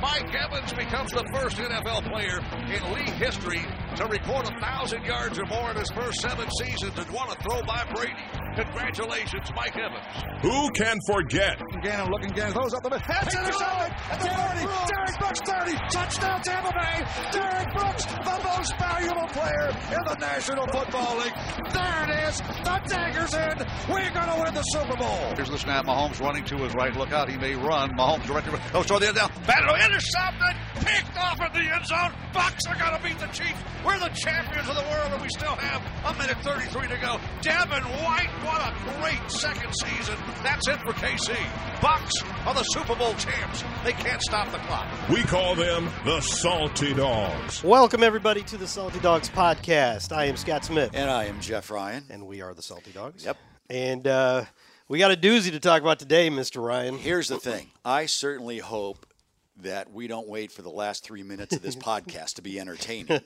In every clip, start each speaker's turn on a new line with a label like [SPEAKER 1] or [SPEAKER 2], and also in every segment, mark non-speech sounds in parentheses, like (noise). [SPEAKER 1] Mike Evans becomes the first NFL player in league history to record a 1,000 yards or more in his first seven seasons and what a throw by Brady. Congratulations, Mike Evans.
[SPEAKER 2] who can forget?
[SPEAKER 1] Gannon looking, Gannon throws up the middle. That's intercepted at the 30. Derek Brooks 30. Touchdown, Tampa Bay. Derek Brooks, the most valuable player in the National Football League. There it is. The dagger's in. We're going to win the Super Bowl. Here's the snap. Mahomes running to his right. Look out. He may run. Mahomes directly. Oh, throw the end down. Battle intercepted. Picked off in the end zone. Bucks are going to beat the Chiefs. We're the champions of the world, and we still have a minute 33 to go. Devin White, what a great second season. That's it for KC. Bucks are the Super Bowl champs. They can't stop the clock.
[SPEAKER 2] We call them the Salty Dogs.
[SPEAKER 3] Welcome, everybody, to the Salty Dogs podcast. I am Scott Smith,
[SPEAKER 4] And I am Jeff Ryan.
[SPEAKER 3] and we are the Salty Dogs.
[SPEAKER 4] Yep.
[SPEAKER 3] And uh, we got a doozy to talk about today, Mr. Ryan.
[SPEAKER 4] Here's the thing I certainly hope that we don't wait for the last three minutes
[SPEAKER 3] (laughs)
[SPEAKER 4] of this podcast to be entertaining.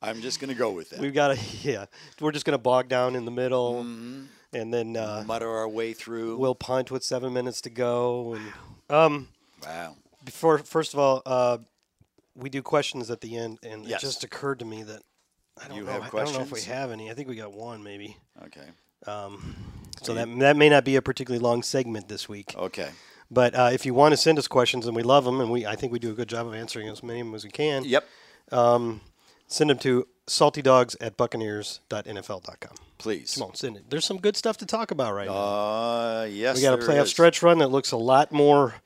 [SPEAKER 4] I'm just going to go with that.
[SPEAKER 3] We've got a, yeah, we're just going to bog down in the middle
[SPEAKER 4] Mm-hmm.
[SPEAKER 3] and then uh,
[SPEAKER 4] Mutter our way through.
[SPEAKER 3] we'll punt with seven minutes to go. And, um,
[SPEAKER 4] wow.
[SPEAKER 3] before, first of all, uh, we do questions at the end, and
[SPEAKER 4] Yes.
[SPEAKER 3] it just occurred to me that I don't,
[SPEAKER 4] You
[SPEAKER 3] know,
[SPEAKER 4] have
[SPEAKER 3] I don't know if we
[SPEAKER 4] questions?
[SPEAKER 3] have any. I think we got one, maybe.
[SPEAKER 4] Okay.
[SPEAKER 3] So that, that may not be a particularly long segment this week.
[SPEAKER 4] Okay.
[SPEAKER 3] But uh, if you want to send us questions, and we love them, and we I think we do a good job of answering as many of them as we can.
[SPEAKER 4] Yep.
[SPEAKER 3] Send them to saltydogs at buccaneers.nfl.com.
[SPEAKER 4] Please.
[SPEAKER 3] Come on, send it. There's some good stuff to talk about right now.
[SPEAKER 4] Uh, yes.
[SPEAKER 3] We got a
[SPEAKER 4] there
[SPEAKER 3] playoff
[SPEAKER 4] is.
[SPEAKER 3] stretch run that looks a lot more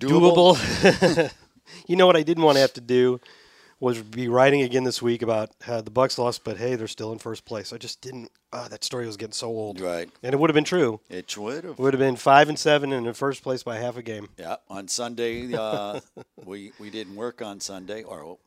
[SPEAKER 3] doable. (laughs) you know what I didn't want to have to do was be writing again this week about how the Bucks lost, but hey, they're still in first place. I just didn't. ah, that story was getting so old.
[SPEAKER 4] Right.
[SPEAKER 3] And it would have been true.
[SPEAKER 4] It would have.
[SPEAKER 3] It would have been five and seven and in first place by half a game.
[SPEAKER 4] Yeah. On Sunday, uh, (laughs) we we didn't work on Sunday, or well,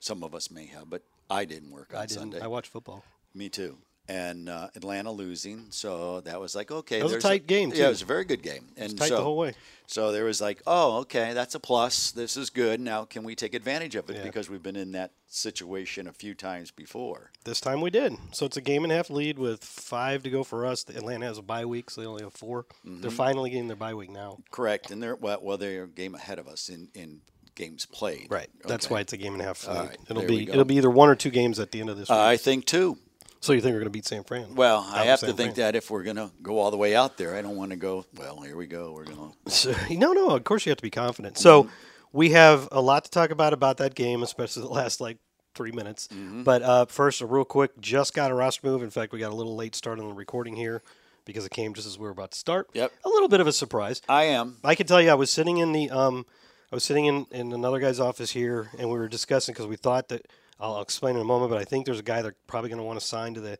[SPEAKER 4] some of us may have, but I didn't work on
[SPEAKER 3] I didn't.
[SPEAKER 4] Sunday.
[SPEAKER 3] I watched football.
[SPEAKER 4] Me too. And uh, Atlanta losing, so that was like okay.
[SPEAKER 3] That was a
[SPEAKER 4] there's
[SPEAKER 3] tight game,
[SPEAKER 4] Yeah,
[SPEAKER 3] too.
[SPEAKER 4] it was a very good game. And
[SPEAKER 3] tight the
[SPEAKER 4] Mm, so,
[SPEAKER 3] whole way.
[SPEAKER 4] So there was like, oh, okay, that's a plus. This is good. Now can we take advantage of it
[SPEAKER 3] Yeah.
[SPEAKER 4] because we've been in that situation a few times before.
[SPEAKER 3] This time we did. So it's a game and a half lead with five to go for us. Atlanta has a bye week, so they only have 4 they
[SPEAKER 4] Mm-hmm.
[SPEAKER 3] They're finally getting their bye week now.
[SPEAKER 4] Correct. And they're well, well they're a game ahead of us in in games played.
[SPEAKER 3] That's
[SPEAKER 4] Okay.
[SPEAKER 3] why it's a game and a half lead.
[SPEAKER 4] right,
[SPEAKER 3] It'll
[SPEAKER 4] there
[SPEAKER 3] be
[SPEAKER 4] we go.
[SPEAKER 3] it'll be either one or two games at the end of this week.
[SPEAKER 4] Uh, I think too.
[SPEAKER 3] so you think we're going to beat San Fran?
[SPEAKER 4] Well, I
[SPEAKER 3] Out
[SPEAKER 4] have
[SPEAKER 3] San
[SPEAKER 4] to think
[SPEAKER 3] Fran.
[SPEAKER 4] that if we're gonna go all the way out there, I don't want to go. Well, here we go. We're gonna.
[SPEAKER 3] So- (laughs) no, no. Of course you have to be confident. So
[SPEAKER 4] Mm-hmm.
[SPEAKER 3] we have a lot to talk about about that game, especially the last like three minutes.
[SPEAKER 4] Mm-hmm.
[SPEAKER 3] But uh, first, a real quick, just got a roster move. In fact, we got a little late start on the recording here because it came just as we were about to start.
[SPEAKER 4] Yep.
[SPEAKER 3] A little bit of a surprise.
[SPEAKER 4] I am.
[SPEAKER 3] I can tell you, I was sitting in the um, I was sitting in, in another guy's office here, and we were discussing because we thought that I'll explain in a moment, but I think there's a guy they're probably going to want to sign to the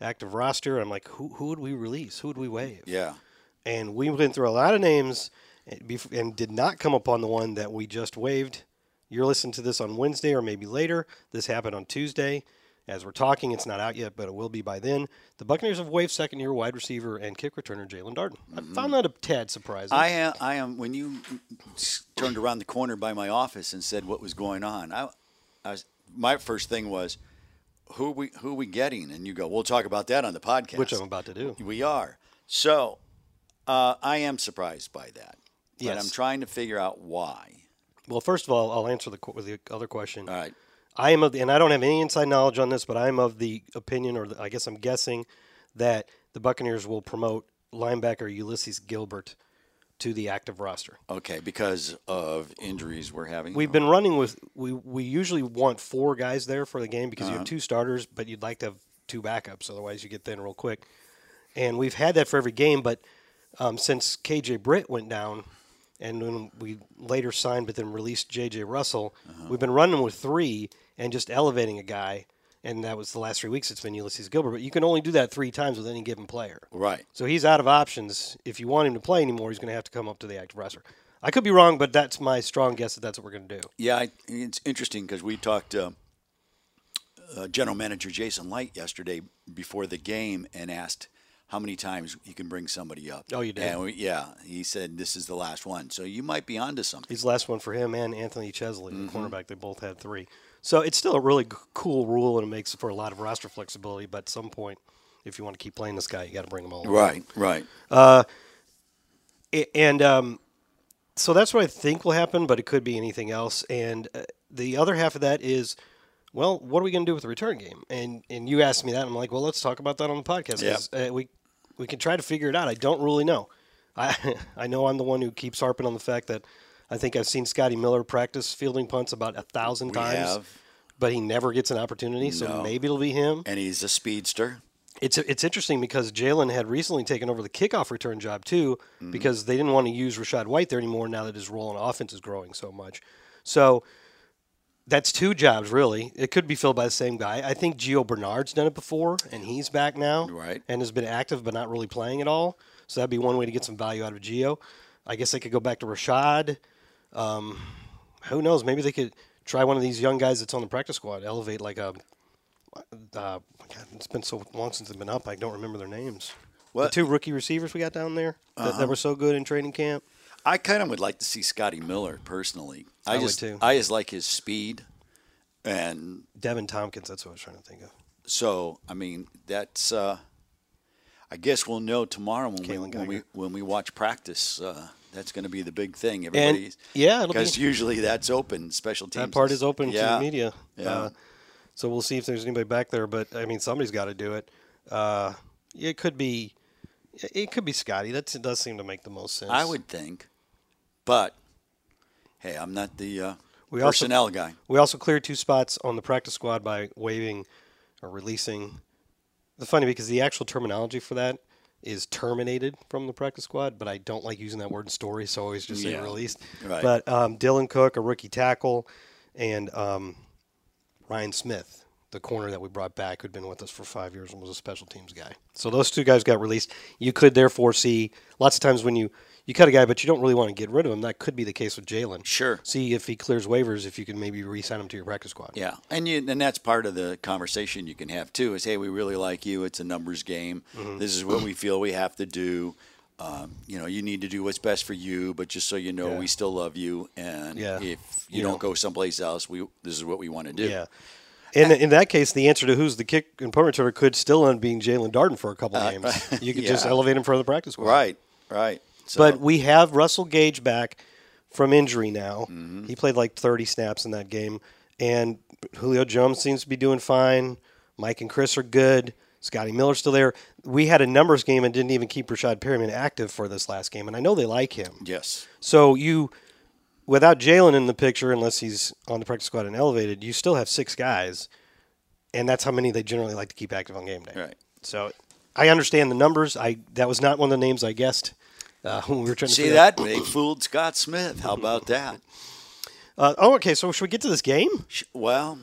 [SPEAKER 3] active roster. I'm like, who who would we release? Who would we waive?
[SPEAKER 4] Yeah.
[SPEAKER 3] And we went through a lot of names and, bef- and did not come upon the one that we just waived. You're listening to this on Wednesday or maybe later. This happened on Tuesday. As we're talking, it's not out yet, but it will be by then. The Buccaneers have waived second-year wide receiver and kick returner Jalen Darden. I found that a tad surprising.
[SPEAKER 4] I am. I am. When you turned around the corner by my office and said what was going on, I, I was, my first thing was, who are we who are we getting? And you go, we'll talk about that on the podcast.
[SPEAKER 3] which I'm about to do.
[SPEAKER 4] We are. So, uh, I am surprised by that. But
[SPEAKER 3] Yes.
[SPEAKER 4] I'm trying to figure out why.
[SPEAKER 3] Well, first of all, I'll answer the qu- the other question.
[SPEAKER 4] All right.
[SPEAKER 3] I am of the, and I don't have any inside knowledge on this, but I'm of the opinion, or the, I guess I'm guessing, that the Buccaneers will promote linebacker Ulysses Gilbert to the active roster.
[SPEAKER 4] Okay. Because of injuries we're having.
[SPEAKER 3] We've been running with we we usually want four guys there for the game because you have two starters, but you'd like to have two backups. Otherwise, you get thin real quick. And we've had that for every game, but um, since KJ Britt went down, and when we later signed but then released JJ Russell, we've been running with three and just elevating a guy. And that was the last three weeks. It's been Ulysses Gilbert, but you can only do that three times with any given player.
[SPEAKER 4] right.
[SPEAKER 3] So he's out of options. If you want him to play anymore, he's going to have to come up to the active roster. I could be wrong, but that's my strong guess that that's what we're going to do.
[SPEAKER 4] Yeah, I, it's interesting because we talked. Uh, uh, general manager Jason Light yesterday before the game and asked how many times you can bring somebody up.
[SPEAKER 3] Oh, you did?
[SPEAKER 4] And we, yeah, he said this is the last one, so you might be onto something.
[SPEAKER 3] He's the last one for him and Anthony Chesley, the cornerback. They both had three. So it's still a really c- cool rule, and it makes for a lot of roster flexibility. But at some point, if you want to keep playing this guy, you got to bring him all. in.
[SPEAKER 4] Right, right.
[SPEAKER 3] A- and um, so that's what I think will happen, but it could be anything else. And uh, the other half of that is, well, what are we going to do with the return game? And and you asked me that, and I'm like, well, let's talk about that on the podcast. 'cause, uh, we we can try to figure it out. I don't really know. I (laughs) I know I'm the one who keeps harping on the fact that I think I've seen Scotty Miller practice fielding punts about a thousand times,
[SPEAKER 4] have.
[SPEAKER 3] but he never gets an opportunity. So
[SPEAKER 4] No.
[SPEAKER 3] maybe it'll be him
[SPEAKER 4] And he's a speedster.
[SPEAKER 3] it's it's interesting because Jalen had recently taken over the kickoff return job too, because they didn't want to use Rashad White there anymore now that his role on offense is growing so much. So that's two jobs really. It could be filled by the same guy. I think Gio Bernard's done it before, and he's back now,
[SPEAKER 4] Right.
[SPEAKER 3] And has been active but not really playing at all. So that'd be one way to get some value out of Gio. I guess they could go back to Rashad. Um, who knows? Maybe they could try one of these young guys that's on the practice squad, elevate like a uh, God, it's been so long since they've been up. I don't remember their names. The
[SPEAKER 4] What? Uh-huh.
[SPEAKER 3] two rookie receivers we got down there that, that were so good in training camp.
[SPEAKER 4] I kind of would like to see Scotty Miller personally. I,
[SPEAKER 3] I would
[SPEAKER 4] just,
[SPEAKER 3] too.
[SPEAKER 4] I just like his speed, and
[SPEAKER 3] Devin Tompkins. That's what I was trying to think of.
[SPEAKER 4] so I mean that's. Uh, I guess we'll know tomorrow when we
[SPEAKER 3] Kalen
[SPEAKER 4] when we
[SPEAKER 3] Geiger.
[SPEAKER 4] when we watch practice. Uh, that's going to be the big thing.
[SPEAKER 3] And
[SPEAKER 4] Everybody's
[SPEAKER 3] yeah, it'll
[SPEAKER 4] because
[SPEAKER 3] be,
[SPEAKER 4] usually that's open. Special teams.
[SPEAKER 3] that part is open to
[SPEAKER 4] Yeah.
[SPEAKER 3] the media.
[SPEAKER 4] Yeah.
[SPEAKER 3] Uh, so we'll see if there's anybody back there. But I mean, somebody's got to do it. Uh, it could be, it could be Scotty. That does seem to make the most sense.
[SPEAKER 4] I would think, but hey, I'm not the uh,
[SPEAKER 3] We also-
[SPEAKER 4] personnel guy.
[SPEAKER 3] We also cleared two spots on the practice squad by waiving or releasing. The funny because the actual terminology for that is terminated from the practice squad, but I don't like using that word in story, so I always just say
[SPEAKER 4] Yeah.
[SPEAKER 3] released.
[SPEAKER 4] Right.
[SPEAKER 3] But um, Dylan Cook, a rookie tackle, and um, Ryan Smith, the corner that we brought back, who'd been with us for five years and was a special teams guy. So those two guys got released. You could therefore see lots of times when you you cut a guy, but you don't really want to get rid of him. That could be the case with Jalen.
[SPEAKER 4] Sure.
[SPEAKER 3] See if he clears waivers. If you can maybe re-sign him to your practice squad.
[SPEAKER 4] Yeah, and you, and that's part of the conversation you can have too. Is hey, we really like you. It's a numbers game.
[SPEAKER 3] Mm-hmm.
[SPEAKER 4] This is what we feel we have to do. Um, you know, you need to do what's best for you, but just so you know,
[SPEAKER 3] Yeah.
[SPEAKER 4] we still love you. And
[SPEAKER 3] Yeah.
[SPEAKER 4] if you,
[SPEAKER 3] You
[SPEAKER 4] don't
[SPEAKER 3] know.
[SPEAKER 4] go someplace else, we this is what we want to do.
[SPEAKER 3] Yeah. And in that case, the answer to who's the kick and punt returner could still end up being Jalen Darden for a couple of
[SPEAKER 4] (laughs)
[SPEAKER 3] games. You could just
[SPEAKER 4] Uh, yeah.
[SPEAKER 3] elevate him for the practice squad.
[SPEAKER 4] Right, right. So,
[SPEAKER 3] But we have Russell Gage back from injury now.
[SPEAKER 4] Mm-hmm.
[SPEAKER 3] He played like 30 snaps in that game. And Julio Jones seems to be doing fine. Mike and Chris are good. Scotty Miller's still there. We had a numbers game and didn't even keep Rashad Perryman active for this last game. And I know they like him.
[SPEAKER 4] yes,
[SPEAKER 3] So you, without Jalen in the picture, unless he's on the practice squad and elevated, you still have six guys, and that's how many they generally like to keep active on game day.
[SPEAKER 4] Right.
[SPEAKER 3] So, I understand the numbers. I that was not one of the names I guessed uh, (laughs) when we were trying to
[SPEAKER 4] see
[SPEAKER 3] figure out-
[SPEAKER 4] that they fooled Scott Smith. How about that?
[SPEAKER 3] Uh, oh, okay. So should we get to this game?
[SPEAKER 4] Sh- Well,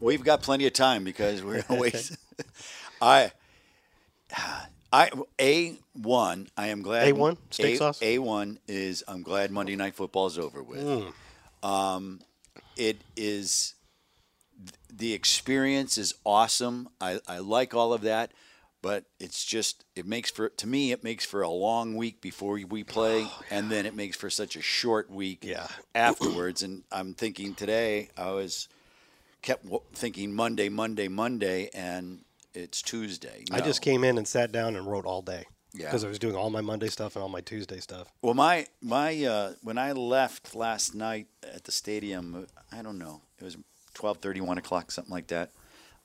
[SPEAKER 4] we've got plenty of time because we're gonna wait. (laughs) I, I a one. I am glad
[SPEAKER 3] A1? Steak
[SPEAKER 4] A-
[SPEAKER 3] sauce?
[SPEAKER 4] A one is I'm glad Monday Night Football is over with. Um, it is th- the experience is awesome. I I like all of that. But it's just it makes for to me it makes for a long week before we play, and then it makes for such a short week
[SPEAKER 3] Oh, Yeah. (clears throat)
[SPEAKER 4] afterwards. And I'm thinking today I was kept w- thinking Monday, Monday, Monday, and it's Tuesday.
[SPEAKER 3] I just
[SPEAKER 4] No.
[SPEAKER 3] came in and sat down and wrote all day
[SPEAKER 4] Yeah.
[SPEAKER 3] because I was doing all my Monday stuff and all my Tuesday stuff.
[SPEAKER 4] Well, my my uh, when I left last night at the stadium, I don't know, it was 12:30, 1 o'clock, something like that.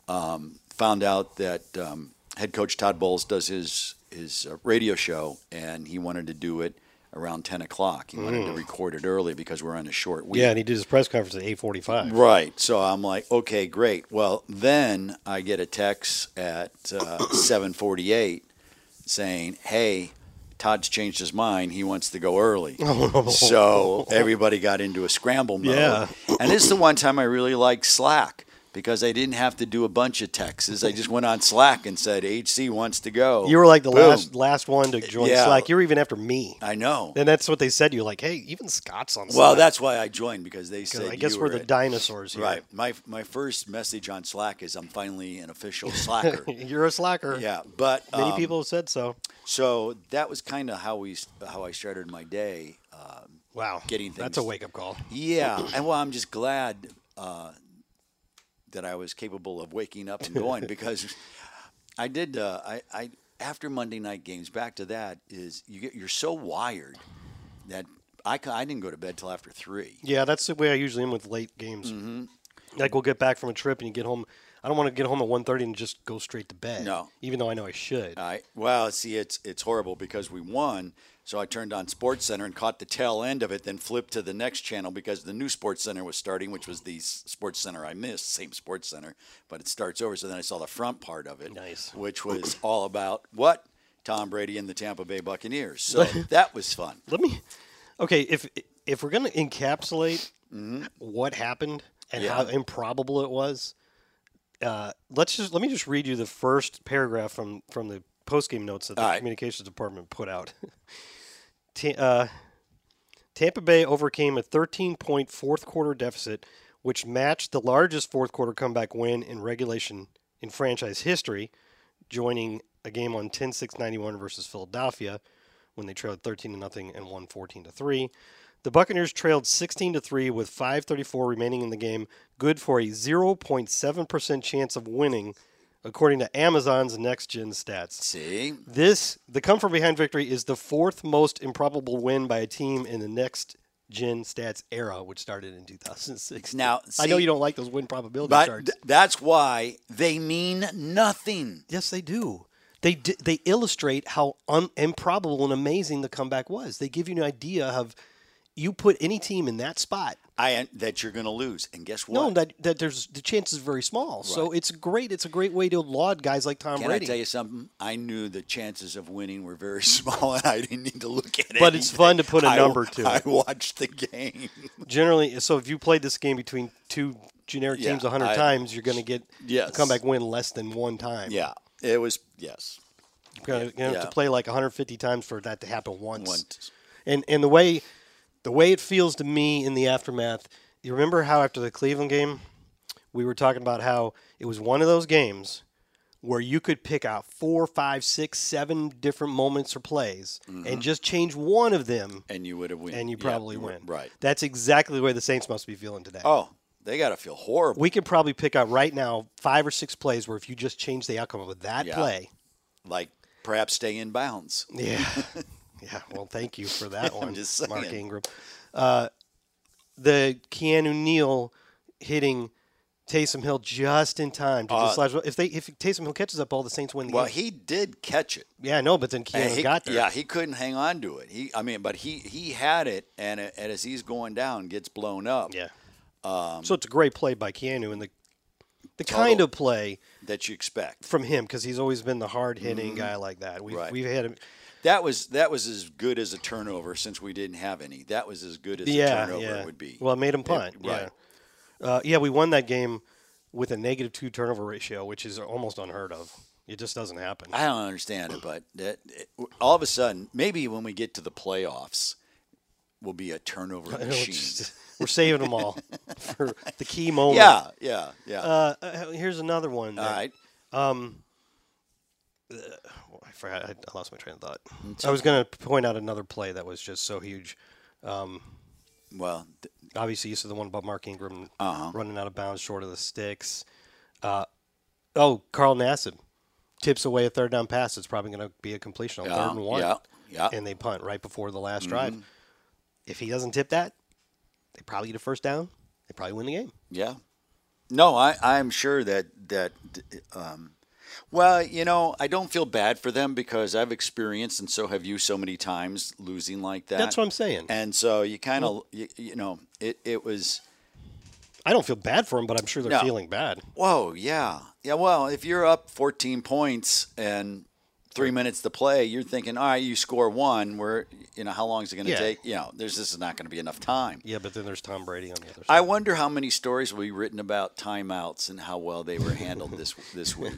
[SPEAKER 4] Um, found out that um, head coach Todd Bowles does his his uh, radio show, and he wanted to do it around 10 o'clock. He wanted to record it early because we're on a short week.
[SPEAKER 3] Yeah, and he did his press conference at eight forty-five.
[SPEAKER 4] Right. So I'm like, okay, great. Well, then I get a text at uh, (coughs) 7:48 saying, "Hey, Todd's changed his mind. He wants to
[SPEAKER 3] (laughs)
[SPEAKER 4] go early." so everybody got into a scramble mode.
[SPEAKER 3] Yeah.
[SPEAKER 4] And this is the one time I really like Slack because I didn't have to do a bunch of texts. I just went on Slack and said, HC wants to go.
[SPEAKER 3] You were like the
[SPEAKER 4] Boom.
[SPEAKER 3] last last one to join
[SPEAKER 4] Yeah.
[SPEAKER 3] Slack. You were even after me.
[SPEAKER 4] I know.
[SPEAKER 3] And that's what they said to you. Like, hey, even Scott's on Slack.
[SPEAKER 4] Well, that's why I joined because they
[SPEAKER 3] 'Cause
[SPEAKER 4] said
[SPEAKER 3] I guess
[SPEAKER 4] you
[SPEAKER 3] we're
[SPEAKER 4] were
[SPEAKER 3] the
[SPEAKER 4] it.
[SPEAKER 3] dinosaurs here.
[SPEAKER 4] Right. My my first message on Slack is I'm finally
[SPEAKER 3] (laughs)
[SPEAKER 4] an official Slacker.
[SPEAKER 3] You're a slacker.
[SPEAKER 4] yeah, but
[SPEAKER 3] Many
[SPEAKER 4] um,
[SPEAKER 3] people have said so.
[SPEAKER 4] So that was kind of how we how I started my day. Um,
[SPEAKER 3] Wow.
[SPEAKER 4] getting
[SPEAKER 3] That's a
[SPEAKER 4] things-
[SPEAKER 3] wake up call.
[SPEAKER 4] yeah, and well, I'm just glad uh, that I was capable of waking up
[SPEAKER 3] (laughs)
[SPEAKER 4] and going because I did. Uh, I, I after Monday night games, back to that is you get you're so wired that I ca- I didn't go to bed till after three.
[SPEAKER 3] Yeah, that's the way I usually am with late games.
[SPEAKER 4] Mm-hmm.
[SPEAKER 3] Like we'll get back from a trip and you get home. I don't want to get home at 1.30 and just go straight to bed.
[SPEAKER 4] No.
[SPEAKER 3] Even though I know I should.
[SPEAKER 4] I well, see, it's it's horrible because we won. So I turned on Sports Center and caught the tail end of it, then flipped to the next channel because the new Sports Center was starting, which was the S- Sports Center I missed, same Sports Center, but it starts over. So then I saw the front part of it,
[SPEAKER 3] Nice.
[SPEAKER 4] which was all about what Tom Brady and the Tampa Bay Buccaneers. So that was fun.
[SPEAKER 3] Let me. Okay, if if we're gonna encapsulate what happened and
[SPEAKER 4] Yeah.
[SPEAKER 3] how improbable it was, uh, let's just let me just read you the first paragraph from from the post game notes that the
[SPEAKER 4] All right.
[SPEAKER 3] communications department put out. (laughs) Ta- uh, Tampa Bay overcame a 13 point fourth quarter deficit, which matched the largest fourth quarter comeback win in regulation in franchise history, joining a game on 10 6 91 versus Philadelphia when they trailed 13 to nothing and won 14 to 3. The Buccaneers trailed 16 to 3 with 5:34 remaining in the game, good for a 0.7% chance of winning according to Amazon's next gen stats.
[SPEAKER 4] See,
[SPEAKER 3] This the come from behind victory is the fourth most improbable win by a team in the next gen stats era, which started in 2006.
[SPEAKER 4] Now,
[SPEAKER 3] I know
[SPEAKER 4] see-
[SPEAKER 3] you don't like those win probability
[SPEAKER 4] but
[SPEAKER 3] charts.
[SPEAKER 4] th- that's why they mean nothing.
[SPEAKER 3] yes, they do. They d- they illustrate how un- improbable and amazing the comeback was. They give you an idea of you put any team in that spot.
[SPEAKER 4] I that you're going to lose, and guess what?
[SPEAKER 3] No, that that there's the chance is very small. So it's great. It's a great way to laud guys like Tom
[SPEAKER 4] Can
[SPEAKER 3] Brady.
[SPEAKER 4] I tell you something? I knew the chances of winning were very (laughs) small, and I didn't need to look at it.
[SPEAKER 3] But it's fun to put a number to
[SPEAKER 4] I
[SPEAKER 3] it.
[SPEAKER 4] watched
[SPEAKER 3] (laughs)
[SPEAKER 4] the game.
[SPEAKER 3] generally so if you played this game between two generic
[SPEAKER 4] Yeah,
[SPEAKER 3] teams a 100
[SPEAKER 4] I-
[SPEAKER 3] times you're going to get
[SPEAKER 4] Yes.
[SPEAKER 3] a comeback win less than one time
[SPEAKER 4] Yeah, (laughs) it was yes.
[SPEAKER 3] you're going to have
[SPEAKER 4] yeah.
[SPEAKER 3] to play like 150 times for that to happen once
[SPEAKER 4] Once.
[SPEAKER 3] and and the way the way it feels to me in the aftermath you remember how after the cleveland game we were talking about how it was one of those games where you could pick out four five six seven different moments or plays and just change one of them
[SPEAKER 4] Mm-hmm. And you would have won.
[SPEAKER 3] and you probably win
[SPEAKER 4] Right.
[SPEAKER 3] that's exactly the way the saints must be feeling today
[SPEAKER 4] Oh, they got to feel horrible.
[SPEAKER 3] we could probably pick out right now five or six plays where if you just change the outcome of that
[SPEAKER 4] Yeah.
[SPEAKER 3] play.
[SPEAKER 4] like perhaps stay in bounds. (laughs)
[SPEAKER 3] Yeah. yeah. Well, thank you for that one,
[SPEAKER 4] just saying.
[SPEAKER 3] Mark Ingram. Uh, the Keanu Neal hitting Taysom Hill just in time to
[SPEAKER 4] Uh,
[SPEAKER 3] just slash. If they if Taysom Hill catches up, all the Saints win the
[SPEAKER 4] Well,
[SPEAKER 3] game.
[SPEAKER 4] he did catch it.
[SPEAKER 3] yeah, no, but then
[SPEAKER 4] And
[SPEAKER 3] Keanu
[SPEAKER 4] he,
[SPEAKER 3] got there.
[SPEAKER 4] Yeah, he couldn't hang on to it. He, I mean, but he he had it, and, it- and as he's going down, gets blown up.
[SPEAKER 3] Yeah.
[SPEAKER 4] Um,
[SPEAKER 3] so it's a great play by Keanu and the the
[SPEAKER 4] Total.
[SPEAKER 3] kind of play
[SPEAKER 4] that you expect.
[SPEAKER 3] from him because he's always been the hard hitting guy like that. We've
[SPEAKER 4] Mm-hmm. Right.
[SPEAKER 3] we've had him.
[SPEAKER 4] That was that was as good as a turnover since we didn't have any. That was as good as a
[SPEAKER 3] yeah,
[SPEAKER 4] turnover
[SPEAKER 3] yeah.
[SPEAKER 4] would be.
[SPEAKER 3] Well, it made him punt.
[SPEAKER 4] right.
[SPEAKER 3] Yeah. Uh, yeah, we won that game with a negative two turnover ratio, which is almost unheard of. It just doesn't happen. (laughs)
[SPEAKER 4] I don't understand it, but that, it- all of a sudden, maybe when we get to the playoffs, we'll be
[SPEAKER 3] (laughs)
[SPEAKER 4] a turnover
[SPEAKER 3] You know, it's
[SPEAKER 4] machine.
[SPEAKER 3] just- we're saving them
[SPEAKER 4] (laughs)
[SPEAKER 3] all for the key moment. (laughs)
[SPEAKER 4] Yeah, yeah, yeah.
[SPEAKER 3] Uh, uh, here's another one.
[SPEAKER 4] all
[SPEAKER 3] that-
[SPEAKER 4] right.
[SPEAKER 3] well, I forgot. I, I lost my train of thought. I was going to point out another play that was just so huge.
[SPEAKER 4] Well, th-
[SPEAKER 3] Obviously, you saw the one about Mark Ingram
[SPEAKER 4] Uh-huh.
[SPEAKER 3] running out of bounds short of the sticks. Uh, oh, Carl Nassib tips away a third down pass. It's probably going to be a completion on
[SPEAKER 4] yeah,
[SPEAKER 3] third and one.
[SPEAKER 4] uh, yeah, yeah.
[SPEAKER 3] and they punt right before the last drive. If he doesn't tip that, they probably get a first down. They probably win the game.
[SPEAKER 4] Yeah. No, I, I'm sure that that. Um, well, you know, I don't feel bad for them because I've experienced, and so have you, so many times losing like that.
[SPEAKER 3] That's what I'm saying.
[SPEAKER 4] And so you kind of, you, you know, it, it was.
[SPEAKER 3] I don't feel bad for him, but I'm sure they're
[SPEAKER 4] No.
[SPEAKER 3] feeling bad.
[SPEAKER 4] Whoa, yeah, yeah. Well, if you're up 14 points and three minutes to play, you're thinking, all right, you score one. Where you know how long is it going to
[SPEAKER 3] Yeah.
[SPEAKER 4] take? You know, there's this is not going to be enough time.
[SPEAKER 3] Yeah, but then there's Tom Brady on the other
[SPEAKER 4] I
[SPEAKER 3] side.
[SPEAKER 4] wonder how many stories will be written about timeouts and how well they were handled this
[SPEAKER 3] (laughs)
[SPEAKER 4] this week.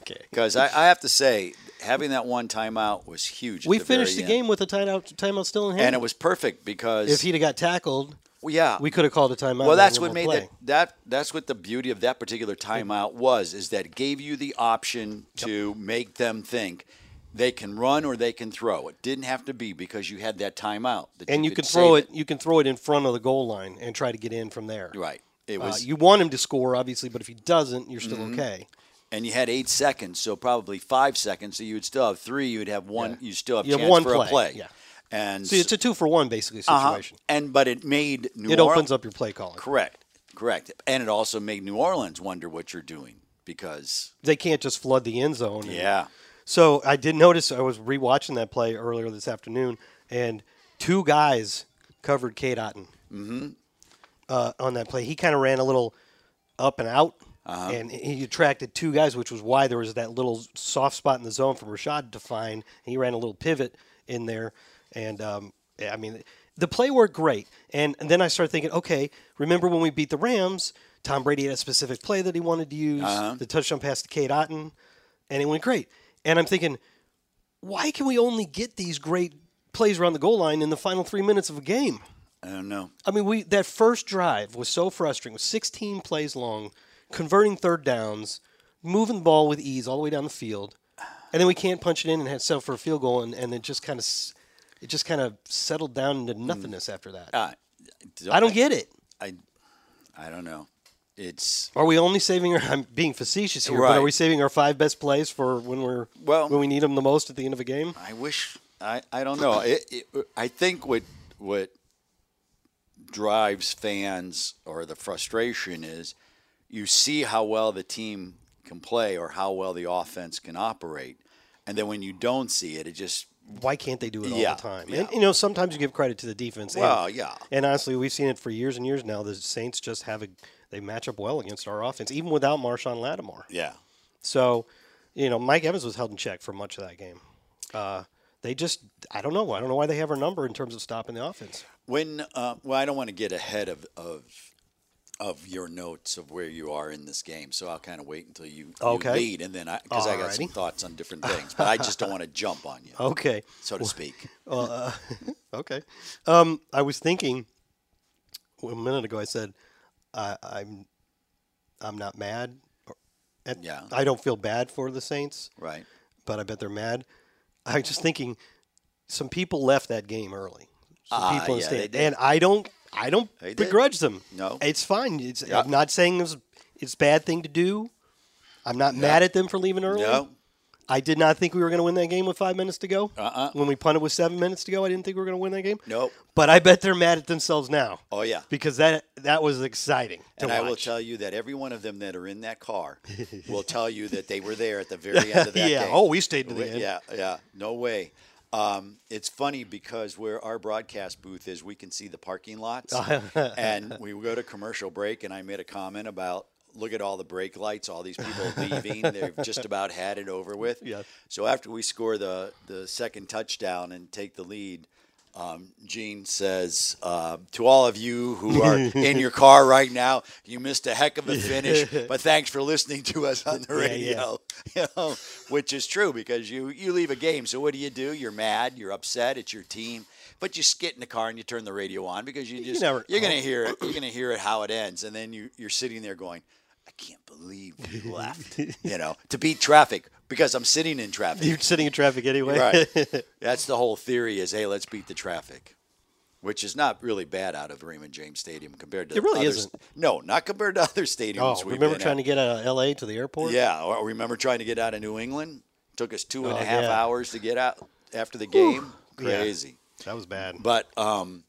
[SPEAKER 3] okay.
[SPEAKER 4] Because I, I have to say, having that one timeout was huge. at
[SPEAKER 3] We
[SPEAKER 4] the
[SPEAKER 3] finished the
[SPEAKER 4] very
[SPEAKER 3] game
[SPEAKER 4] end.
[SPEAKER 3] with a timeout, timeout still in hand.
[SPEAKER 4] and it was perfect because
[SPEAKER 3] if he'd have got tackled,
[SPEAKER 4] well, yeah,
[SPEAKER 3] we could have called a timeout.
[SPEAKER 4] Well,
[SPEAKER 3] and
[SPEAKER 4] that's
[SPEAKER 3] let
[SPEAKER 4] what
[SPEAKER 3] him
[SPEAKER 4] made
[SPEAKER 3] play.
[SPEAKER 4] that, that. That's what the beauty of that particular timeout was, is that it gave you the option to make them think they can run or they can throw. It didn't have to be because you had that timeout. that
[SPEAKER 3] and you can
[SPEAKER 4] could save
[SPEAKER 3] throw it. You can throw it in front of the goal line and try to get in from there.
[SPEAKER 4] Right. It
[SPEAKER 3] Uh,
[SPEAKER 4] was,
[SPEAKER 3] you want him to score, obviously, but if he doesn't, you're still okay.
[SPEAKER 4] and you had eight seconds, so probably five seconds. So you would still have three. You would have one. You still have
[SPEAKER 3] You have
[SPEAKER 4] chance
[SPEAKER 3] one
[SPEAKER 4] for
[SPEAKER 3] play,
[SPEAKER 4] a play.
[SPEAKER 3] yeah.
[SPEAKER 4] And
[SPEAKER 3] So it's a two for one basically
[SPEAKER 4] uh-huh.
[SPEAKER 3] situation.
[SPEAKER 4] And but it made New
[SPEAKER 3] It opens
[SPEAKER 4] Orleans-
[SPEAKER 3] up your play calling.
[SPEAKER 4] Correct. Correct. And it also made New Orleans wonder what you're doing because
[SPEAKER 3] They can't just flood the end zone. and-
[SPEAKER 4] yeah.
[SPEAKER 3] So I did notice I was rewatching that play earlier this afternoon, and two guys covered Kate Otten mm-hmm. uh, on that play. He kind of ran a little up and out, and he attracted two guys, which was why there was that little soft spot in the zone for Rashad to find. He ran a little pivot in there, and um, yeah, I mean, the play worked great. And, and then I started thinking, okay, remember when we beat the Rams? Tom Brady had a specific play that he wanted to use, the touchdown pass to Kate Otten, and it went great. And I'm thinking, why can we only get these great plays around the goal line in the final three minutes of a game?
[SPEAKER 4] I don't know.
[SPEAKER 3] I mean, we that first drive was so frustrating. It was 16 plays long, converting third downs, moving the ball with ease all the way down the field, and then we can't punch it in and have settle for a field goal, and, and it just kind of it just kind of settled down into nothingness after that.
[SPEAKER 4] Mm. Uh,
[SPEAKER 3] I don't get it.
[SPEAKER 4] I, I don't know. It's
[SPEAKER 3] Are we only saving our? (laughs) I'm being facetious here, but
[SPEAKER 4] Right.
[SPEAKER 3] are we saving our five best plays for when we're
[SPEAKER 4] Well-
[SPEAKER 3] when we need them the most at the end of a game?
[SPEAKER 4] I wish I, I don't know. It, it, I think what what drives fans or the frustration is you see how well the team can play or how well the offense can operate, and then when you don't see it, it just
[SPEAKER 3] why can't they do it all
[SPEAKER 4] Yeah,
[SPEAKER 3] the time?
[SPEAKER 4] yeah.
[SPEAKER 3] And you know, sometimes you give credit to the defense. and-
[SPEAKER 4] Well, yeah.
[SPEAKER 3] And honestly, we've seen it for years and years now. The Saints just have a they match up well against our offense, even without Marshawn Lattimore.
[SPEAKER 4] yeah.
[SPEAKER 3] So, you know, Mike Evans was held in check for much of that game. Uh, they just I don't know. I don't know why they have our number in terms of stopping the offense.
[SPEAKER 4] When uh, well, I don't want to get ahead of of of your notes of where you are in this game, so I'll kind of wait until you, you
[SPEAKER 3] Okay.
[SPEAKER 4] lead, and then I because I got some
[SPEAKER 3] Alrighty.
[SPEAKER 4] thoughts on different things, but I just don't want to jump on
[SPEAKER 3] (laughs)
[SPEAKER 4] you,
[SPEAKER 3] Okay.
[SPEAKER 4] so to speak.
[SPEAKER 3] Okay. Um, I was thinking a minute ago. I said I I'm I'm not mad. At,
[SPEAKER 4] Yeah.
[SPEAKER 3] I don't feel bad for the Saints.
[SPEAKER 4] Right?
[SPEAKER 3] but I bet they're mad. I was just thinking, some people left that game early. Some
[SPEAKER 4] Ah,
[SPEAKER 3] people in the
[SPEAKER 4] yeah, they
[SPEAKER 3] stand-
[SPEAKER 4] did.
[SPEAKER 3] and I don't, I don't
[SPEAKER 4] They did.
[SPEAKER 3] begrudge them.
[SPEAKER 4] No.
[SPEAKER 3] it's fine. It's,
[SPEAKER 4] Yeah.
[SPEAKER 3] I'm not saying it's it's a bad thing to do. I'm not mad at them for leaving early.
[SPEAKER 4] No.
[SPEAKER 3] I did not think we were going to win that game with five minutes to go.
[SPEAKER 4] Uh-uh.
[SPEAKER 3] When we punted with seven minutes to go, I didn't think we were going to win that game.
[SPEAKER 4] Nope.
[SPEAKER 3] But I bet they're mad at themselves now.
[SPEAKER 4] Oh, yeah.
[SPEAKER 3] because that that was exciting. To
[SPEAKER 4] and I will
[SPEAKER 3] watch.
[SPEAKER 4] tell you that every one of them that are in that
[SPEAKER 3] (laughs)
[SPEAKER 4] car will tell you that they were there at the very end of that
[SPEAKER 3] Yeah.
[SPEAKER 4] game.
[SPEAKER 3] Oh, we stayed to the
[SPEAKER 4] Wait,
[SPEAKER 3] end.
[SPEAKER 4] Yeah, yeah. No way. Um, it's funny because where our broadcast booth is, we can see the parking
[SPEAKER 3] (laughs)
[SPEAKER 4] lots. and we go to commercial break, and I made a comment about look at all the brake lights, all
[SPEAKER 3] (laughs)
[SPEAKER 4] these people leaving. They've just about had it over with.
[SPEAKER 3] Yeah.
[SPEAKER 4] So after we score the, the second touchdown and take the lead, um, Gene says uh, to all of you who are
[SPEAKER 3] (laughs)
[SPEAKER 4] in your car right now, you missed a heck of a finish, but thanks for listening to us on the
[SPEAKER 3] Yeah, yeah.
[SPEAKER 4] radio (laughs) you know, which is true because you you leave a game. So what do you do? You're mad. You're upset. It's your team, but you skit in the car and you turn the radio on because you just you
[SPEAKER 3] never- Oh.
[SPEAKER 4] are gonna
[SPEAKER 3] (clears throat)
[SPEAKER 4] hear it. You're gonna hear it how it ends, and then you you're sitting there going, I can't believe
[SPEAKER 3] (laughs)
[SPEAKER 4] you left. you know, to beat traffic because I'm sitting in
[SPEAKER 3] (laughs)
[SPEAKER 4] traffic.
[SPEAKER 3] You're sitting in traffic anyway. (laughs)
[SPEAKER 4] Right. (laughs) That's the whole theory is hey, let's beat the traffic. Which is not really bad out of Raymond James Stadium compared to
[SPEAKER 3] It really
[SPEAKER 4] other
[SPEAKER 3] isn't.
[SPEAKER 4] st- No, not compared to other stadiums.
[SPEAKER 3] Oh,
[SPEAKER 4] we've
[SPEAKER 3] remember
[SPEAKER 4] been
[SPEAKER 3] trying
[SPEAKER 4] at.
[SPEAKER 3] to get out of L.A. to the airport?
[SPEAKER 4] Yeah, or remember trying to get out of New England? Took us two and a
[SPEAKER 3] Oh,
[SPEAKER 4] half
[SPEAKER 3] yeah.
[SPEAKER 4] hours to get out after the game.
[SPEAKER 3] Yeah.
[SPEAKER 4] Crazy,
[SPEAKER 3] that was bad.
[SPEAKER 4] but um,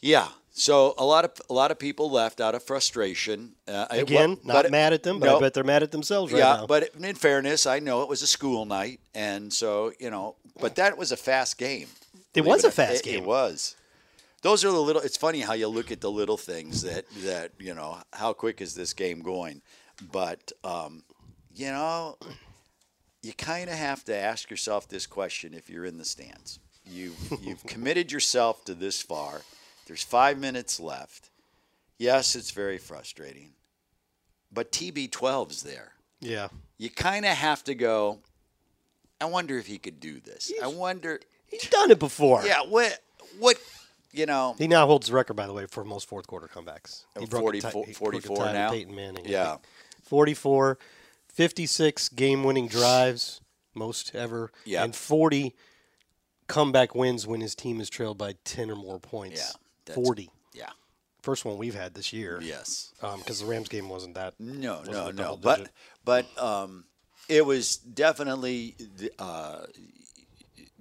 [SPEAKER 4] yeah. So a lot of a lot of people left out of frustration. Uh, it wa-
[SPEAKER 3] Again, not
[SPEAKER 4] but it-
[SPEAKER 3] mad at them, but
[SPEAKER 4] no,
[SPEAKER 3] I bet they're mad at themselves right
[SPEAKER 4] yeah,
[SPEAKER 3] now.
[SPEAKER 4] but in fairness, I know it was a school night, and so you know, but that was a fast game.
[SPEAKER 3] It
[SPEAKER 4] Believe
[SPEAKER 3] was a
[SPEAKER 4] or-
[SPEAKER 3] fast
[SPEAKER 4] it- It
[SPEAKER 3] game.
[SPEAKER 4] was. Those are the little. It's funny how you look at the little things that that you know. How quick is this game going? But um, you know, you kind of have to ask yourself this question if you're in the stands.
[SPEAKER 3] (laughs)
[SPEAKER 4] You you've committed yourself to this far. There's 5 minutes left. Yes, it's very frustrating. But TB12's there.
[SPEAKER 3] Yeah.
[SPEAKER 4] You kind of have to go I wonder if he could do this. I wonder
[SPEAKER 3] He's done it before.
[SPEAKER 4] yeah, what what you know
[SPEAKER 3] He now holds the record, by the way, for most fourth quarter comebacks. He
[SPEAKER 4] Oh,
[SPEAKER 3] broke a he
[SPEAKER 4] 44
[SPEAKER 3] broke a
[SPEAKER 4] 44
[SPEAKER 3] tie with
[SPEAKER 4] now?
[SPEAKER 3] Peyton Manning. I
[SPEAKER 4] Yeah.
[SPEAKER 3] think. 44, 56 game winning drives, most ever.
[SPEAKER 4] Yeah.
[SPEAKER 3] And 40 comeback wins when his team is trailed by 10 or more points.
[SPEAKER 4] Yeah, that's-
[SPEAKER 3] 40.
[SPEAKER 4] Yeah.
[SPEAKER 3] First one we've had this year.
[SPEAKER 4] Yes.
[SPEAKER 3] Because the Rams game wasn't that.
[SPEAKER 4] No,
[SPEAKER 3] Uh, wasn't
[SPEAKER 4] no,
[SPEAKER 3] a
[SPEAKER 4] no.
[SPEAKER 3] double
[SPEAKER 4] But
[SPEAKER 3] digit.
[SPEAKER 4] but um, it was definitely the, uh,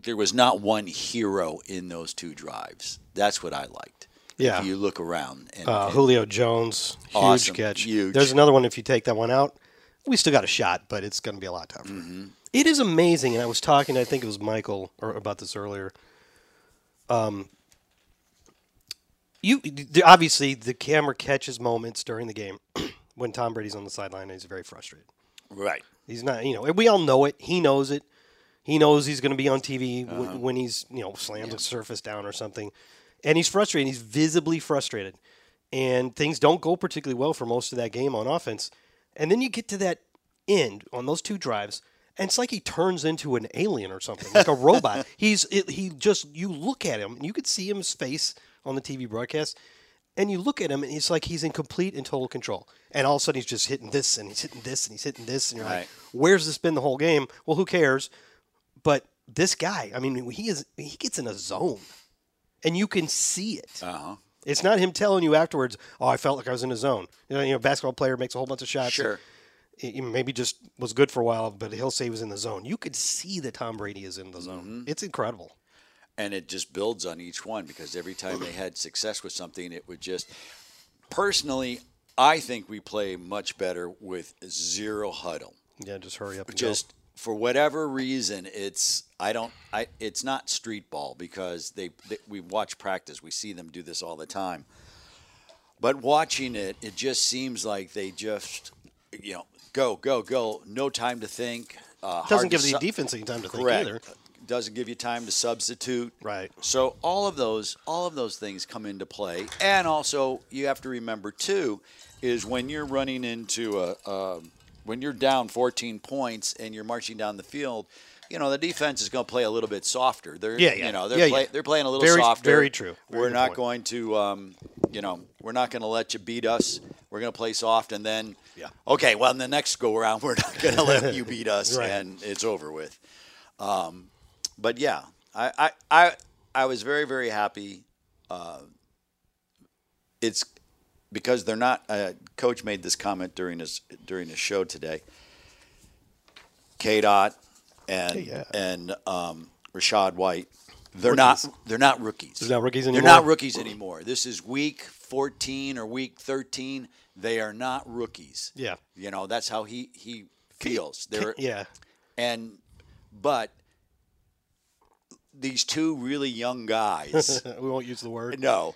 [SPEAKER 4] there was not one hero in those two drives. That's what I liked.
[SPEAKER 3] Yeah.
[SPEAKER 4] If you look around and,
[SPEAKER 3] Uh,
[SPEAKER 4] and-
[SPEAKER 3] Julio Jones, huge
[SPEAKER 4] Awesome,
[SPEAKER 3] catch.
[SPEAKER 4] huge.
[SPEAKER 3] There's another one if you take that one out. We still got a shot, but it's going to be a lot tougher. It is amazing, and I was talking. I think it was Michael or about this earlier. Um, you the, obviously the camera catches moments during the game (clears throat) when Tom Brady's on the sideline and he's very frustrated.
[SPEAKER 4] right.
[SPEAKER 3] He's not, you know, and we all know it. He knows it. He knows he's going to be on TV wh- when he's, you know, slams a surface down or something. And he's frustrated. He's visibly frustrated. And things don't go particularly well for most of that game on offense. And then you get to that end on those two drives, and it's like he turns into an alien or something, like a robot. He's, it, he just, you look at him, and you could see his face on the TV broadcast. And you look at him, and it's like he's in complete and total control. And all of a sudden, he's just hitting this, and he's hitting this, and he's hitting this, and you're
[SPEAKER 4] Right.
[SPEAKER 3] like, where's this been the whole game? Well, who cares? But this guy, I mean, he is he gets in a zone, and you can see it.
[SPEAKER 4] Uh-huh.
[SPEAKER 3] It's not him telling you afterwards. Oh, I felt like I was in a zone. You know, you know basketball player makes a whole bunch of shots.
[SPEAKER 4] Sure.
[SPEAKER 3] He- he maybe just was good for a while, but he'll say he was in the zone. You could see that Tom Brady is in the zone.
[SPEAKER 4] Mm-hmm.
[SPEAKER 3] It's incredible.
[SPEAKER 4] And it just builds on each one because every time they had success with something, it would just. Personally, I think we play much better with zero huddle.
[SPEAKER 3] Yeah, just hurry up. And go.
[SPEAKER 4] just for whatever reason it's i don't i it's not street ball because they, they we watch practice we see them do this all the time but watching it it just seems like they just you know go go go no time to think uh, hard
[SPEAKER 3] doesn't
[SPEAKER 4] to
[SPEAKER 3] give the
[SPEAKER 4] su-
[SPEAKER 3] defense any time to
[SPEAKER 4] correct Uh,
[SPEAKER 3] think either.
[SPEAKER 4] doesn't give you time to substitute
[SPEAKER 3] Right.
[SPEAKER 4] so all of those all of those things come into play and also you have to remember too is when you're running into a, a when you're down 14 points and you're marching down the field you know the defense is going to play a little bit softer they're
[SPEAKER 3] Yeah, yeah.
[SPEAKER 4] you know they're
[SPEAKER 3] Yeah,
[SPEAKER 4] play,
[SPEAKER 3] yeah.
[SPEAKER 4] they're playing a little
[SPEAKER 3] Very-
[SPEAKER 4] softer
[SPEAKER 3] very true. Very
[SPEAKER 4] we're
[SPEAKER 3] good
[SPEAKER 4] not
[SPEAKER 3] point.
[SPEAKER 4] going to um, you know we're not going to let you beat us we're going to play soft and then
[SPEAKER 3] Yeah.
[SPEAKER 4] okay well in the next go around (laughs) we're not going to let you beat
[SPEAKER 3] (laughs)
[SPEAKER 4] us
[SPEAKER 3] Right.
[SPEAKER 4] and it's over with Um, but yeah, I I I, I was very very happy. Uh, it's because they're not. Uh, Coach made this comment during his during his show today. K Dot and
[SPEAKER 3] Yeah.
[SPEAKER 4] and um, Rashad White, they're not they're not rookies.
[SPEAKER 3] They're not rookies
[SPEAKER 4] They're not
[SPEAKER 3] anymore?
[SPEAKER 4] rookies anymore. This is week fourteen or week thirteen. They are not rookies.
[SPEAKER 3] Yeah.
[SPEAKER 4] you know that's how he he feels. They're
[SPEAKER 3] Yeah, (laughs)
[SPEAKER 4] and but these two really
[SPEAKER 3] (laughs)
[SPEAKER 4] young guys,
[SPEAKER 3] we won't use the word.
[SPEAKER 4] no,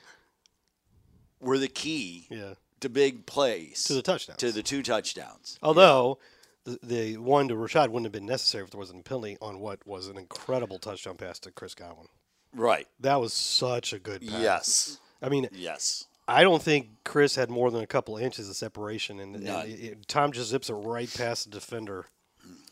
[SPEAKER 4] were the key
[SPEAKER 3] Yeah.
[SPEAKER 4] to big plays
[SPEAKER 3] To the touchdowns.
[SPEAKER 4] to the two touchdowns.
[SPEAKER 3] Although the, the one to Rashad wouldn't have been necessary if there wasn't a penalty on what was an incredible touchdown pass to Chris Godwin.
[SPEAKER 4] Right.
[SPEAKER 3] That was such a good pass.
[SPEAKER 4] Yes.
[SPEAKER 3] I mean,
[SPEAKER 4] Yes.
[SPEAKER 3] I don't think Chris had more than a couple inches of separation, and, and
[SPEAKER 4] None.
[SPEAKER 3] it- it- Tom just zips it right past the defender.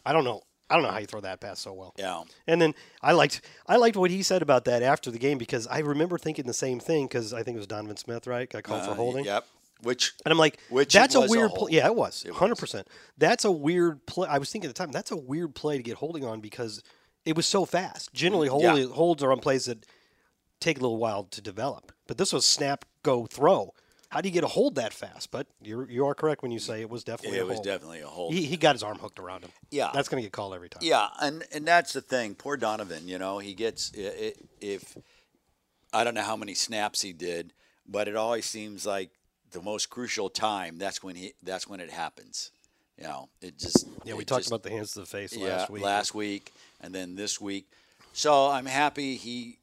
[SPEAKER 3] I don't know. I don't know how you throw that pass so well.
[SPEAKER 4] Yeah.
[SPEAKER 3] And then I liked I liked what he said about that after the game because I remember thinking the same thing because I think it was Donovan Smith, right? Got called for
[SPEAKER 4] Uh,
[SPEAKER 3] holding.
[SPEAKER 4] Yep. Which
[SPEAKER 3] And I'm like,
[SPEAKER 4] Which it
[SPEAKER 3] that's a
[SPEAKER 4] was a
[SPEAKER 3] weird
[SPEAKER 4] hold.
[SPEAKER 3] play. Yeah, it was.
[SPEAKER 4] It was.
[SPEAKER 3] 100%. That's a weird play. I was thinking at the time, that's a weird play to get holding on because it was so fast. Generally, hold,
[SPEAKER 4] Yeah.
[SPEAKER 3] holds are on plays that take a little while to develop. But this was snap, go, throw. How do you get a hold that fast? But you're, you are correct when you say it was definitely a
[SPEAKER 4] it was
[SPEAKER 3] hold.
[SPEAKER 4] definitely a hold.
[SPEAKER 3] he, he got his arm hooked around him.
[SPEAKER 4] Yeah.
[SPEAKER 3] That's going to get called every time.
[SPEAKER 4] Yeah, and and that's the thing. Poor Donovan, you know, he gets i- i- if I don't know how many snaps he did, but it always seems like the most crucial time. That's when he. That's when it happens. You know, it just.
[SPEAKER 3] Yeah, we
[SPEAKER 4] it
[SPEAKER 3] talked
[SPEAKER 4] just-
[SPEAKER 3] about the hands to the face
[SPEAKER 4] yeah,
[SPEAKER 3] last week.
[SPEAKER 4] last week, and then this week. So I'm happy he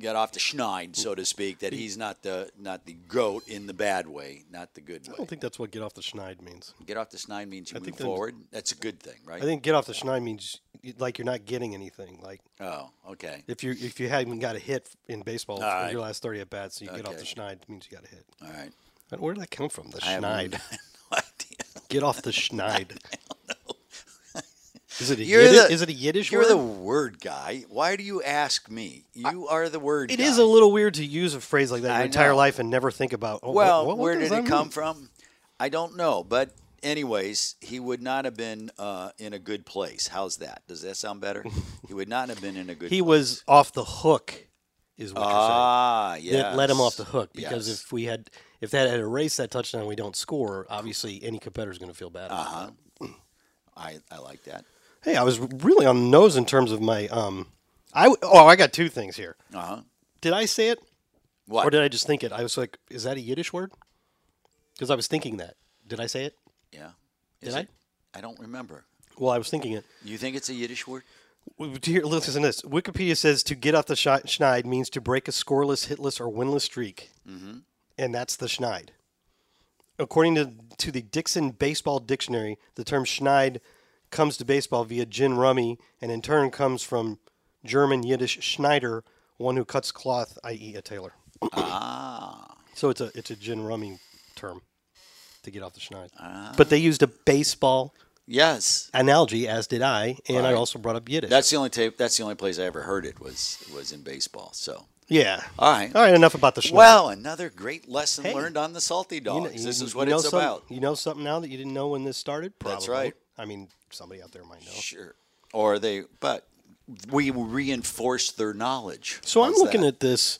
[SPEAKER 4] got off the schneid, so to speak. That he's not the not the goat in the bad way, not the good
[SPEAKER 3] I
[SPEAKER 4] way.
[SPEAKER 3] don't think that's what get off the schneid means.
[SPEAKER 4] Get off the schneid means you move
[SPEAKER 3] think that-
[SPEAKER 4] forward. That's a good thing, right?
[SPEAKER 3] I think get off the schneid means you- like you're not getting anything. Like
[SPEAKER 4] Oh, okay.
[SPEAKER 3] if you if you haven't got a hit in baseball in
[SPEAKER 4] All right.
[SPEAKER 3] your last thirty at bats, you get off the
[SPEAKER 4] Okay.
[SPEAKER 3] schneid it means you got a hit.
[SPEAKER 4] All right.
[SPEAKER 3] And Where did that come from? The
[SPEAKER 4] I have
[SPEAKER 3] schneid.
[SPEAKER 4] (laughs) no idea.
[SPEAKER 3] Get off the
[SPEAKER 4] (laughs)
[SPEAKER 3] schneid. Is it a
[SPEAKER 4] You're
[SPEAKER 3] Yiddish,
[SPEAKER 4] the-
[SPEAKER 3] is it a Yiddish
[SPEAKER 4] You're
[SPEAKER 3] word?
[SPEAKER 4] the word guy. Why do you ask me? You are the word
[SPEAKER 3] It
[SPEAKER 4] guy.
[SPEAKER 3] is a little weird to use a phrase like that your
[SPEAKER 4] I
[SPEAKER 3] entire
[SPEAKER 4] know.
[SPEAKER 3] life and never think about. Oh, what,
[SPEAKER 4] Well,
[SPEAKER 3] what, what
[SPEAKER 4] where
[SPEAKER 3] does
[SPEAKER 4] did
[SPEAKER 3] that
[SPEAKER 4] it come
[SPEAKER 3] mean?
[SPEAKER 4] from? I don't know. But, anyways, he would not have been uh, in a good place. How's that? Does that
[SPEAKER 3] (laughs)
[SPEAKER 4] sound better? he would not have been in a good
[SPEAKER 3] He
[SPEAKER 4] place.
[SPEAKER 3] was off the hook, is what
[SPEAKER 4] Ah,
[SPEAKER 3] you're saying.
[SPEAKER 4] yeah.
[SPEAKER 3] That let him off the hook because
[SPEAKER 4] Yes.
[SPEAKER 3] if we had if that had erased that touchdown, we don't score. Obviously, any competitor's going to feel bad. about
[SPEAKER 4] Uh-huh. I, I like that.
[SPEAKER 3] it. Hey, I was really on the nose in terms of my um. I w- oh, I got two things here.
[SPEAKER 4] Uh huh.
[SPEAKER 3] Did I say it
[SPEAKER 4] What?
[SPEAKER 3] or did I just think it? I was like, is that a Yiddish word? Because I was thinking that. Did I say it?
[SPEAKER 4] yeah.
[SPEAKER 3] Did
[SPEAKER 4] Is
[SPEAKER 3] I?
[SPEAKER 4] it- I don't remember.
[SPEAKER 3] Well, I was thinking it.
[SPEAKER 4] You think it's a Yiddish word?
[SPEAKER 3] Well, Here, listen to this. Wikipedia says to get off the shi- schneid means to break a scoreless, hitless, or winless streak, mm-hmm. and that's the schneid. According to to the Dixon Baseball Dictionary, the term schneid comes to baseball via gin rummy, and in turn comes from German Yiddish Schneider, one who cuts cloth, i.e., a tailor.
[SPEAKER 4] ah.
[SPEAKER 3] So it's a it's a gin rummy term to get off the schneid.
[SPEAKER 4] Ah.
[SPEAKER 3] But they used a baseball
[SPEAKER 4] Yes.
[SPEAKER 3] analogy, as did I, and I
[SPEAKER 4] Right.
[SPEAKER 3] also brought up Yiddish.
[SPEAKER 4] That's the only tape. That's the only place I ever heard it was was in baseball. So
[SPEAKER 3] yeah.
[SPEAKER 4] all right.
[SPEAKER 3] All right, enough about the schneid.
[SPEAKER 4] Wow, another great lesson
[SPEAKER 3] Hey.
[SPEAKER 4] learned on the salty
[SPEAKER 3] You
[SPEAKER 4] dogs.
[SPEAKER 3] kn-
[SPEAKER 4] this
[SPEAKER 3] you-
[SPEAKER 4] is what
[SPEAKER 3] you know
[SPEAKER 4] it's
[SPEAKER 3] some-
[SPEAKER 4] about.
[SPEAKER 3] You know something now that you didn't know when this started? Probably.
[SPEAKER 4] That's right.
[SPEAKER 3] I mean, somebody out there might know.
[SPEAKER 4] Sure. Or they, but we reinforce their knowledge.
[SPEAKER 3] So I'm looking at this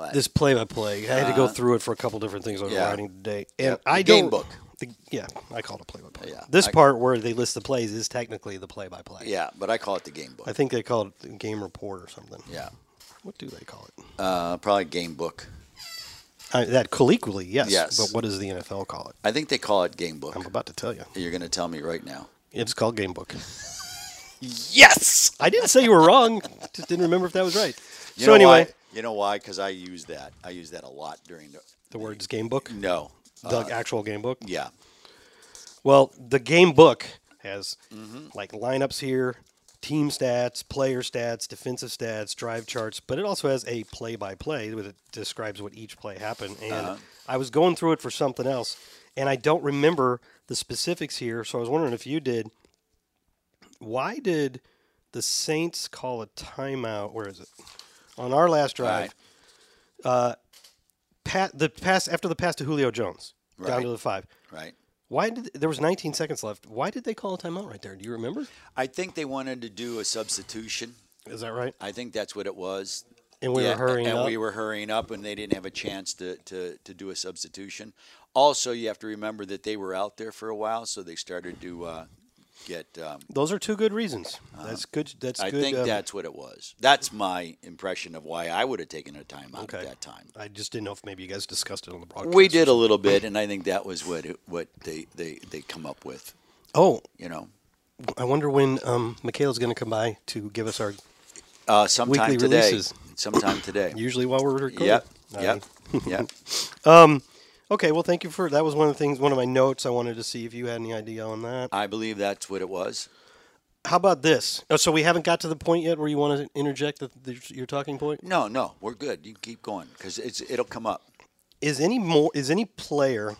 [SPEAKER 4] at
[SPEAKER 3] this play by play. I had to go through it for a couple different things I was
[SPEAKER 4] Uh-huh. Yeah.
[SPEAKER 3] writing today, and
[SPEAKER 4] The
[SPEAKER 3] I
[SPEAKER 4] game
[SPEAKER 3] don't-
[SPEAKER 4] book.
[SPEAKER 3] the- yeah, I call it a play by play.
[SPEAKER 4] Yeah,
[SPEAKER 3] This
[SPEAKER 4] I-
[SPEAKER 3] part where they list the plays is technically the play by play.
[SPEAKER 4] Yeah, but I call it the game book.
[SPEAKER 3] I think they call it the game report or something.
[SPEAKER 4] yeah,
[SPEAKER 3] What do they call it?
[SPEAKER 4] uh, probably game book.
[SPEAKER 3] I, that colloquially, yes.
[SPEAKER 4] Yes.
[SPEAKER 3] But what does the NFL call it?
[SPEAKER 4] I think they call it game book.
[SPEAKER 3] I'm about to tell you.
[SPEAKER 4] You're going to tell me right now.
[SPEAKER 3] It's called game book.
[SPEAKER 4] Yes.
[SPEAKER 3] I didn't say you were wrong. Just didn't remember if that was right.
[SPEAKER 4] You
[SPEAKER 3] so
[SPEAKER 4] know
[SPEAKER 3] anyway,
[SPEAKER 4] why? you know why? Because I use that. I use that a lot during the.
[SPEAKER 3] the words game book.
[SPEAKER 4] No.
[SPEAKER 3] The actual game book.
[SPEAKER 4] Yeah.
[SPEAKER 3] Well, the game book has
[SPEAKER 4] Mm-hmm.
[SPEAKER 3] like lineups here, team stats, player stats, defensive stats, drive charts, but it also has a play by play that describes what each play happened. And
[SPEAKER 4] Uh-huh.
[SPEAKER 3] I was going through it for something else, and I don't remember the specifics here, so I was wondering if you did. Why did the Saints call a timeout? Where is it? On our last drive,
[SPEAKER 4] right.
[SPEAKER 3] pat, the pass after the pass to Julio Jones down
[SPEAKER 4] Right.
[SPEAKER 3] to the five.
[SPEAKER 4] Right.
[SPEAKER 3] Why did there was 19 seconds left? Why did they call a timeout right there? Do you remember?
[SPEAKER 4] I think they wanted to do a substitution.
[SPEAKER 3] Is that right?
[SPEAKER 4] I think that's what it was.
[SPEAKER 3] And we
[SPEAKER 4] Yeah,
[SPEAKER 3] were hurrying
[SPEAKER 4] and
[SPEAKER 3] up.
[SPEAKER 4] we were hurrying up, and they didn't have a chance to, to, to do a substitution. Also, you have to remember that they were out there for a while, so they started to uh, get. Um,
[SPEAKER 3] Those are two good reasons. that's good. That's
[SPEAKER 4] Uh-huh. I
[SPEAKER 3] good.
[SPEAKER 4] think
[SPEAKER 3] um,
[SPEAKER 4] that's what it was. That's my impression of why I would have taken a timeout
[SPEAKER 3] Okay.
[SPEAKER 4] at that time.
[SPEAKER 3] I just didn't know if maybe you guys discussed it on the broadcast.
[SPEAKER 4] We did a little bit, and I think that was what it, what they, they, they come up with.
[SPEAKER 3] Oh,
[SPEAKER 4] You know,
[SPEAKER 3] I wonder when um, Michaela's going to come by to give us our.
[SPEAKER 4] uh, sometime
[SPEAKER 3] Weekly
[SPEAKER 4] today,
[SPEAKER 3] releases.
[SPEAKER 4] sometime today.
[SPEAKER 3] Usually while we're recording.
[SPEAKER 4] yep,
[SPEAKER 3] All
[SPEAKER 4] yep,
[SPEAKER 3] right. (laughs)
[SPEAKER 4] yep.
[SPEAKER 3] Okay. Well, thank you for that. Was one of the things. One of my notes. I wanted to see if you had any idea on that.
[SPEAKER 4] I believe that's what it was.
[SPEAKER 3] How about this? Oh, so we haven't got to the point yet where you want to interject the, the, your talking point.
[SPEAKER 4] No, no, we're good. You keep going because it's it'll come up.
[SPEAKER 3] is any more is any player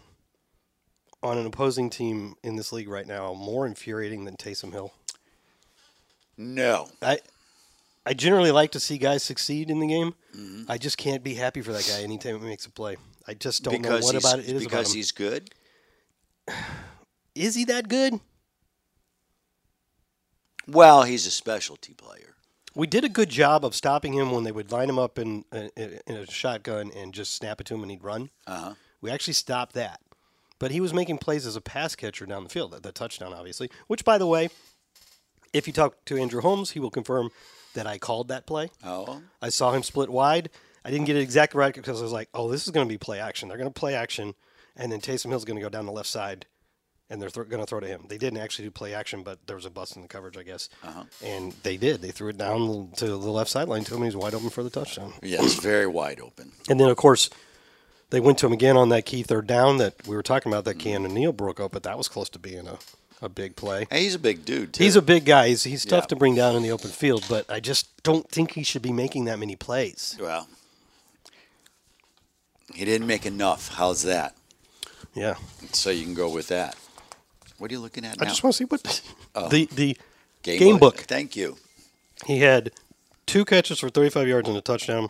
[SPEAKER 3] on an opposing team in this league right now more infuriating than Taysom Hill?
[SPEAKER 4] No,
[SPEAKER 3] I I generally like to see guys succeed in the game.
[SPEAKER 4] Mm-hmm.
[SPEAKER 3] I just can't be happy for that guy anytime he makes a play. I just don't know what
[SPEAKER 4] he's,
[SPEAKER 3] about it is
[SPEAKER 4] because
[SPEAKER 3] about him.
[SPEAKER 4] he's good.
[SPEAKER 3] Is he that good?
[SPEAKER 4] Well, he's a specialty player.
[SPEAKER 3] We did a good job of stopping him when they would line him up in in, in a shotgun and just snap it to him and he'd run.
[SPEAKER 4] Uh-huh.
[SPEAKER 3] We actually stopped that. But he was making plays as a pass catcher down the field, the touchdown, obviously. Which, by the way, if you talk to Andrew Holmes, he will confirm that I called that play.
[SPEAKER 4] Oh,
[SPEAKER 3] I saw him split wide. I didn't get it exactly right because I was like, oh, this is going to be play action. They're going to play action, and then Taysom Hill's going to go down the left side, and they're th- going to throw to him. They didn't actually do play action, but there was a bust in the coverage, I guess. And they did. They threw it down to the left sideline to him, and he's wide open for the touchdown.
[SPEAKER 4] yes, very wide open.
[SPEAKER 3] And then, of course, They went to him again on that key third down that we were talking about that Cannon Neal broke up, but that was close to being a, a big play.
[SPEAKER 4] Hey, he's a big dude. Too.
[SPEAKER 3] He's a big guy. He's, he's tough
[SPEAKER 4] Yeah.
[SPEAKER 3] to bring down in the open field, but I just don't think he should be making that many plays.
[SPEAKER 4] well. He didn't make enough. How's that?
[SPEAKER 3] Yeah.
[SPEAKER 4] So you can go with that. What are you looking at
[SPEAKER 3] I
[SPEAKER 4] now?
[SPEAKER 3] just want to see what
[SPEAKER 4] (laughs) Oh.
[SPEAKER 3] the the game book.
[SPEAKER 4] Thank you.
[SPEAKER 3] he had two catches for 35 yards and a touchdown,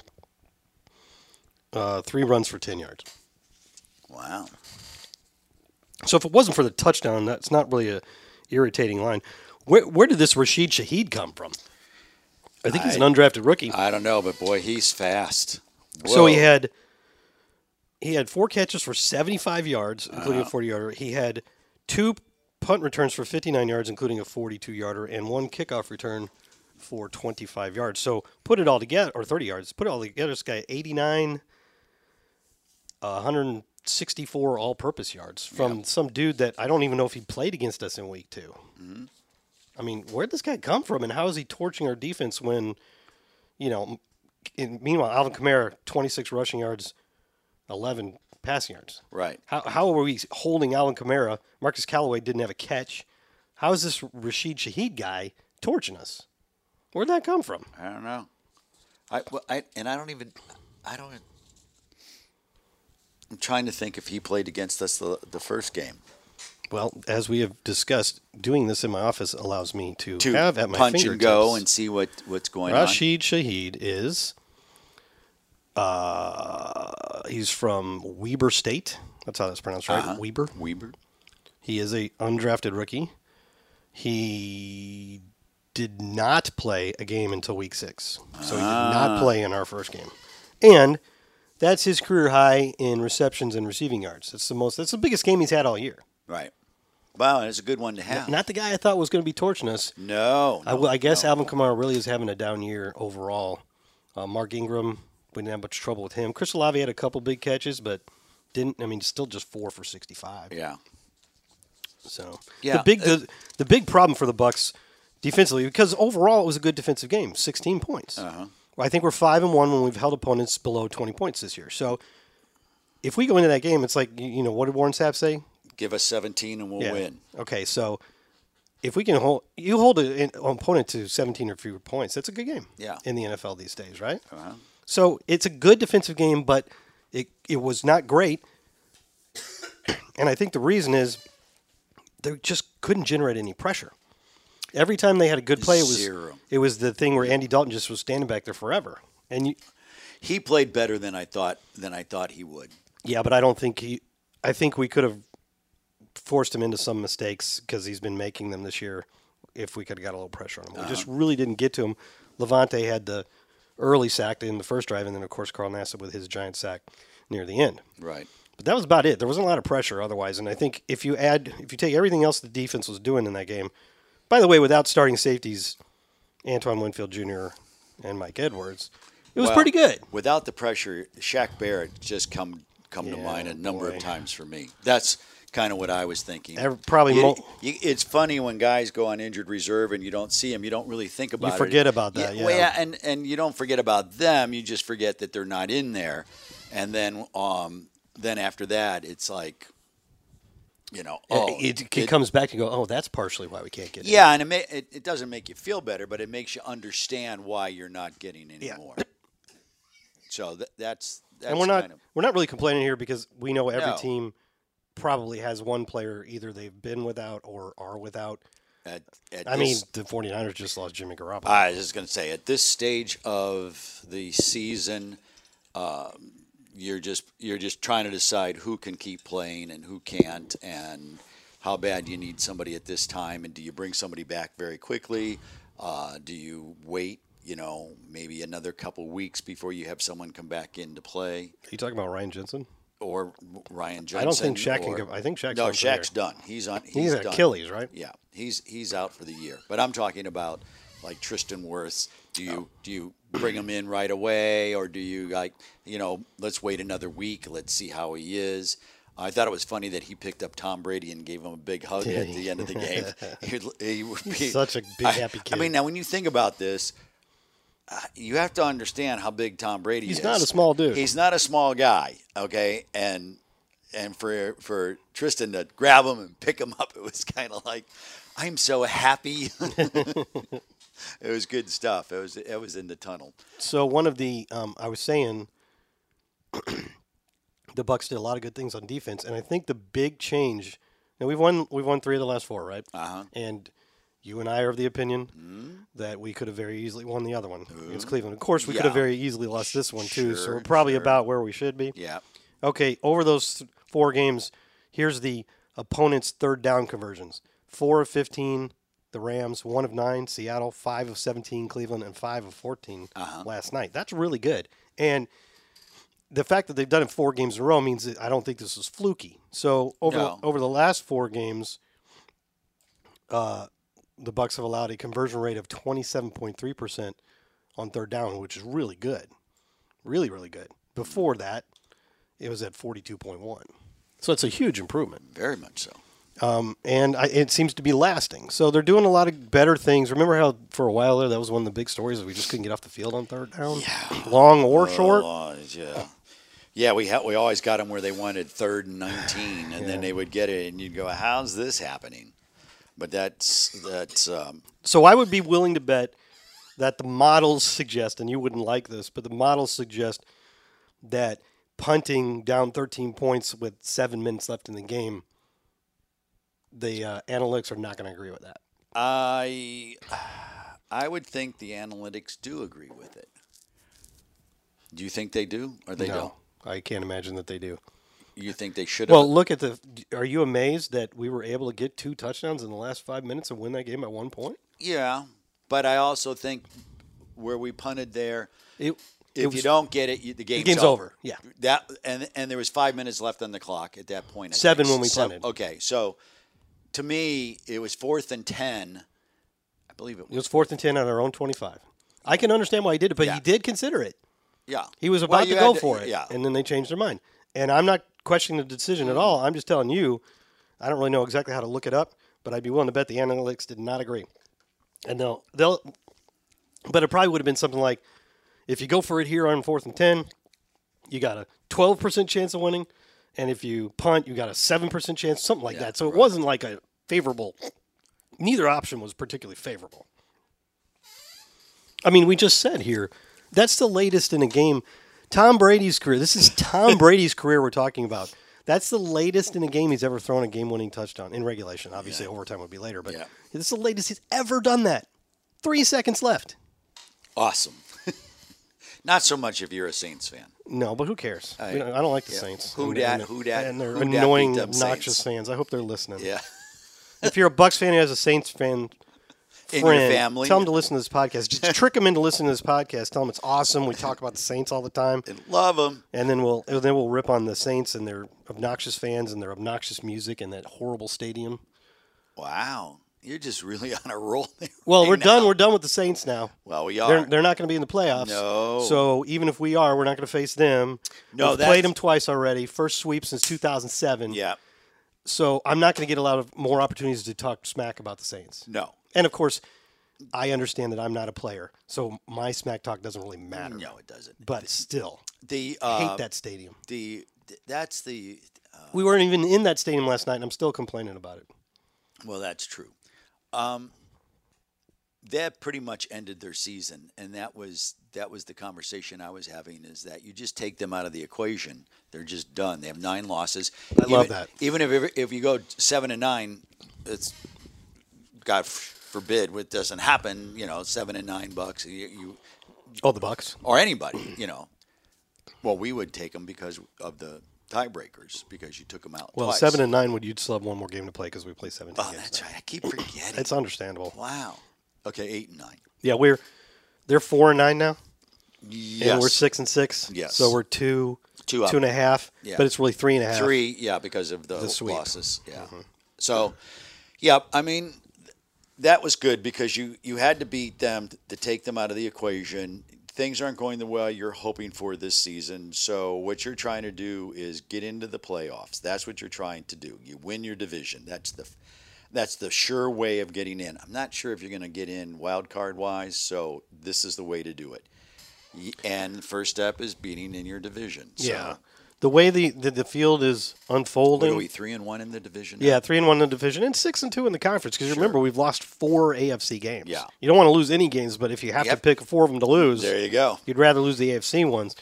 [SPEAKER 3] uh, three runs for 10 yards.
[SPEAKER 4] Wow.
[SPEAKER 3] So if it wasn't for the touchdown, that's not really a irritating line. Where where did this Rashid Shaheed come from? I think he's an
[SPEAKER 4] I-
[SPEAKER 3] undrafted rookie.
[SPEAKER 4] I don't know, but boy, he's fast.
[SPEAKER 3] so he
[SPEAKER 4] Whoa.
[SPEAKER 3] had he had four catches for 75 yards, including a 40 yarder. He had two punt returns for 59 yards, including a 42 yarder, and one kickoff return for 25 yards. So put it all together, or 30 yards. Put it all together. This guy had 89, uh, 164 all-purpose yards from some dude that I don't even know if he played against us in week 2 I mean, where'd this guy come from, and how is he torching our defense when, you know, and meanwhile, Alvin Kamara, 26 rushing yards, 11 passing yards.
[SPEAKER 4] Right.
[SPEAKER 3] How, how are we holding Alvin Kamara? Marcus Callaway didn't have a catch. How is this Rashid Shaheed guy torching us? Where'd that come from?
[SPEAKER 4] I don't know. I, well, I and I don't even. I don't. I'm trying to think if he played against us the, the first game.
[SPEAKER 3] Well, as we have discussed, doing this in my office allows me to,
[SPEAKER 4] To
[SPEAKER 3] have at my
[SPEAKER 4] punch and
[SPEAKER 3] fingertips.
[SPEAKER 4] go and see what, what's going
[SPEAKER 3] Rashid Shaheed is. Uh, he's from Weber State. That's how that's pronounced,
[SPEAKER 4] Uh-huh.
[SPEAKER 3] right? Weber.
[SPEAKER 4] on. Weber.
[SPEAKER 3] He is a undrafted rookie. He did not play a game until week six, so he did not play in our first game, and that's his career high in receptions and receiving yards. That's the most. That's the biggest game he's had all year.
[SPEAKER 4] Right. Wow, and it's a good one to have.
[SPEAKER 3] Not the guy I thought was going to be torching us.
[SPEAKER 4] no.
[SPEAKER 3] I,
[SPEAKER 4] no,
[SPEAKER 3] will- I guess
[SPEAKER 4] no.
[SPEAKER 3] Alvin Kamara really is having a down year overall. Uh, Mark Ingram, we didn't have much trouble with him. Chris Olave had a couple big catches, but didn't. I mean, still just four for sixty-five.
[SPEAKER 4] Yeah.
[SPEAKER 3] So the
[SPEAKER 4] Yeah,
[SPEAKER 3] big
[SPEAKER 4] it-
[SPEAKER 3] the, the big problem for the Bucks defensively because overall it was a good defensive game, 16 points. Uh-huh. I think we're five and one when we've held opponents below 20 points this year. So if we go into that game, it's like you, you know what did Warren Sapp say?
[SPEAKER 4] Give us 17 and we'll win.
[SPEAKER 3] Okay, so if we can hold you hold a- an opponent to 17 or fewer points, that's a good game.
[SPEAKER 4] Yeah.
[SPEAKER 3] In the NFL these days, right? Uh-huh. So it's a good defensive game, but it it was not great. And I think the reason is they just couldn't generate any pressure. Every time they had a good play, it was
[SPEAKER 4] Zero.
[SPEAKER 3] it was the thing where Andy Dalton just was standing back there forever. And you,
[SPEAKER 4] He played better than I thought than I thought he would.
[SPEAKER 3] yeah, but I don't think he. I think we could have forced him into some mistakes because he's been making them this year. If we could have got a little pressure on him, we just
[SPEAKER 4] Uh-huh.
[SPEAKER 3] really didn't get to him. Levante had the early sack in the first drive, and then of course Carl Nassib with his giant sack near the end.
[SPEAKER 4] Right.
[SPEAKER 3] But that was about it. There wasn't a lot of pressure otherwise. And I think if you add, if you take everything else the defense was doing in that game, by the way, without starting safeties, Antoine Winfield Jr. and Mike Edwards, it was
[SPEAKER 4] Well,
[SPEAKER 3] pretty good.
[SPEAKER 4] Without the pressure, Shaq Barrett just come come to
[SPEAKER 3] Yeah,
[SPEAKER 4] mind a number
[SPEAKER 3] boy.
[SPEAKER 4] of times for me. That's kind of what I was thinking.
[SPEAKER 3] Ev- probably
[SPEAKER 4] You-
[SPEAKER 3] mo-
[SPEAKER 4] you- it's funny when guys go on injured reserve and you don't see them. You don't really think about it.
[SPEAKER 3] forget about that,
[SPEAKER 4] well,
[SPEAKER 3] yeah.
[SPEAKER 4] and and you don't forget about them. You just forget that they're not in there, and then um then after that, it's like, you know, oh,
[SPEAKER 3] it, it comes back to go, oh, that's partially why we can't get in."
[SPEAKER 4] Yeah, and it, may, it it doesn't make you feel better, but it makes you understand why you're not getting any
[SPEAKER 3] Yeah.
[SPEAKER 4] more. So th- that's that's
[SPEAKER 3] and we're not
[SPEAKER 4] kind of,
[SPEAKER 3] we're not really complaining here because we know every
[SPEAKER 4] No.
[SPEAKER 3] team probably has one player either they've been without or are without.
[SPEAKER 4] at, at
[SPEAKER 3] I mean,
[SPEAKER 4] this,
[SPEAKER 3] the 49ers just lost Jimmy Garoppolo.
[SPEAKER 4] I was just going to say at this stage of the season, um, you're just you're just trying to decide who can keep playing and who can't, and how bad you need somebody at this time, and do you bring somebody back very quickly? Uh, do you wait? You know, maybe another couple weeks before you have someone come back in to play.
[SPEAKER 3] Are you talking about Ryan Jensen?
[SPEAKER 4] or Ryan Johnson.
[SPEAKER 3] I don't think Shaq can
[SPEAKER 4] or-
[SPEAKER 3] go- I think Shaq's
[SPEAKER 4] no,
[SPEAKER 3] done for the
[SPEAKER 4] Shaq's
[SPEAKER 3] year.
[SPEAKER 4] done. He's on. He's,
[SPEAKER 3] He's, an
[SPEAKER 4] done.
[SPEAKER 3] Achilles, right?
[SPEAKER 4] Yeah, he's he's out for the year. But I'm talking about like Tristan Wirth. Do
[SPEAKER 3] Oh.
[SPEAKER 4] you do you bring him in right away, or do you like you know let's wait another week, let's see how he is. I thought it was funny that he picked up Tom Brady and gave him a big hug at the end
[SPEAKER 3] (laughs)
[SPEAKER 4] of the game. He'd- he would be-
[SPEAKER 3] Such a big,
[SPEAKER 4] I-
[SPEAKER 3] happy
[SPEAKER 4] I mean,
[SPEAKER 3] kid.
[SPEAKER 4] now when you think about this, you have to understand how big Tom Brady
[SPEAKER 3] He's
[SPEAKER 4] is.
[SPEAKER 3] not a small dude.
[SPEAKER 4] He's not a small guy, okay? And and for for Tristan to grab him and pick him up, it was (laughs) kind of like, I'm so happy. (laughs) it was good stuff. It was it was in the tunnel.
[SPEAKER 3] So one of the um, I was saying (clears throat) the Bucks did a lot of good things on defense, and I think the big change. Now we've won we've won three of the last four, right? Uh-huh. And you and I are of the opinion
[SPEAKER 4] Mm-hmm.
[SPEAKER 3] that we could have very easily won the other one against Cleveland. Of course, we could have
[SPEAKER 4] Yeah.
[SPEAKER 3] very easily lost this one too. so
[SPEAKER 4] Sure,
[SPEAKER 3] we're probably
[SPEAKER 4] sure.
[SPEAKER 3] about where we should be.
[SPEAKER 4] Yeah.
[SPEAKER 3] Okay, over those th- four games, here's the opponent's third down conversions: four of fifteen, the Rams; one of nine, Seattle; five of seventeen, Cleveland; and five of 14 last night. That's really good, and the fact that they've done it four games in a row means that I don't think this is fluky. So over
[SPEAKER 4] No.
[SPEAKER 3] over the last four games, uh, the Bucks have allowed a conversion rate of twenty seven point three percent on third down, which is really good, really really good. Before that, it was at forty two point one, so it's a huge improvement
[SPEAKER 4] Very much so.
[SPEAKER 3] Mm, and I, it seems to be lasting. So they're doing a lot of better things. Remember how for a while there that was one of the big stories is we just couldn't get off the field on third down, yeah. Uh, long or short.
[SPEAKER 4] Oh, yeah. Yeah, we ha- we always got them where they wanted third and 19, and then they would get it, and you'd go, how's this happening? But that's, that's um,
[SPEAKER 3] So I would be willing to bet that the models suggest, and you wouldn't like this, but the models suggest that punting down 13 points with seven minutes left in the game, the uh, analytics are not going to agree with that.
[SPEAKER 4] I, (sighs) I would think the analytics do agree with it. Do you think they do, or they
[SPEAKER 3] no, I can't imagine that they do.
[SPEAKER 4] don't? You think they should have?
[SPEAKER 3] Well, look at the. Are you amazed that we were able to get two touchdowns in the last five minutes and win that game by one point?
[SPEAKER 4] yeah, but I also think where we punted there,
[SPEAKER 3] It,
[SPEAKER 4] if you don't get it, you, the game's,
[SPEAKER 3] game's over. Yeah.
[SPEAKER 4] That and and there was five minutes left on the clock at that point. I
[SPEAKER 3] Seven
[SPEAKER 4] think.
[SPEAKER 3] when we
[SPEAKER 4] So-
[SPEAKER 3] punted.
[SPEAKER 4] Okay, so to me, it was fourth and ten. I believe it
[SPEAKER 3] it
[SPEAKER 4] was.
[SPEAKER 3] was fourth and ten on our own twenty-five. I can understand why he did it, but
[SPEAKER 4] Yeah.
[SPEAKER 3] he did consider it.
[SPEAKER 4] Yeah,
[SPEAKER 3] He was
[SPEAKER 4] Well,
[SPEAKER 3] about
[SPEAKER 4] you
[SPEAKER 3] to go
[SPEAKER 4] had
[SPEAKER 3] for it,
[SPEAKER 4] Yeah, Mm-hmm.
[SPEAKER 3] and then they changed their mind. And I'm not questioning the decision at all. I'm just telling you, I don't really know exactly how to look it up, but I'd be willing to bet the analytics did not agree. And they'll they'll, but it probably would have been something like, if you go for it here on fourth and ten, you got a twelve percent chance of winning, and if you punt, you got a seven percent chance, something like that. So it wasn't like a favorable. Neither option was particularly favorable. I mean, we just said here that's the latest in a game. Tom Brady's career. This
[SPEAKER 4] (laughs)
[SPEAKER 3] is Tom Brady's career we're talking about. That's the latest in a game he's ever thrown a game-winning touchdown in regulation. Obviously, overtime would be later, but
[SPEAKER 4] Yeah.
[SPEAKER 3] this is the latest he's ever done that. Three seconds left.
[SPEAKER 4] awesome. (laughs) Not so much if you're a Saints fan.
[SPEAKER 3] No, but who cares? We don't- I don't like the Saints.
[SPEAKER 4] Who
[SPEAKER 3] And-
[SPEAKER 4] dat-
[SPEAKER 3] and the-
[SPEAKER 4] who dat-
[SPEAKER 3] And their
[SPEAKER 4] who dat beat
[SPEAKER 3] annoying,
[SPEAKER 4] them Saints.
[SPEAKER 3] obnoxious fans. I hope they're listening.
[SPEAKER 4] Yeah,
[SPEAKER 3] If you're a Bucks fan who has a Saints fan
[SPEAKER 4] in
[SPEAKER 3] friend,
[SPEAKER 4] your family.
[SPEAKER 3] tell them to listen to this podcast.
[SPEAKER 4] (laughs)
[SPEAKER 3] Just trick them into listening to this podcast. Tell them it's awesome. We talk about the Saints all the time,
[SPEAKER 4] love them.
[SPEAKER 3] and then we'll and then we'll rip on the Saints and their obnoxious fans and their obnoxious music and that horrible stadium.
[SPEAKER 4] Wow, you're just really (laughs) on a roll. there
[SPEAKER 3] Well,
[SPEAKER 4] right
[SPEAKER 3] we're done.
[SPEAKER 4] now.
[SPEAKER 3] We're done with the Saints now.
[SPEAKER 4] well, we
[SPEAKER 3] They're,
[SPEAKER 4] are.
[SPEAKER 3] they're not going to be in the playoffs.
[SPEAKER 4] No.
[SPEAKER 3] So even if we are, we're not going to face them.
[SPEAKER 4] No,
[SPEAKER 3] We've
[SPEAKER 4] that's-
[SPEAKER 3] played them twice already. First sweep since 2007.
[SPEAKER 4] yeah,
[SPEAKER 3] So I'm not going to get a lot of more opportunities to talk smack about the Saints.
[SPEAKER 4] no,
[SPEAKER 3] And of course, I understand that I'm not a player, so my smack talk doesn't really matter.
[SPEAKER 4] no, it doesn't.
[SPEAKER 3] But still,
[SPEAKER 4] The
[SPEAKER 3] I
[SPEAKER 4] uh,
[SPEAKER 3] hate that stadium.
[SPEAKER 4] The th- that's the
[SPEAKER 3] We weren't even in that stadium last night, and I'm still complaining about it.
[SPEAKER 4] Well, that's true. Um, that pretty much ended their season, and that was that was the conversation I was having. Is that you just take them out of the equation? They're just done. They have nine losses. I
[SPEAKER 3] love that.
[SPEAKER 4] Even if if you go seven and nine, it's God forbid what doesn't happen. You know, seven and nine bucks. You, you
[SPEAKER 3] Oh, the Bucks.
[SPEAKER 4] or anybody. You know, well, we would take them because of the tiebreakers because you took them out.
[SPEAKER 3] Well,
[SPEAKER 4] twice.
[SPEAKER 3] seven and nine would you'd still have one more game to play because we play 17
[SPEAKER 4] Oh,
[SPEAKER 3] games.
[SPEAKER 4] that's
[SPEAKER 3] now.
[SPEAKER 4] right. I keep forgetting.
[SPEAKER 3] It's understandable.
[SPEAKER 4] Wow. Okay, eight and nine.
[SPEAKER 3] Yeah, we're they're four and nine now,
[SPEAKER 4] Yes.
[SPEAKER 3] and we're six and six.
[SPEAKER 4] Yes.
[SPEAKER 3] So we're two,
[SPEAKER 4] Two up.
[SPEAKER 3] two and a half.
[SPEAKER 4] Yeah.
[SPEAKER 3] But it's really three and a half.
[SPEAKER 4] Three, yeah, because of the,
[SPEAKER 3] sweep. Mm-hmm.
[SPEAKER 4] losses. Yeah. So, yeah, I mean, th- that was good because you, you had to beat them t- to take them out of the equation. Things aren't going the way you're hoping for this season. So, what you're trying to do is get into the playoffs. That's what you're trying to do. You win your division. That's the. f- that's the sure way of getting in. I'm not sure if you're going to get in wild card wise, so this is the way to do it. Y- And the first step is beating in your division. So
[SPEAKER 3] Yeah. The way the, the, the field is
[SPEAKER 4] What
[SPEAKER 3] unfolding.
[SPEAKER 4] are we three and one in the division? now?
[SPEAKER 3] yeah, three and one in the division and six and two in the conference. Because remember, we've lost four AFC games.
[SPEAKER 4] Yeah.
[SPEAKER 3] You don't want to lose any games, but if you have to
[SPEAKER 4] Yep.
[SPEAKER 3] pick four of them to lose,
[SPEAKER 4] There you go.
[SPEAKER 3] You'd rather lose the AFC ones.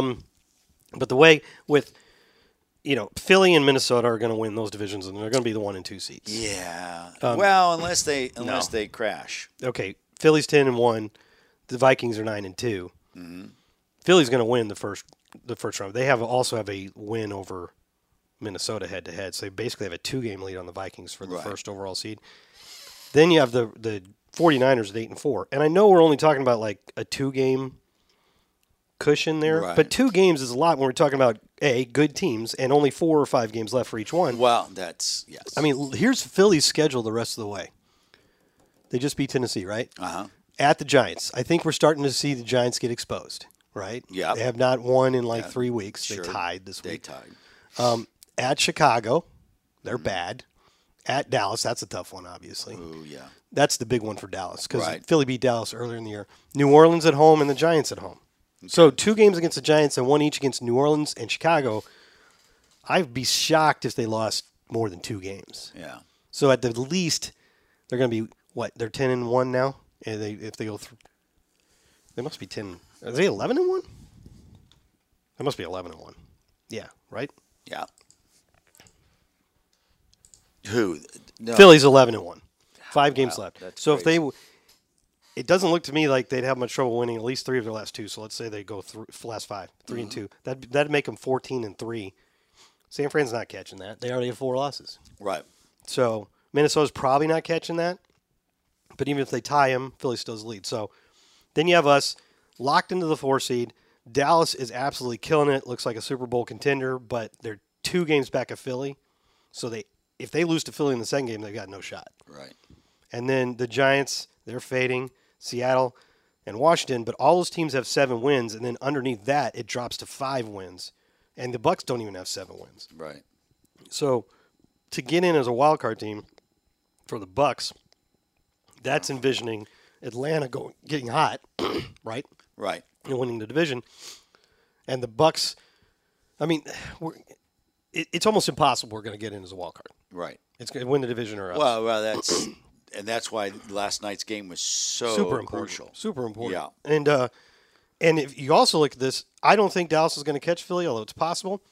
[SPEAKER 3] Um, but the way with, you know, Philly and Minnesota are going to win those divisions, and they're going to be the one and two seeds.
[SPEAKER 4] Yeah. Um, well, unless they unless they crash.
[SPEAKER 3] Okay, Philly's ten and one, the Vikings are nine and 2
[SPEAKER 4] Mm-hmm.
[SPEAKER 3] Philly's going to win the first the first round. They have also have a win over Minnesota head to head, so they basically have a two game lead on the Vikings for the
[SPEAKER 4] Right.
[SPEAKER 3] first overall seed. Then you have the the 49ers at eight and four, and I know we're only talking about like a two game cushion there,
[SPEAKER 4] Right.
[SPEAKER 3] but two games is a lot when we're talking about a good teams and only four or five games left for each one.
[SPEAKER 4] Well, that's yes.
[SPEAKER 3] I mean, l- here's Philly's schedule the rest of the way. They just beat Tennessee, right?
[SPEAKER 4] uh huh.
[SPEAKER 3] at the Giants. I think we're starting to see the Giants get exposed, right?
[SPEAKER 4] Yep.
[SPEAKER 3] They have not won in like three weeks.
[SPEAKER 4] sure.
[SPEAKER 3] They tied this
[SPEAKER 4] They
[SPEAKER 3] week.
[SPEAKER 4] tied. Mm-hmm.
[SPEAKER 3] at Chicago, they're bad. At Dallas, that's a tough one, obviously.
[SPEAKER 4] Ooh, yeah.
[SPEAKER 3] That's the big one for Dallas because
[SPEAKER 4] Right.
[SPEAKER 3] Philly beat Dallas earlier in the year. New Orleans at home and the Giants at home. So two games against the Giants and one each against New Orleans and Chicago. I'd be shocked if they lost more than two games.
[SPEAKER 4] Yeah.
[SPEAKER 3] So at the least, they're going to be what? They're ten and one now, and they if they go through, they must be ten. Are they eleven and one? They must be eleven and one. Yeah, right.
[SPEAKER 4] Yeah. Who? No.
[SPEAKER 3] Philly's eleven and one. Five games left.
[SPEAKER 4] that's
[SPEAKER 3] So if they, w- it doesn't look to me like they'd have much trouble winning at least three of their last two. So let's say they go through last five, 3
[SPEAKER 4] Mm-hmm.
[SPEAKER 3] and two. That that'd make them fourteen and three. San Fran's not catching that. They already have four losses.
[SPEAKER 4] Right.
[SPEAKER 3] So Minnesota's probably not catching that. But even if they tie him, Philly still's lead. So then you have us locked into the four seed. Dallas is absolutely killing it. Looks like a Super Bowl contender, but they're two games back of Philly. So they if they lose to Philly in the second game, they've got no shot.
[SPEAKER 4] Right.
[SPEAKER 3] And then the Giants, they're fading. Seattle and Washington, but all those teams have seven wins, and then underneath that it drops to five wins. And the Bucks don't even have seven wins.
[SPEAKER 4] Right.
[SPEAKER 3] So to get in as a wild card team for the Bucks, that's envisioning Atlanta going getting hot, (clears throat) right,
[SPEAKER 4] Right.
[SPEAKER 3] and winning the division, and the Bucks. I mean, we're, it, it's almost impossible we're going to get in as a wild card.
[SPEAKER 4] Right.
[SPEAKER 3] It's going to win the division or else.
[SPEAKER 4] Well, well, that's and that's why last night's game was so
[SPEAKER 3] super important.
[SPEAKER 4] crucial.
[SPEAKER 3] Super important.
[SPEAKER 4] Oh, Yeah.
[SPEAKER 3] And uh, and if you also look at this, I don't think Dallas is going to catch Philly, although it's possible.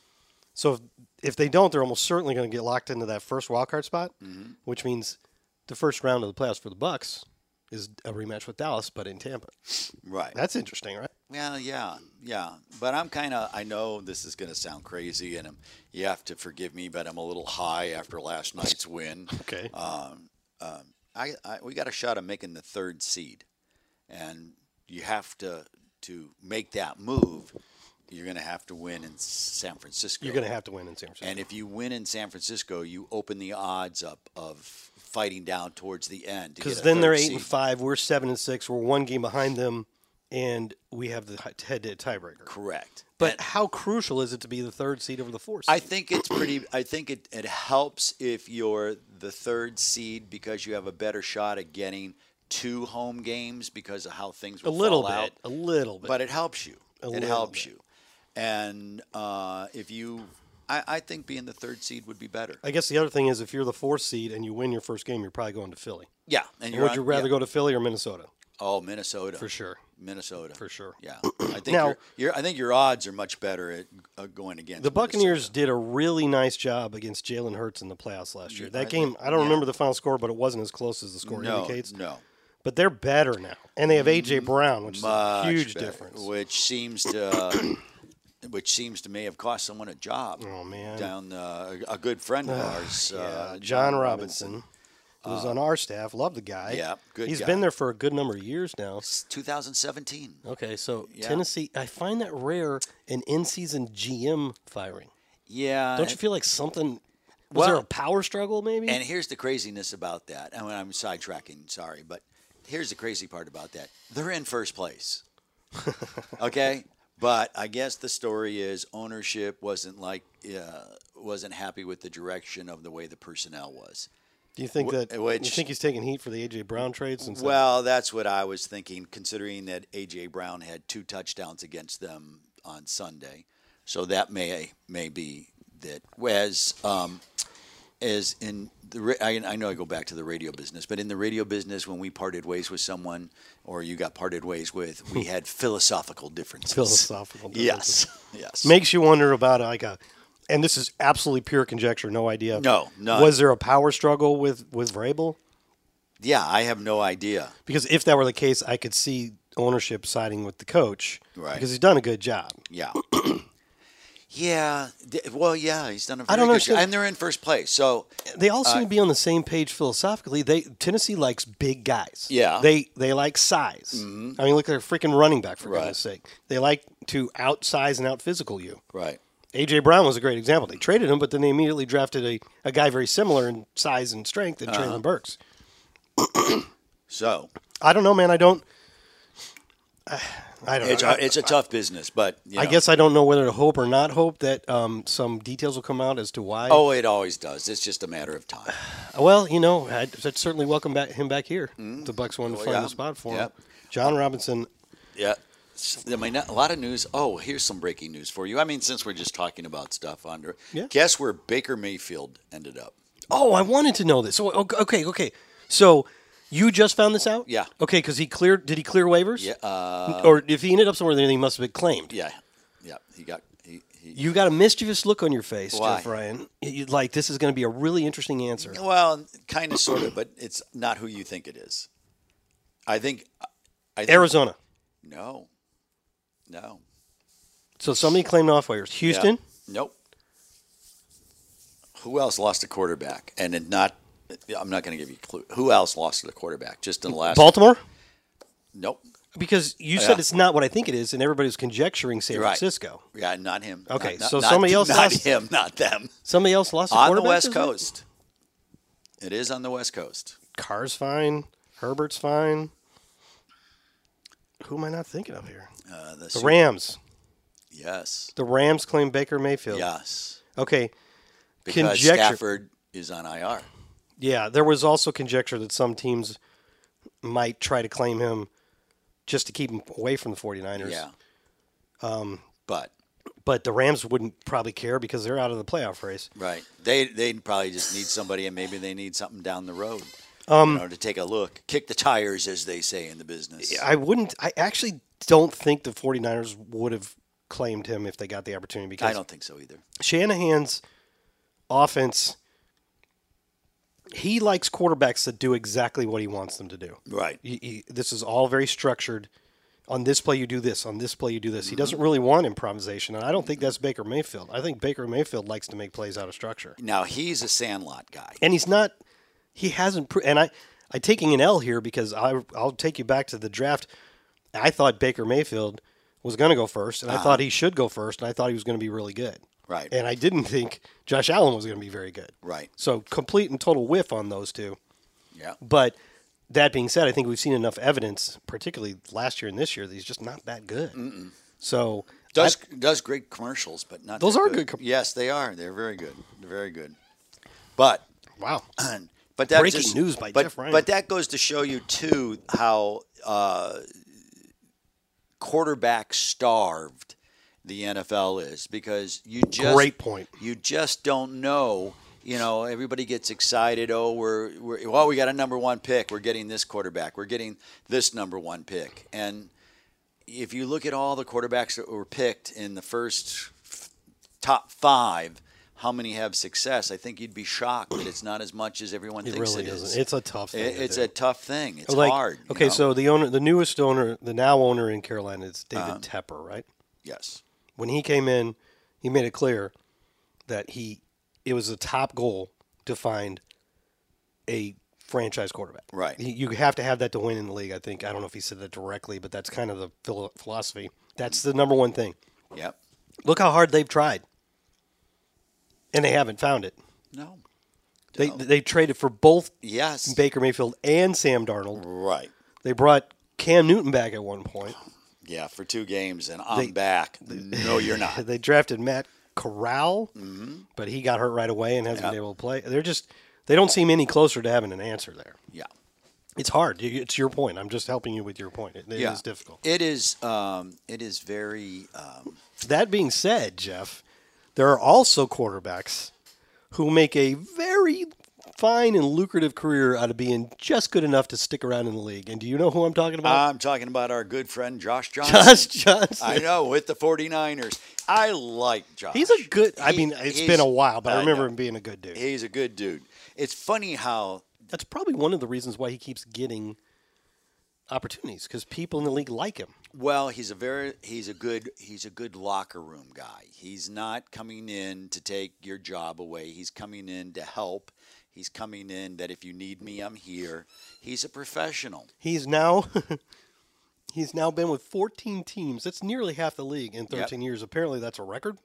[SPEAKER 3] So if, if they don't, they're almost certainly going to get locked into that first wild card spot,
[SPEAKER 4] Mm-hmm.
[SPEAKER 3] which means the first round of the playoffs for the Bucks is a rematch with Dallas, but in Tampa.
[SPEAKER 4] Right.
[SPEAKER 3] That's interesting, right?
[SPEAKER 4] Well, yeah, yeah. But I'm kind of, I know this is going to sound crazy, and I'm, you have to forgive me, but I'm a little high after last night's win.
[SPEAKER 3] Okay.
[SPEAKER 4] Uh, I, I we got a shot at making the third seed, and you have to to make that move. You're going to have to win in San Francisco.
[SPEAKER 3] You're going to have to win in San Francisco.
[SPEAKER 4] And if you win in San Francisco, you open the odds up of fighting down towards the end. to get
[SPEAKER 3] Because
[SPEAKER 4] a
[SPEAKER 3] then they're
[SPEAKER 4] third
[SPEAKER 3] eight and
[SPEAKER 4] seed.
[SPEAKER 3] five, we're seven and six, we're one game behind them, and we have the head to tiebreaker.
[SPEAKER 4] Correct.
[SPEAKER 3] But how crucial is it to be the third seed over the fourth?
[SPEAKER 4] I
[SPEAKER 3] seed?
[SPEAKER 4] think it's pretty. I think it, it helps if you're the third seed because you have a better shot at getting two home games because of how things
[SPEAKER 3] a
[SPEAKER 4] will
[SPEAKER 3] little
[SPEAKER 4] fall out.
[SPEAKER 3] bit, a little bit.
[SPEAKER 4] But it helps you. It
[SPEAKER 3] little
[SPEAKER 4] helps
[SPEAKER 3] bit.
[SPEAKER 4] you. And uh, if you, I, I think being the third seed would be better.
[SPEAKER 3] I guess the other thing is if you're the fourth seed and you win your first game, you're probably going to Philly.
[SPEAKER 4] Yeah. And
[SPEAKER 3] Would you rather
[SPEAKER 4] yeah.
[SPEAKER 3] go to Philly or Minnesota?
[SPEAKER 4] Oh, Minnesota
[SPEAKER 3] For sure.
[SPEAKER 4] Minnesota
[SPEAKER 3] For sure. (clears throat)
[SPEAKER 4] Yeah, I think
[SPEAKER 3] Now-
[SPEAKER 4] your your- I think your odds are much better at uh, going against
[SPEAKER 3] The
[SPEAKER 4] Minnesota.
[SPEAKER 3] Buccaneers did a really nice job against Jalen Hurts in the playoffs last year. That
[SPEAKER 4] I
[SPEAKER 3] game, I don't remember the final score, but it wasn't as close as the score
[SPEAKER 4] No,
[SPEAKER 3] indicates.
[SPEAKER 4] no, Mm-hmm.
[SPEAKER 3] But they're better now, and they have AJ Brown, which is a
[SPEAKER 4] Much
[SPEAKER 3] huge
[SPEAKER 4] better,
[SPEAKER 3] difference.
[SPEAKER 4] Which seems to, (coughs) which seems to may have cost someone a job.
[SPEAKER 3] Oh, man.
[SPEAKER 4] down uh, a good friend of ours, uh,
[SPEAKER 3] Uh, John Robinson, who was on our staff, love the guy.
[SPEAKER 4] yeah, good
[SPEAKER 3] He's
[SPEAKER 4] guy.
[SPEAKER 3] been there for a good number of years now.
[SPEAKER 4] 2017.
[SPEAKER 3] Okay, so
[SPEAKER 4] Yeah.
[SPEAKER 3] Tennessee, I find that rare an in-season GM firing.
[SPEAKER 4] Yeah,
[SPEAKER 3] Don't you feel like something? Was
[SPEAKER 4] Well-
[SPEAKER 3] there a power struggle, maybe?
[SPEAKER 4] And here's the craziness about that. I mean, I'm sidetracking, sorry, but here's the crazy part about that. They're in first place.
[SPEAKER 3] (laughs)
[SPEAKER 4] okay? But I guess the story is ownership wasn't like uh, wasn't happy with the direction of the way the personnel was.
[SPEAKER 3] Do you think
[SPEAKER 4] Wh-
[SPEAKER 3] that you
[SPEAKER 4] which-
[SPEAKER 3] think he's taking heat for the AJ Brown trade since that-
[SPEAKER 4] Well, that's what I was thinking, considering that AJ Brown had two touchdowns against them on Sunday, so that may may be that. Whereas, um, as in the, ra- I, I know I go back to the radio business, but in the radio business, when we parted ways with someone, or you got parted ways with,
[SPEAKER 3] (laughs)
[SPEAKER 4] we had philosophical differences.
[SPEAKER 3] philosophical differences?
[SPEAKER 4] Yes, yes.
[SPEAKER 3] makes you wonder about like a and this is absolutely pure conjecture no idea
[SPEAKER 4] No, none.
[SPEAKER 3] was there a power struggle with with Vrabel
[SPEAKER 4] yeah, I have no idea.
[SPEAKER 3] because if that were the case I could see ownership siding with the coach
[SPEAKER 4] Right.
[SPEAKER 3] because he's done a good job (clears throat)
[SPEAKER 4] Yeah. Yeah, th- well, yeah, he's done a
[SPEAKER 3] I
[SPEAKER 4] very
[SPEAKER 3] don't
[SPEAKER 4] good job,
[SPEAKER 3] understand.
[SPEAKER 4] and they're in first place. So
[SPEAKER 3] they all seem to be on the same page philosophically they Tennessee likes big guys
[SPEAKER 4] Yeah. Mm-hmm.
[SPEAKER 3] they they like size I mean look at their freaking running back for
[SPEAKER 4] Right.
[SPEAKER 3] goodness sake they like to outsize and out physical you
[SPEAKER 4] right,
[SPEAKER 3] AJ Brown was a great example. They traded him, but then they immediately drafted a, a guy very similar in size and strength in
[SPEAKER 4] Uh-huh.
[SPEAKER 3] Traylon Burks.
[SPEAKER 4] so
[SPEAKER 3] I don't know, man. I don't. (sighs) I don't.
[SPEAKER 4] It's
[SPEAKER 3] know.
[SPEAKER 4] a, it's a tough business, but you
[SPEAKER 3] I
[SPEAKER 4] know.
[SPEAKER 3] guess I don't know whether to hope or not hope that um, some details will come out as to why.
[SPEAKER 4] Oh, it always does. It's just a matter of
[SPEAKER 3] (sighs)
[SPEAKER 4] time.
[SPEAKER 3] well, you know, I'd, I'd certainly welcome back, him back here. The Bucks wanted
[SPEAKER 4] Well,
[SPEAKER 3] to find
[SPEAKER 4] Mm. Oh, yeah.
[SPEAKER 3] a spot for
[SPEAKER 4] Yep.
[SPEAKER 3] him. John Robinson.
[SPEAKER 4] Yeah. S- I mean, a lot of news. Oh, here's some breaking news for you. I mean, since we're just talking about stuff under,
[SPEAKER 3] Yeah.
[SPEAKER 4] guess where Baker Mayfield ended up?
[SPEAKER 3] Oh, I wanted to know this. So, okay, okay, okay. So you just found this out?
[SPEAKER 4] Yeah.
[SPEAKER 3] Okay, because he cleared. Did he clear waivers?
[SPEAKER 4] Yeah, uh,
[SPEAKER 3] or if he ended up somewhere, then he must have been claimed.
[SPEAKER 4] Yeah, yeah. He got he. he
[SPEAKER 3] You got a mischievous look on your face,
[SPEAKER 4] Why?
[SPEAKER 3] Jeff Ryan. You- Like this is going to be a really interesting answer.
[SPEAKER 4] well, kind of, sort of, but it's not who you think it is. I think. I think,
[SPEAKER 3] Arizona.
[SPEAKER 4] No. No.
[SPEAKER 3] So somebody claimed off waivers.
[SPEAKER 4] Yeah.
[SPEAKER 3] Houston.
[SPEAKER 4] Nope. Who else lost a quarterback? And it not, I'm not going to give you a clue. Who else lost a quarterback just in the last?
[SPEAKER 3] Baltimore?
[SPEAKER 4] Nope.
[SPEAKER 3] Because you
[SPEAKER 4] Oh, Yeah.
[SPEAKER 3] said it's not what I think it is, and everybody was conjecturing San
[SPEAKER 4] Right.
[SPEAKER 3] Francisco.
[SPEAKER 4] Yeah, not him.
[SPEAKER 3] Okay,
[SPEAKER 4] Not- not-
[SPEAKER 3] so
[SPEAKER 4] not-
[SPEAKER 3] somebody else
[SPEAKER 4] (laughs) Not
[SPEAKER 3] lost-
[SPEAKER 4] him, not them.
[SPEAKER 3] Somebody else lost a
[SPEAKER 4] On the
[SPEAKER 3] quarterback
[SPEAKER 4] West
[SPEAKER 3] this week?
[SPEAKER 4] Coast. It is on the West Coast.
[SPEAKER 3] Carr's fine. Herbert's fine. Who am I not thinking of here?
[SPEAKER 4] Uh, the
[SPEAKER 3] The
[SPEAKER 4] Super-
[SPEAKER 3] Rams.
[SPEAKER 4] Yes.
[SPEAKER 3] The Rams claim Baker Mayfield.
[SPEAKER 4] Yes.
[SPEAKER 3] Okay.
[SPEAKER 4] Because
[SPEAKER 3] Conjecture.
[SPEAKER 4] Stafford is on IR.
[SPEAKER 3] Yeah, there was also conjecture that some teams might try to claim him just to keep him away from the 49ers.
[SPEAKER 4] Yeah. Um,
[SPEAKER 3] um,
[SPEAKER 4] but
[SPEAKER 3] But the Rams wouldn't probably care because they're out of the playoff race.
[SPEAKER 4] right, they they probably just need somebody, and maybe they need something down the road.
[SPEAKER 3] Um,
[SPEAKER 4] you know, to take a look, kick the tires, as they say in the business.
[SPEAKER 3] I wouldn't. I actually don't think the 49ers would have claimed him if they got the opportunity because
[SPEAKER 4] I don't think so either.
[SPEAKER 3] Shanahan's offense, he likes quarterbacks that do exactly what he wants them to do.
[SPEAKER 4] Right.
[SPEAKER 3] He- he- this is all very structured. On this play, you do this. On this play, you do this. He doesn't really want improvisation, and I don't think that's Baker Mayfield. I think Baker Mayfield likes to make plays out of structure,
[SPEAKER 4] Now he's a Sandlot guy.
[SPEAKER 3] and he's not. He hasn't. Pro- and I, I taking an L here because I, I'll take you back to the draft. I thought Baker Mayfield was going to go first, and I thought he should go first, and I thought he was going to be really good.
[SPEAKER 4] Uh-huh. Right.
[SPEAKER 3] And I didn't think Josh Allen was going to be very good.
[SPEAKER 4] Right.
[SPEAKER 3] So complete and total whiff on those two.
[SPEAKER 4] Yeah.
[SPEAKER 3] But that being said, I think we've seen enough evidence, particularly last year and this year, that he's just not that good. So
[SPEAKER 4] Does does great commercials, but not
[SPEAKER 3] Those
[SPEAKER 4] that
[SPEAKER 3] are good com-
[SPEAKER 4] yes, they are. They're very good. They're very good. But
[SPEAKER 3] I-
[SPEAKER 4] (clears throat)
[SPEAKER 3] wow,
[SPEAKER 4] but that
[SPEAKER 3] Breaking
[SPEAKER 4] just-
[SPEAKER 3] news by
[SPEAKER 4] but,
[SPEAKER 3] Jeff Ryan.
[SPEAKER 4] But that goes to show you too how uh, quarterback starved the NFL is because you just
[SPEAKER 3] Great point.
[SPEAKER 4] You just don't know. You know, everybody gets excited. Oh, we're, we're well, we got a number one pick. We're getting this quarterback. We're getting this number one pick. And if you look at all the quarterbacks that were picked in the first top five, how many have success? I think you'd be shocked that it's not as much as everyone
[SPEAKER 3] it
[SPEAKER 4] thinks
[SPEAKER 3] really
[SPEAKER 4] it is.
[SPEAKER 3] isn't. It's a tough. Thing
[SPEAKER 4] It-
[SPEAKER 3] to
[SPEAKER 4] it's
[SPEAKER 3] do.
[SPEAKER 4] a tough thing. It's
[SPEAKER 3] Like,
[SPEAKER 4] hard. you
[SPEAKER 3] Okay,
[SPEAKER 4] know?
[SPEAKER 3] so the owner, the newest owner, the now owner in Carolina is David
[SPEAKER 4] Uh-huh.
[SPEAKER 3] Tepper, right?
[SPEAKER 4] yes,
[SPEAKER 3] When he came in, he made it clear that he it was the top goal to find a franchise quarterback.
[SPEAKER 4] Right.
[SPEAKER 3] He- You have to have that to win in the league. I think I don't know if he said that directly, but that's kind of the philo- philosophy. That's the number one thing.
[SPEAKER 4] yep,
[SPEAKER 3] Look how hard they've tried, and they haven't found it.
[SPEAKER 4] no,
[SPEAKER 3] They they traded for both
[SPEAKER 4] yes,
[SPEAKER 3] Baker Mayfield and Sam Darnold.
[SPEAKER 4] right,
[SPEAKER 3] They brought Cam Newton back at one point.
[SPEAKER 4] yeah, for two games, and I'm
[SPEAKER 3] (laughs)
[SPEAKER 4] back. no, you're not. Mm-hmm.
[SPEAKER 3] They drafted Matt Corral, but he got hurt right away and hasn't
[SPEAKER 4] Yep.
[SPEAKER 3] been able to play. They're just They don't seem any closer to having an answer there.
[SPEAKER 4] Yeah.
[SPEAKER 3] It's hard. You- It's your point. I'm just helping you with your point. It, it is difficult.
[SPEAKER 4] It is. Um, it is very. Um,
[SPEAKER 3] That being said, Jeff, there are also quarterbacks who make a very fine and lucrative career out of being just good enough to stick around in the league. And do you know who I'm talking (laughs) about?
[SPEAKER 4] I'm talking about our good friend Josh Johnson.
[SPEAKER 3] Uh, Josh Johnson.
[SPEAKER 4] I know with the 49ers. I like Josh.
[SPEAKER 3] He's a good. I
[SPEAKER 4] He-
[SPEAKER 3] mean, it's
[SPEAKER 4] he's-
[SPEAKER 3] been a while, but I remember
[SPEAKER 4] know.
[SPEAKER 3] him being a good dude.
[SPEAKER 4] He's a good dude. It's funny how
[SPEAKER 3] That's probably one of the reasons why he keeps getting opportunities because people in the league like him.
[SPEAKER 4] Well, he's a very he's a good he's a good locker room guy. He's not coming in to take your job away. He's coming in to help. He's coming in that if you need me, I'm here. He's a professional.
[SPEAKER 3] He's now (laughs) he's now been with 14 teams. That's nearly half the league in 13 years. Apparently, that's a record.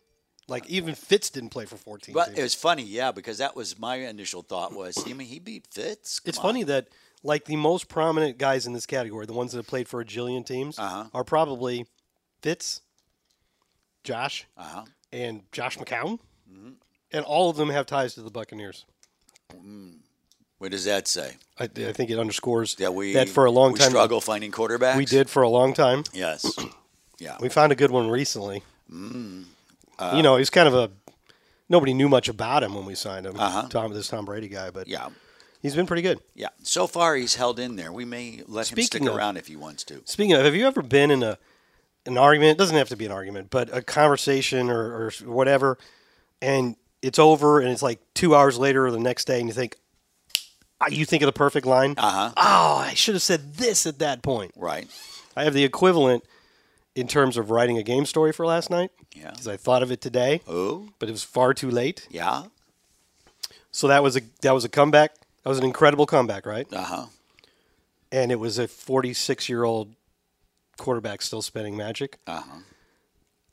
[SPEAKER 3] Like even Fitz didn't play for 14
[SPEAKER 4] But
[SPEAKER 3] teams.
[SPEAKER 4] it was funny, yeah, because that was my initial thought was, I mean, he beat Fitz.
[SPEAKER 3] It's funny that like the most prominent guys in this category, the ones that have played for a jillion teams,
[SPEAKER 4] Uh-huh.
[SPEAKER 3] are probably Fitz, Josh,
[SPEAKER 4] Uh huh.
[SPEAKER 3] and Josh McCown,
[SPEAKER 4] Mm-hmm.
[SPEAKER 3] and all of them have ties to the Buccaneers.
[SPEAKER 4] What does that say?
[SPEAKER 3] I, I think it underscores
[SPEAKER 4] That we
[SPEAKER 3] that for a long
[SPEAKER 4] we
[SPEAKER 3] time uh,
[SPEAKER 4] struggle finding quarterbacks.
[SPEAKER 3] we did for a long time.
[SPEAKER 4] Yes. (clears throat) Yeah.
[SPEAKER 3] We found a good one recently.
[SPEAKER 4] Mm, uh,
[SPEAKER 3] you know, he's kind of a nobody knew much about him when we signed him.
[SPEAKER 4] Uh-huh.
[SPEAKER 3] Tom, this Tom Brady guy, but
[SPEAKER 4] yeah.
[SPEAKER 3] he's been pretty good.
[SPEAKER 4] Yeah. So far, he's held in there. We may let
[SPEAKER 3] Speaking
[SPEAKER 4] him stick
[SPEAKER 3] of-
[SPEAKER 4] around if he wants to.
[SPEAKER 3] Speaking of, have you ever been in a an argument? It doesn't have to be an argument, but a conversation or, or whatever, and it's over, and it's like two hours later or the next day, and you think, ah, you think of the perfect line.
[SPEAKER 4] Uh huh.
[SPEAKER 3] Oh, I should have said this at that point.
[SPEAKER 4] Right.
[SPEAKER 3] I have the equivalent in terms of writing a game story for last night.
[SPEAKER 4] Yeah.
[SPEAKER 3] Because I thought of it today,
[SPEAKER 4] Oh.
[SPEAKER 3] but it was far too late.
[SPEAKER 4] Yeah.
[SPEAKER 3] So that was a that was a comeback. That was an incredible comeback, right?
[SPEAKER 4] Uh huh.
[SPEAKER 3] And it was a 46 year old quarterback still spinning magic.
[SPEAKER 4] Uh huh.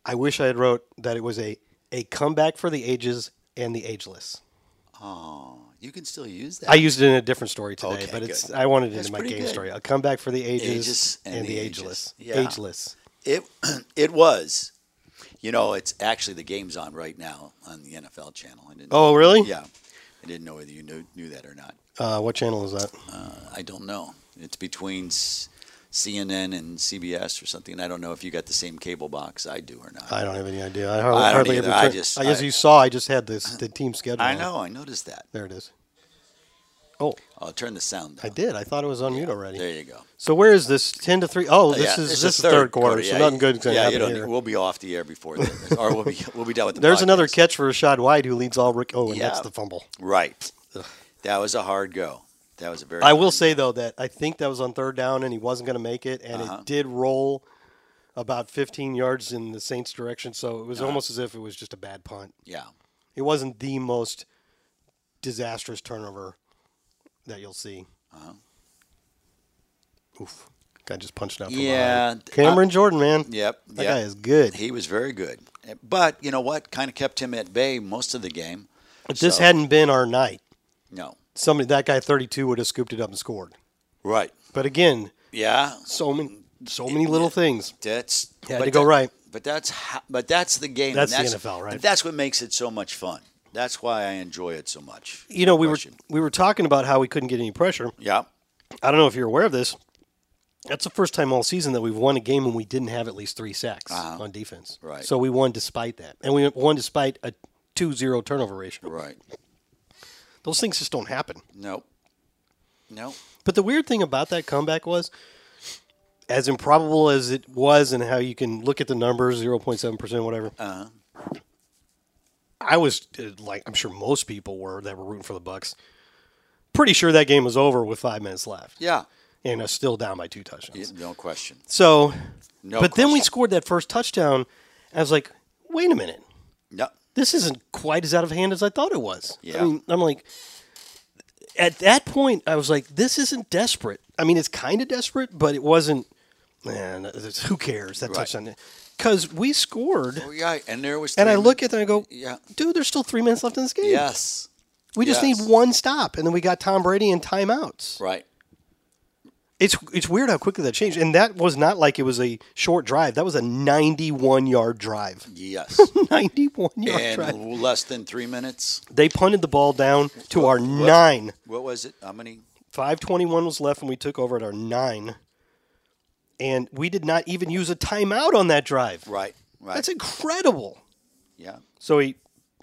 [SPEAKER 3] I wish I had wrote that it was a a comeback for the ages and the ageless.
[SPEAKER 4] You can still use that.
[SPEAKER 3] I used it in a different story today,
[SPEAKER 4] Okay,
[SPEAKER 3] but it's
[SPEAKER 4] good.
[SPEAKER 3] I wanted it
[SPEAKER 4] That's
[SPEAKER 3] in my
[SPEAKER 4] pretty
[SPEAKER 3] game
[SPEAKER 4] good.
[SPEAKER 3] story. A comeback for the ages,
[SPEAKER 4] Ages
[SPEAKER 3] and,
[SPEAKER 4] and
[SPEAKER 3] the,
[SPEAKER 4] the
[SPEAKER 3] ageless.
[SPEAKER 4] ages. Yeah.
[SPEAKER 3] Ageless.
[SPEAKER 4] it (clears throat) it was. You know, it's actually the game's on right now on the NFL channel. I didn't.
[SPEAKER 3] Oh, really?
[SPEAKER 4] Yeah. I didn't know whether you knew, knew that or not.
[SPEAKER 3] Uh, what channel is that?
[SPEAKER 4] I don't know. It's between s- CNN and CBS or something. I don't know if you got the same cable box I do or not.
[SPEAKER 3] I don't have any idea. I hardly,
[SPEAKER 4] I don't
[SPEAKER 3] hardly
[SPEAKER 4] either.
[SPEAKER 3] ever.
[SPEAKER 4] I
[SPEAKER 3] turn-
[SPEAKER 4] just-
[SPEAKER 3] as
[SPEAKER 4] I-
[SPEAKER 3] you saw, I just had this the team schedule.
[SPEAKER 4] I
[SPEAKER 3] on.
[SPEAKER 4] know. I noticed that.
[SPEAKER 3] There it is. Oh,
[SPEAKER 4] I'll turn the sound down.
[SPEAKER 3] I did. I thought it was on mute already.
[SPEAKER 4] There you go.
[SPEAKER 3] So where is this? Ten to three. Oh, this
[SPEAKER 4] Yeah,
[SPEAKER 3] is
[SPEAKER 4] it's
[SPEAKER 3] this is
[SPEAKER 4] the
[SPEAKER 3] third, quarter. so
[SPEAKER 4] yeah,
[SPEAKER 3] nothing good is going to
[SPEAKER 4] yeah, you
[SPEAKER 3] happen
[SPEAKER 4] don't-
[SPEAKER 3] here.
[SPEAKER 4] We'll be off the air
[SPEAKER 3] (laughs)
[SPEAKER 4] before then, or we'll be we'll be done with the.
[SPEAKER 3] There's another
[SPEAKER 4] podcast.
[SPEAKER 3] catch for Rashad White who leads all. Rick- oh, and
[SPEAKER 4] Yeah.
[SPEAKER 3] that's the fumble.
[SPEAKER 4] Right. That was a hard go. That was a very.
[SPEAKER 3] I will
[SPEAKER 4] hard
[SPEAKER 3] say though that I think that was on third down and he wasn't going to make it, and
[SPEAKER 4] Uh-huh.
[SPEAKER 3] it did roll about 15 yards in the Saints' direction. So it was
[SPEAKER 4] Uh-huh.
[SPEAKER 3] almost as if it was just a bad punt.
[SPEAKER 4] Yeah.
[SPEAKER 3] It wasn't the most disastrous turnover that you'll see.
[SPEAKER 4] Uh-huh.
[SPEAKER 3] Oof! Guy just punched out. From
[SPEAKER 4] Yeah,
[SPEAKER 3] behind. Cameron Jordan, man.
[SPEAKER 4] Yep.
[SPEAKER 3] That
[SPEAKER 4] yep.
[SPEAKER 3] guy is good.
[SPEAKER 4] He was very good, but you know what? Kind of kept him at bay most of the game.
[SPEAKER 3] If this
[SPEAKER 4] So-
[SPEAKER 3] hadn't been our night,
[SPEAKER 4] No.
[SPEAKER 3] somebody that guy 32 would have scooped it up and scored.
[SPEAKER 4] Right.
[SPEAKER 3] But again,
[SPEAKER 4] Yeah.
[SPEAKER 3] so many, so many little things.
[SPEAKER 4] That's
[SPEAKER 3] Had
[SPEAKER 4] but
[SPEAKER 3] to go right.
[SPEAKER 4] But that's ho- but that's the game. and
[SPEAKER 3] That's the NFL, right?
[SPEAKER 4] That's what makes it so much fun. That's why I enjoy it so much.
[SPEAKER 3] You know, we
[SPEAKER 4] question.
[SPEAKER 3] were we were talking about how we couldn't get any pressure.
[SPEAKER 4] Yeah.
[SPEAKER 3] I don't know if you're aware of this. That's the first time all season that we've won a game when we didn't have at least three sacks on defense.
[SPEAKER 4] Uh-huh. Right.
[SPEAKER 3] So we won despite that, and we won despite a 2-0 turnover ratio.
[SPEAKER 4] Right.
[SPEAKER 3] Those things just don't happen.
[SPEAKER 4] Nope. Nope.
[SPEAKER 3] But the weird thing about that comeback was, as improbable as it was, and how you can look at the numbers, zero point seven percent, whatever.
[SPEAKER 4] Uh-huh.
[SPEAKER 3] I was uh, like, I'm sure most people were that were rooting for the Bucks. Pretty sure that game was over with five minutes left,
[SPEAKER 4] Yeah.
[SPEAKER 3] and us still down by two touchdowns.
[SPEAKER 4] Yeah, No question.
[SPEAKER 3] So,
[SPEAKER 4] No
[SPEAKER 3] but then we
[SPEAKER 4] question.
[SPEAKER 3] scored that first touchdown. I was like, wait a minute,
[SPEAKER 4] No.
[SPEAKER 3] this isn't quite as out of hand as I thought it was. I
[SPEAKER 4] Yeah.
[SPEAKER 3] mean, I'm like, at that point, I was like, this isn't desperate. I mean, it's kind of desperate, but it wasn't. Man, it's- who cares that
[SPEAKER 4] Right.
[SPEAKER 3] touchdown? Because we scored,
[SPEAKER 4] Oh, yeah. And there was.
[SPEAKER 3] and I
[SPEAKER 4] three-
[SPEAKER 3] look at them and I go,
[SPEAKER 4] Yeah.
[SPEAKER 3] dude, there's still three minutes left in this game.
[SPEAKER 4] Yes.
[SPEAKER 3] we just
[SPEAKER 4] yes.
[SPEAKER 3] need one stop, and then we got Tom Brady and timeouts.
[SPEAKER 4] Right.
[SPEAKER 3] It's it's weird how quickly that changed, and that was not like it was a short drive. That was a 91 yard drive. (laughs)
[SPEAKER 4] Yes.
[SPEAKER 3] 91 yard drive.
[SPEAKER 4] and less than three minutes.
[SPEAKER 3] They punted the ball down to our nine.
[SPEAKER 4] What was it? How many?
[SPEAKER 3] 521 was left, and we took over at our nine. And we did not even use a timeout on that drive.
[SPEAKER 4] Right. Right.
[SPEAKER 3] That's incredible.
[SPEAKER 4] Yeah.
[SPEAKER 3] So he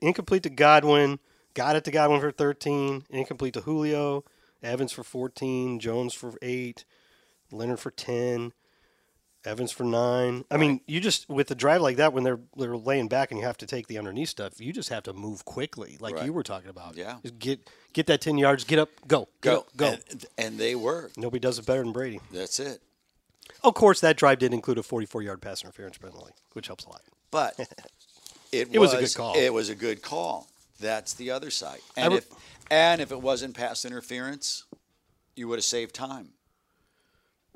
[SPEAKER 3] incomplete to Godwin, got it to Godwin for 13, incomplete to Julio, Evans for 14, Jones for 8, Leonard for 10, Evans for 9. I mean, you just with a drive like that when they're they're laying back and you have to take the underneath stuff, you just have to move quickly like
[SPEAKER 4] Right.
[SPEAKER 3] you were talking about.
[SPEAKER 4] Yeah.
[SPEAKER 3] Just get get that 10 yards, get up, go. Get
[SPEAKER 4] Go.
[SPEAKER 3] up, go.
[SPEAKER 4] And, and they were.
[SPEAKER 3] Nobody does it better than Brady.
[SPEAKER 4] That's it.
[SPEAKER 3] Of course, that drive did include a 44-yard pass interference penalty, which helps a lot.
[SPEAKER 4] But it,
[SPEAKER 3] It was a good call.
[SPEAKER 4] It was a good call. That's the other side. And
[SPEAKER 3] re-
[SPEAKER 4] if and if it wasn't pass interference, you would have saved time.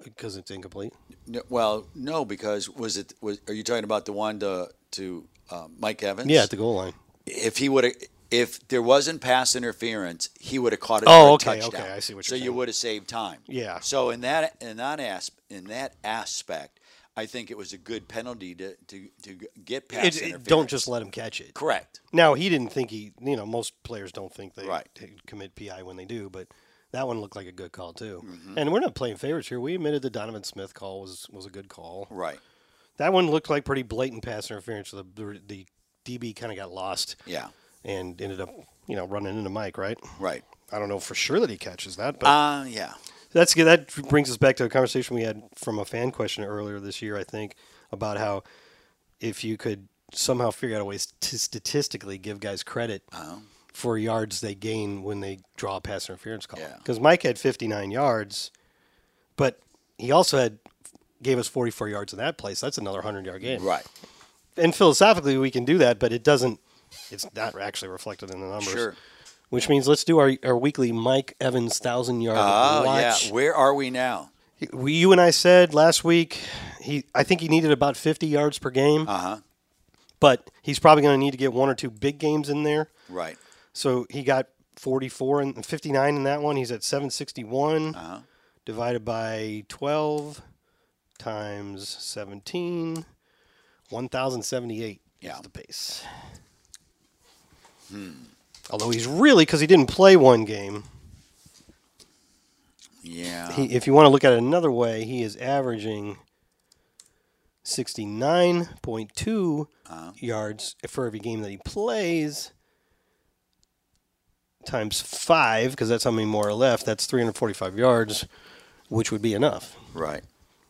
[SPEAKER 3] Because it's incomplete.
[SPEAKER 4] No, well, no, because was it? Was, are you talking about the one to to uh, Mike Evans?
[SPEAKER 3] Yeah, at the goal line.
[SPEAKER 4] if he would have if there wasn't pass interference, he would have caught it.
[SPEAKER 3] Oh,
[SPEAKER 4] for a
[SPEAKER 3] okay,
[SPEAKER 4] touchdown.
[SPEAKER 3] okay, I see what
[SPEAKER 4] so
[SPEAKER 3] you're
[SPEAKER 4] you
[SPEAKER 3] saying.
[SPEAKER 4] would have saved time.
[SPEAKER 3] Yeah.
[SPEAKER 4] So in that in that asp in that aspect, I think it was a good penalty to to, to get pass
[SPEAKER 3] It- it-
[SPEAKER 4] interference.
[SPEAKER 3] don't just let him catch it.
[SPEAKER 4] correct.
[SPEAKER 3] Now he didn't think he, you know, most players don't think they
[SPEAKER 4] Right.
[SPEAKER 3] they commit PI when they do, but that one looked like a good call too.
[SPEAKER 4] Mm-hmm.
[SPEAKER 3] And we're not playing favorites here. We admitted the Donovan Smith call was was a good call.
[SPEAKER 4] Right.
[SPEAKER 3] That one looked like pretty blatant pass interference. The the, the DB kind of got lost
[SPEAKER 4] Yeah.
[SPEAKER 3] and ended up, you know, running into Mike. Right.
[SPEAKER 4] Right.
[SPEAKER 3] I don't know for sure that he catches that, but
[SPEAKER 4] Uh yeah.
[SPEAKER 3] that's good. That brings us back to a conversation we had from a fan question earlier this year, I think, about how if you could somehow figure out a way to statistically give guys credit
[SPEAKER 4] Uh-huh.
[SPEAKER 3] for yards they gain when they draw a pass interference call.
[SPEAKER 4] Yeah.
[SPEAKER 3] Because Mike had 59 yards, but he also had gave us 44 yards in that place. That's another 100 yard game.
[SPEAKER 4] Right.
[SPEAKER 3] And philosophically, we can do that, but it doesn't. It's not actually reflected in the numbers.
[SPEAKER 4] Sure.
[SPEAKER 3] Which means let's do our, our weekly Mike Evans thousand yard
[SPEAKER 4] Oh
[SPEAKER 3] watch
[SPEAKER 4] yeah. Where are we now?
[SPEAKER 3] we, you and I said last week he I think he needed about 50 yards per game,
[SPEAKER 4] Uh huh.
[SPEAKER 3] but he's probably going to need to get one or two big games in there.
[SPEAKER 4] Right.
[SPEAKER 3] So he got 44 and 59 in that one. He's at 761 divided by 12 times 17 1078
[SPEAKER 4] Yeah.
[SPEAKER 3] is the pace. Hmm. Although he's really cuz he didn't play one game.
[SPEAKER 4] Yeah.
[SPEAKER 3] he, if you want to look at it another way, he is averaging 69.2 yards for every game that he plays times five, because that's how many more are left. That's 345 yards, which would be enough.
[SPEAKER 4] right.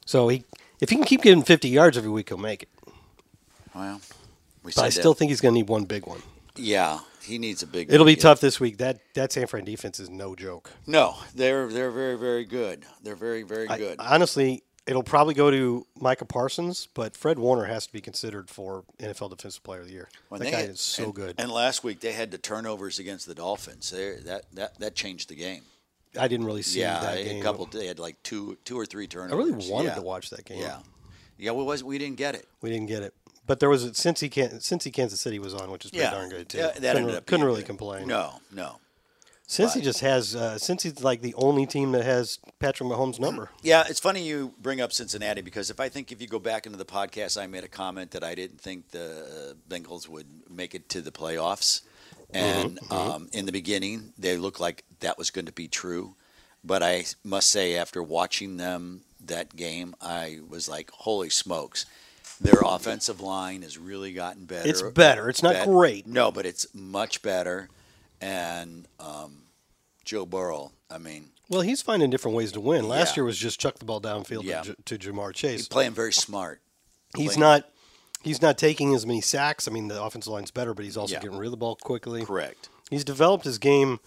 [SPEAKER 3] So he, if he can keep getting 50 yards every week, he'll make it.
[SPEAKER 4] Well, we
[SPEAKER 3] But
[SPEAKER 4] said
[SPEAKER 3] I still
[SPEAKER 4] that.
[SPEAKER 3] think he's going to need one big one.
[SPEAKER 4] yeah. He needs a big.
[SPEAKER 3] It'll be
[SPEAKER 4] yeah.
[SPEAKER 3] tough this week. That that San Fran defense is no joke.
[SPEAKER 4] No, they're they're very very good. They're very very
[SPEAKER 3] I-
[SPEAKER 4] good.
[SPEAKER 3] honestly, it'll probably go to Micah Parsons, but Fred Warner has to be considered for NFL Defensive Player of the Year.
[SPEAKER 4] When
[SPEAKER 3] that
[SPEAKER 4] they
[SPEAKER 3] guy
[SPEAKER 4] had-
[SPEAKER 3] is so
[SPEAKER 4] and-
[SPEAKER 3] good.
[SPEAKER 4] And last week they had the turnovers against the Dolphins. They, that that that changed the game.
[SPEAKER 3] I didn't really see
[SPEAKER 4] yeah,
[SPEAKER 3] that
[SPEAKER 4] a
[SPEAKER 3] game.
[SPEAKER 4] couple. They had like two two or three
[SPEAKER 3] I
[SPEAKER 4] turnovers.
[SPEAKER 3] really wanted
[SPEAKER 4] Yeah.
[SPEAKER 3] to watch that game.
[SPEAKER 4] Yeah, yeah. We was we didn't get it.
[SPEAKER 3] we didn't get it, but there was a, since he can since he Kansas City was on, which is pretty
[SPEAKER 4] yeah,
[SPEAKER 3] darn good too.
[SPEAKER 4] Yeah, that
[SPEAKER 3] couldn't
[SPEAKER 4] ended
[SPEAKER 3] re-
[SPEAKER 4] up
[SPEAKER 3] couldn't
[SPEAKER 4] being
[SPEAKER 3] really
[SPEAKER 4] good.
[SPEAKER 3] complain.
[SPEAKER 4] No, no.
[SPEAKER 3] since he just has uh, since he's like the only team that has Patrick Mahomes' number.
[SPEAKER 4] Yeah, it's funny you bring up Cincinnati because if I think if you go back into the podcast, I made a comment that I didn't think the uh, Bengals would make it to the playoffs,
[SPEAKER 3] Mm-hmm,
[SPEAKER 4] and Um, in the beginning they looked like that was going to be true, but I must say after watching them that game, I was like, holy smokes. Their offensive line has really gotten better.
[SPEAKER 3] It's better. It's not
[SPEAKER 4] Bet-
[SPEAKER 3] great.
[SPEAKER 4] No, but it's much better. And um, Joe Burrow, I mean,
[SPEAKER 3] Well, he's finding different ways to win. Last
[SPEAKER 4] Yeah.
[SPEAKER 3] year was just chuck the ball downfield
[SPEAKER 4] Yeah.
[SPEAKER 3] to, J- to Jamar Chase.
[SPEAKER 4] playing very smart.
[SPEAKER 3] He's
[SPEAKER 4] Like-
[SPEAKER 3] not he's not taking as many sacks. I mean, the offensive line's better, but he's also
[SPEAKER 4] Yeah.
[SPEAKER 3] getting rid of the ball quickly.
[SPEAKER 4] Correct.
[SPEAKER 3] He's developed his game,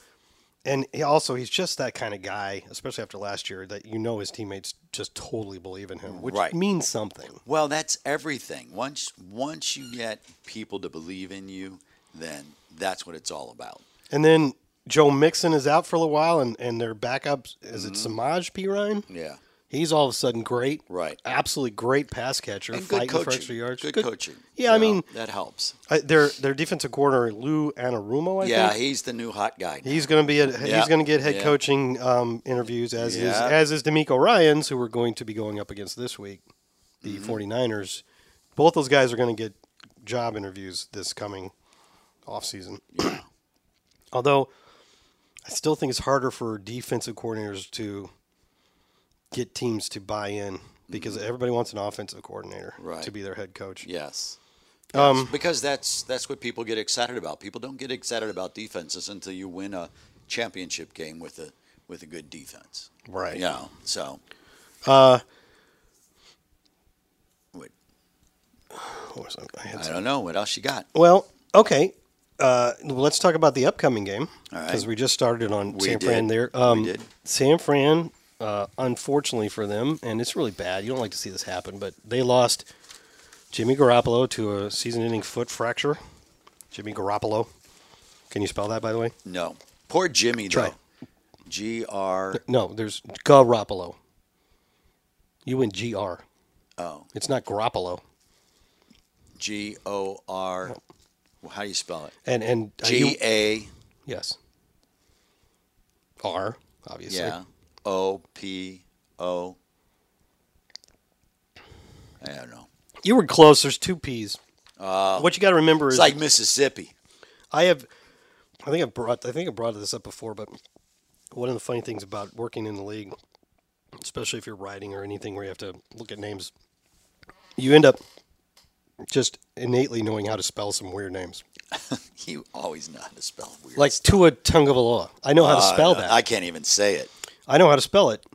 [SPEAKER 3] and he also he's just that kind of guy, especially after last year, that you know his teammates just totally believe in him, which
[SPEAKER 4] Right.
[SPEAKER 3] means something.
[SPEAKER 4] Well, that's everything. Once once you get people to believe in you, then that's what it's all about.
[SPEAKER 3] And then Joe Mixon is out for a little while, and, and their backup is it Samaj P. Ryan?
[SPEAKER 4] Mm-hmm. Yeah.
[SPEAKER 3] He's all of a sudden great.
[SPEAKER 4] Right.
[SPEAKER 3] Absolutely great pass catcher.
[SPEAKER 4] And good
[SPEAKER 3] fighting for extra
[SPEAKER 4] coaching.
[SPEAKER 3] yards.
[SPEAKER 4] Good, coaching.
[SPEAKER 3] Yeah, I
[SPEAKER 4] You know,
[SPEAKER 3] mean,
[SPEAKER 4] that helps.
[SPEAKER 3] I, their their defensive coordinator Lou Anarumo. I
[SPEAKER 4] yeah,
[SPEAKER 3] think.
[SPEAKER 4] he's the new hot guy.
[SPEAKER 3] He's going to be at,
[SPEAKER 4] Yeah.
[SPEAKER 3] he's going to get head
[SPEAKER 4] Yeah.
[SPEAKER 3] coaching um, interviews as is
[SPEAKER 4] Yeah.
[SPEAKER 3] as is D'Amico Ryan's who we're going to be going up against this week, the
[SPEAKER 4] Mm-hmm.
[SPEAKER 3] 49ers. Both those guys are going to get job interviews this coming offseason. Although I still think it's harder for defensive coordinators to get teams to buy in because everybody wants an offensive coordinator
[SPEAKER 4] Mm-hmm. Right.
[SPEAKER 3] to be their head coach.
[SPEAKER 4] Yes.
[SPEAKER 3] Um,
[SPEAKER 4] because that's that's what people get excited about. People don't get excited about defenses until you win a championship game with a with a good defense.
[SPEAKER 3] Right.
[SPEAKER 4] Yeah. so. Uh. Wait,
[SPEAKER 3] What was I- I had
[SPEAKER 4] I don't know what else you got.
[SPEAKER 3] Well, okay. Uh, let's talk about the upcoming game
[SPEAKER 4] All right.
[SPEAKER 3] because we just started on
[SPEAKER 4] We
[SPEAKER 3] San Fran
[SPEAKER 4] did.
[SPEAKER 3] there. Um,
[SPEAKER 4] We did.
[SPEAKER 3] San Fran, uh, unfortunately for them, and it's really bad. You don't like to see this happen, but they lost Jimmy Garoppolo to a season-ending foot fracture. Jimmy Garoppolo. Can you spell that, by the way?
[SPEAKER 4] No, poor Jimmy
[SPEAKER 3] Try.
[SPEAKER 4] though. G R
[SPEAKER 3] No, there's Garoppolo. You went G-R.
[SPEAKER 4] O
[SPEAKER 3] It's not Garoppolo.
[SPEAKER 4] G O R. well, How do you spell it?
[SPEAKER 3] And and uh, you-
[SPEAKER 4] G A
[SPEAKER 3] yes. R obviously.
[SPEAKER 4] yeah O P O. I don't know.
[SPEAKER 3] You were close. There's two P's. what you got to remember is
[SPEAKER 4] Uh, It's like Mississippi.
[SPEAKER 3] I have. I think I brought. I think I brought this up before, but one of the funny things about working in the league, especially if you're writing or anything where you have to look at names, you end up just innately knowing how to spell some weird names,
[SPEAKER 4] You always know how to spell weird.
[SPEAKER 3] like Tua Tungavaloa. I know how
[SPEAKER 4] Uh,
[SPEAKER 3] to spell that.
[SPEAKER 4] I can't even say it.
[SPEAKER 3] I know how to spell it,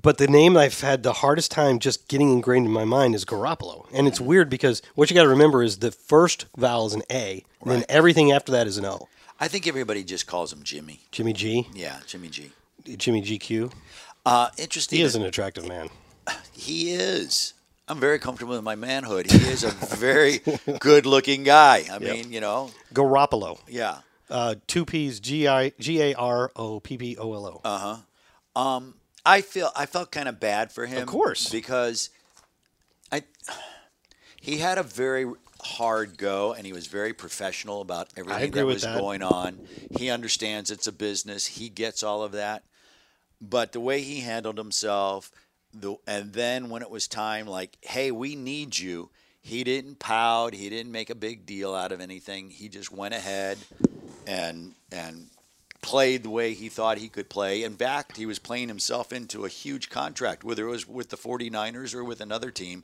[SPEAKER 3] but the name I've had the hardest time just getting ingrained in my mind is Garoppolo. And it's weird because what you got to remember is the first vowel is an A, and then
[SPEAKER 4] Right.
[SPEAKER 3] everything after that is an O.
[SPEAKER 4] I think everybody just calls him Jimmy.
[SPEAKER 3] Jimmy G,
[SPEAKER 4] Yeah, Jimmy G.
[SPEAKER 3] Jimmy GQ.
[SPEAKER 4] Uh, interesting.
[SPEAKER 3] He is an attractive man.
[SPEAKER 4] He is. I'm very comfortable with my manhood. He is
[SPEAKER 3] (laughs)
[SPEAKER 4] a very good-looking guy. I mean, you know,
[SPEAKER 3] Garoppolo.
[SPEAKER 4] yeah.
[SPEAKER 3] Uh, two P's, G I G A R O P P O L O.
[SPEAKER 4] Uh, I feel I felt kind of bad for him, of
[SPEAKER 3] course.
[SPEAKER 4] because I he had a very hard go, and he was very professional about everything
[SPEAKER 3] agree
[SPEAKER 4] that
[SPEAKER 3] with
[SPEAKER 4] was
[SPEAKER 3] that.
[SPEAKER 4] going on. He understands it's a business. He gets all of that, but the way he handled himself, the and then when it was time, like, hey, we need you. He didn't pout. He didn't make a big deal out of anything. He just went ahead and and played the way he thought he could play. In fact, he was playing himself into a huge contract, whether it was with the 49ers or with another team,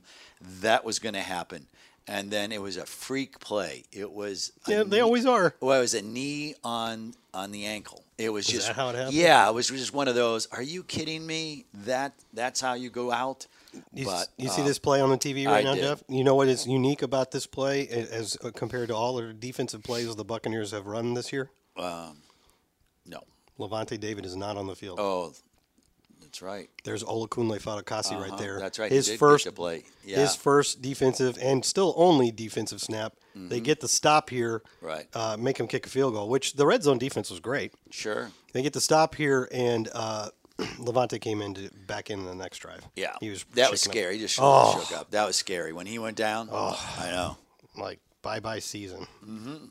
[SPEAKER 4] that was going to happen. And then it was a freak play. It was a
[SPEAKER 3] Yeah, they
[SPEAKER 4] knee-
[SPEAKER 3] always are.
[SPEAKER 4] Well, it was a knee on on the ankle. It was, just
[SPEAKER 3] that how it happened?
[SPEAKER 4] Yeah, it was just one of those. Are you kidding me? That that's how you go out.
[SPEAKER 3] You,
[SPEAKER 4] but
[SPEAKER 3] you
[SPEAKER 4] uh,
[SPEAKER 3] see this play on the TV right
[SPEAKER 4] I
[SPEAKER 3] now,
[SPEAKER 4] did.
[SPEAKER 3] Jeff? You know what is unique about this play a- as uh, compared to all other defensive plays the Buccaneers have run this year?
[SPEAKER 4] no.
[SPEAKER 3] Levante David is not on the field.
[SPEAKER 4] Oh, that's right.
[SPEAKER 3] There's Olakunle Fadakasi right
[SPEAKER 4] Uh-huh,
[SPEAKER 3] there.
[SPEAKER 4] That's right. He
[SPEAKER 3] His
[SPEAKER 4] did get
[SPEAKER 3] first
[SPEAKER 4] to play. Yeah.
[SPEAKER 3] his first defensive and still only defensive snap. They get the stop here,
[SPEAKER 4] Mm-hmm. Right.
[SPEAKER 3] Uh, make him kick a field goal, which the red zone defense was great.
[SPEAKER 4] sure.
[SPEAKER 3] They get the stop here, and uh, (clears throat) Levante came in to back in the next drive.
[SPEAKER 4] Yeah,
[SPEAKER 3] he was
[SPEAKER 4] that was
[SPEAKER 3] shaking up,
[SPEAKER 4] scary. He just shook,
[SPEAKER 3] Oh.
[SPEAKER 4] shook up. That was scary when he went down. I know.
[SPEAKER 3] like bye bye season. Mm-hmm.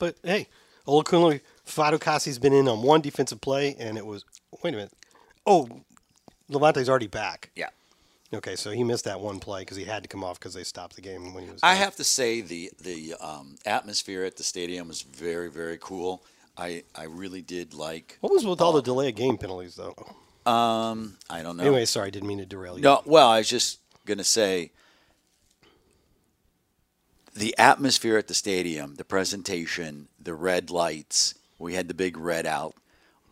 [SPEAKER 3] But hey, Olakunle Fadukasi's been in on one defensive play, and it was wait a minute. Oh, Levante's already back.
[SPEAKER 4] Yeah,
[SPEAKER 3] Okay, so he missed that one play because he had to come off because they stopped the game when he was.
[SPEAKER 4] I
[SPEAKER 3] down.
[SPEAKER 4] have to say the the um, atmosphere at the stadium was very very cool. I I really did like.
[SPEAKER 3] What was with
[SPEAKER 4] Oh.
[SPEAKER 3] all the delay of game penalties though?
[SPEAKER 4] I don't know.
[SPEAKER 3] Anyway, sorry, didn't mean to derail you.
[SPEAKER 4] No, well, I was just gonna say the atmosphere at the stadium, the presentation, the red lights. We had the big red out.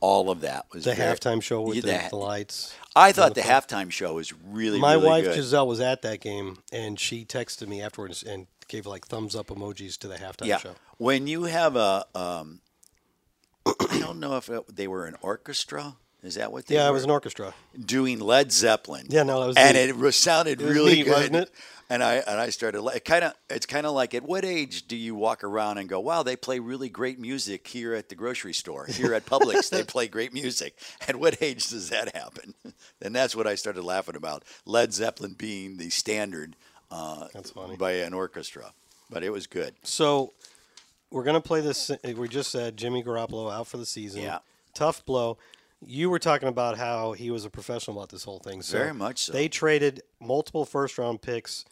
[SPEAKER 4] All of that was
[SPEAKER 3] the
[SPEAKER 4] very-
[SPEAKER 3] halftime show with
[SPEAKER 4] Yeah,
[SPEAKER 3] the,
[SPEAKER 4] that-
[SPEAKER 3] the lights.
[SPEAKER 4] I thought the halftime show was really
[SPEAKER 3] My
[SPEAKER 4] really
[SPEAKER 3] wife
[SPEAKER 4] good.
[SPEAKER 3] Giselle was at that game, and she texted me afterwards and gave like thumbs up emojis to the halftime
[SPEAKER 4] yeah.
[SPEAKER 3] show.
[SPEAKER 4] (clears throat) When you have a, um, I don't know if it, they were an orchestra. Is that what? They
[SPEAKER 3] Yeah,
[SPEAKER 4] were?
[SPEAKER 3] it was an orchestra.
[SPEAKER 4] doing Led Zeppellen.
[SPEAKER 3] Yeah, no, that was
[SPEAKER 4] and
[SPEAKER 3] neat.
[SPEAKER 4] it re- sounded
[SPEAKER 3] was
[SPEAKER 4] really
[SPEAKER 3] neat,
[SPEAKER 4] good,
[SPEAKER 3] wasn't it?
[SPEAKER 4] And I and I started like kind of. It's kind of like at what age do you walk around and go, "Wow, they play really great music here at the grocery store, here at Publix,
[SPEAKER 3] (laughs)
[SPEAKER 4] they play great music." At what age does that happen? (laughs) And that's what I started laughing about. Led Zeppelin being the standard uh,
[SPEAKER 3] That's funny.
[SPEAKER 4] by an orchestra, but it was good.
[SPEAKER 3] So we're gonna play this. eh, We just said Jimmy Garoppolo out for the season.
[SPEAKER 4] Yeah.
[SPEAKER 3] tough blow. You were talking about how he was a professional about this whole thing. So
[SPEAKER 4] Very much so.
[SPEAKER 3] They traded multiple first round picks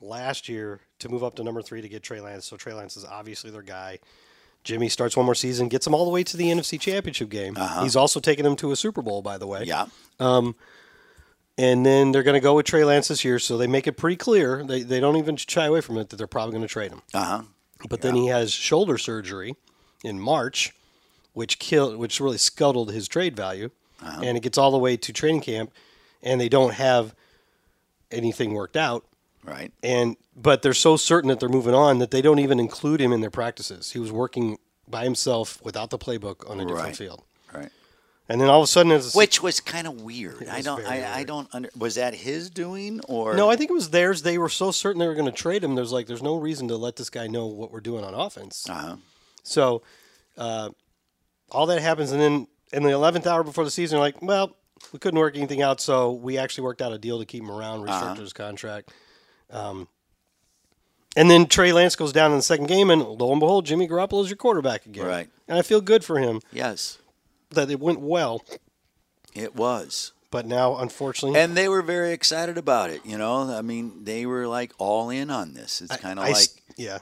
[SPEAKER 3] last year to move up to number three to get Trey Lance. So Trey Lance is obviously their guy. Jimmy starts one more season, gets him all the way to the NFC Championship game. He's also taken him to a Super Bowl, by the way.
[SPEAKER 4] Uh-huh. Yeah,
[SPEAKER 3] And then they're going to go with Trey Lance this year. So they make it pretty clear. They, they don't even shy away from it that they're probably going to trade him.
[SPEAKER 4] uh huh.
[SPEAKER 3] But then he has shoulder surgery in March, which killed, which really scuttled his trade value,
[SPEAKER 4] Uh-huh.
[SPEAKER 3] and it gets all the way to training camp, and they don't have anything worked out.
[SPEAKER 4] Right.
[SPEAKER 3] And but they're so certain that they're moving on that they don't even include him in their practices. He was working by himself without the playbook on a different
[SPEAKER 4] Right.
[SPEAKER 3] field,
[SPEAKER 4] Right.
[SPEAKER 3] and then all of a sudden, it's
[SPEAKER 4] Which was kind of weird. I
[SPEAKER 3] was
[SPEAKER 4] don't.
[SPEAKER 3] very
[SPEAKER 4] I, I
[SPEAKER 3] weird.
[SPEAKER 4] don't. Under, was that his doing or
[SPEAKER 3] no, I think it was theirs. They were so certain they were going to trade him. There's like there's no reason to let this guy know what we're doing on offense.
[SPEAKER 4] Uh-huh.
[SPEAKER 3] So uh, all that happens, and then in the eleventh hour before the season, you're like, well, we couldn't work anything out, so we actually worked out a deal to keep him around,
[SPEAKER 4] Uh-huh.
[SPEAKER 3] restructured his contract. Um, and then Trey Lance goes down in the second game, and lo and behold, Jimmy Garoppolo is your quarterback again.
[SPEAKER 4] Right.
[SPEAKER 3] And I feel good for him
[SPEAKER 4] Yes,
[SPEAKER 3] that it went well,
[SPEAKER 4] it was.
[SPEAKER 3] but now unfortunately,
[SPEAKER 4] And they were very excited about it. You know, I mean, they were like all in on this. It's kind of
[SPEAKER 3] I
[SPEAKER 4] like
[SPEAKER 3] s- yeah,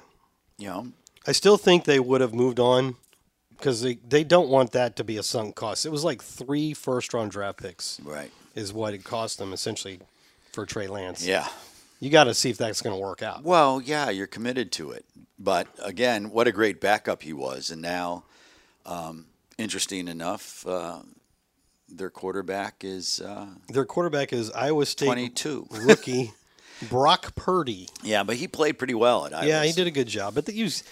[SPEAKER 4] you know,
[SPEAKER 3] I still think they would have moved on because they they don't want that to be a sunk cost. It was like three first round draft picks.
[SPEAKER 4] right?
[SPEAKER 3] is what it cost them essentially for Trey Lance.
[SPEAKER 4] Yeah.
[SPEAKER 3] You got to see if that's going to work out.
[SPEAKER 4] Well, yeah, you're committed to it. But again, what a great backup he was. And now, um, interesting enough, uh, their quarterback is uh,
[SPEAKER 3] Their quarterback is Iowa State
[SPEAKER 4] 22. (laughs)
[SPEAKER 3] rookie Brock Purdy.
[SPEAKER 4] yeah, but he played pretty well at Iowa.
[SPEAKER 3] Yeah, he did a good job, but the, you s-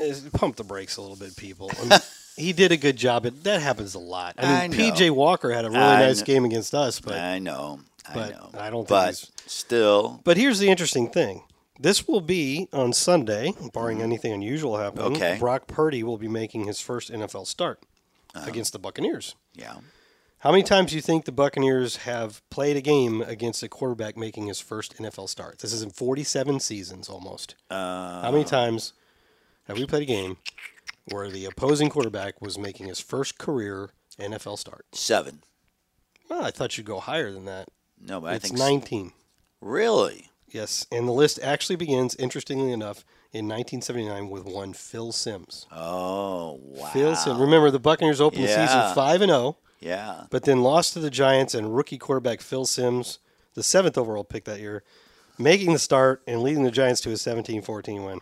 [SPEAKER 3] uh, pump the brakes a little bit,
[SPEAKER 4] (laughs)
[SPEAKER 3] people. I mean, he did a good job, but that happens a lot.
[SPEAKER 4] I
[SPEAKER 3] I mean,
[SPEAKER 4] know.
[SPEAKER 3] PJ Walker had a really
[SPEAKER 4] I
[SPEAKER 3] nice
[SPEAKER 4] kn-
[SPEAKER 3] game against us, but
[SPEAKER 4] I know. I
[SPEAKER 3] but
[SPEAKER 4] know.
[SPEAKER 3] I don't think
[SPEAKER 4] But
[SPEAKER 3] he's-
[SPEAKER 4] still,
[SPEAKER 3] But here's the interesting thing. This will be on Sunday, barring anything unusual happening.
[SPEAKER 4] Mm-hmm. Okay.
[SPEAKER 3] Brock Purdy will be making his first NFL start
[SPEAKER 4] Uh-huh.
[SPEAKER 3] against the Buccaneers.
[SPEAKER 4] yeah.
[SPEAKER 3] How many times do you think the Buccaneers have played a game against a quarterback making his first NFL start? This is in 47 seasons almost. How
[SPEAKER 4] Uh,
[SPEAKER 3] many times have we played a game where the opposing quarterback was making his first career NFL start?
[SPEAKER 4] Seven.
[SPEAKER 3] Well, I thought you'd go higher than that.
[SPEAKER 4] No, but I
[SPEAKER 3] it's
[SPEAKER 4] think s-
[SPEAKER 3] 19.
[SPEAKER 4] Really?
[SPEAKER 3] Yes, and the list actually begins, interestingly enough, in 1979 with one Phil Sims.
[SPEAKER 4] Oh, wow.
[SPEAKER 3] Phil Sims. Remember, the Buccaneers opened the
[SPEAKER 4] Yeah.
[SPEAKER 3] season 5 and oh. 0.
[SPEAKER 4] Yeah.
[SPEAKER 3] but then lost to the Giants and rookie quarterback Phil Sims, the seventh overall pick that year, making the start and leading the Giants to a 17 14 win.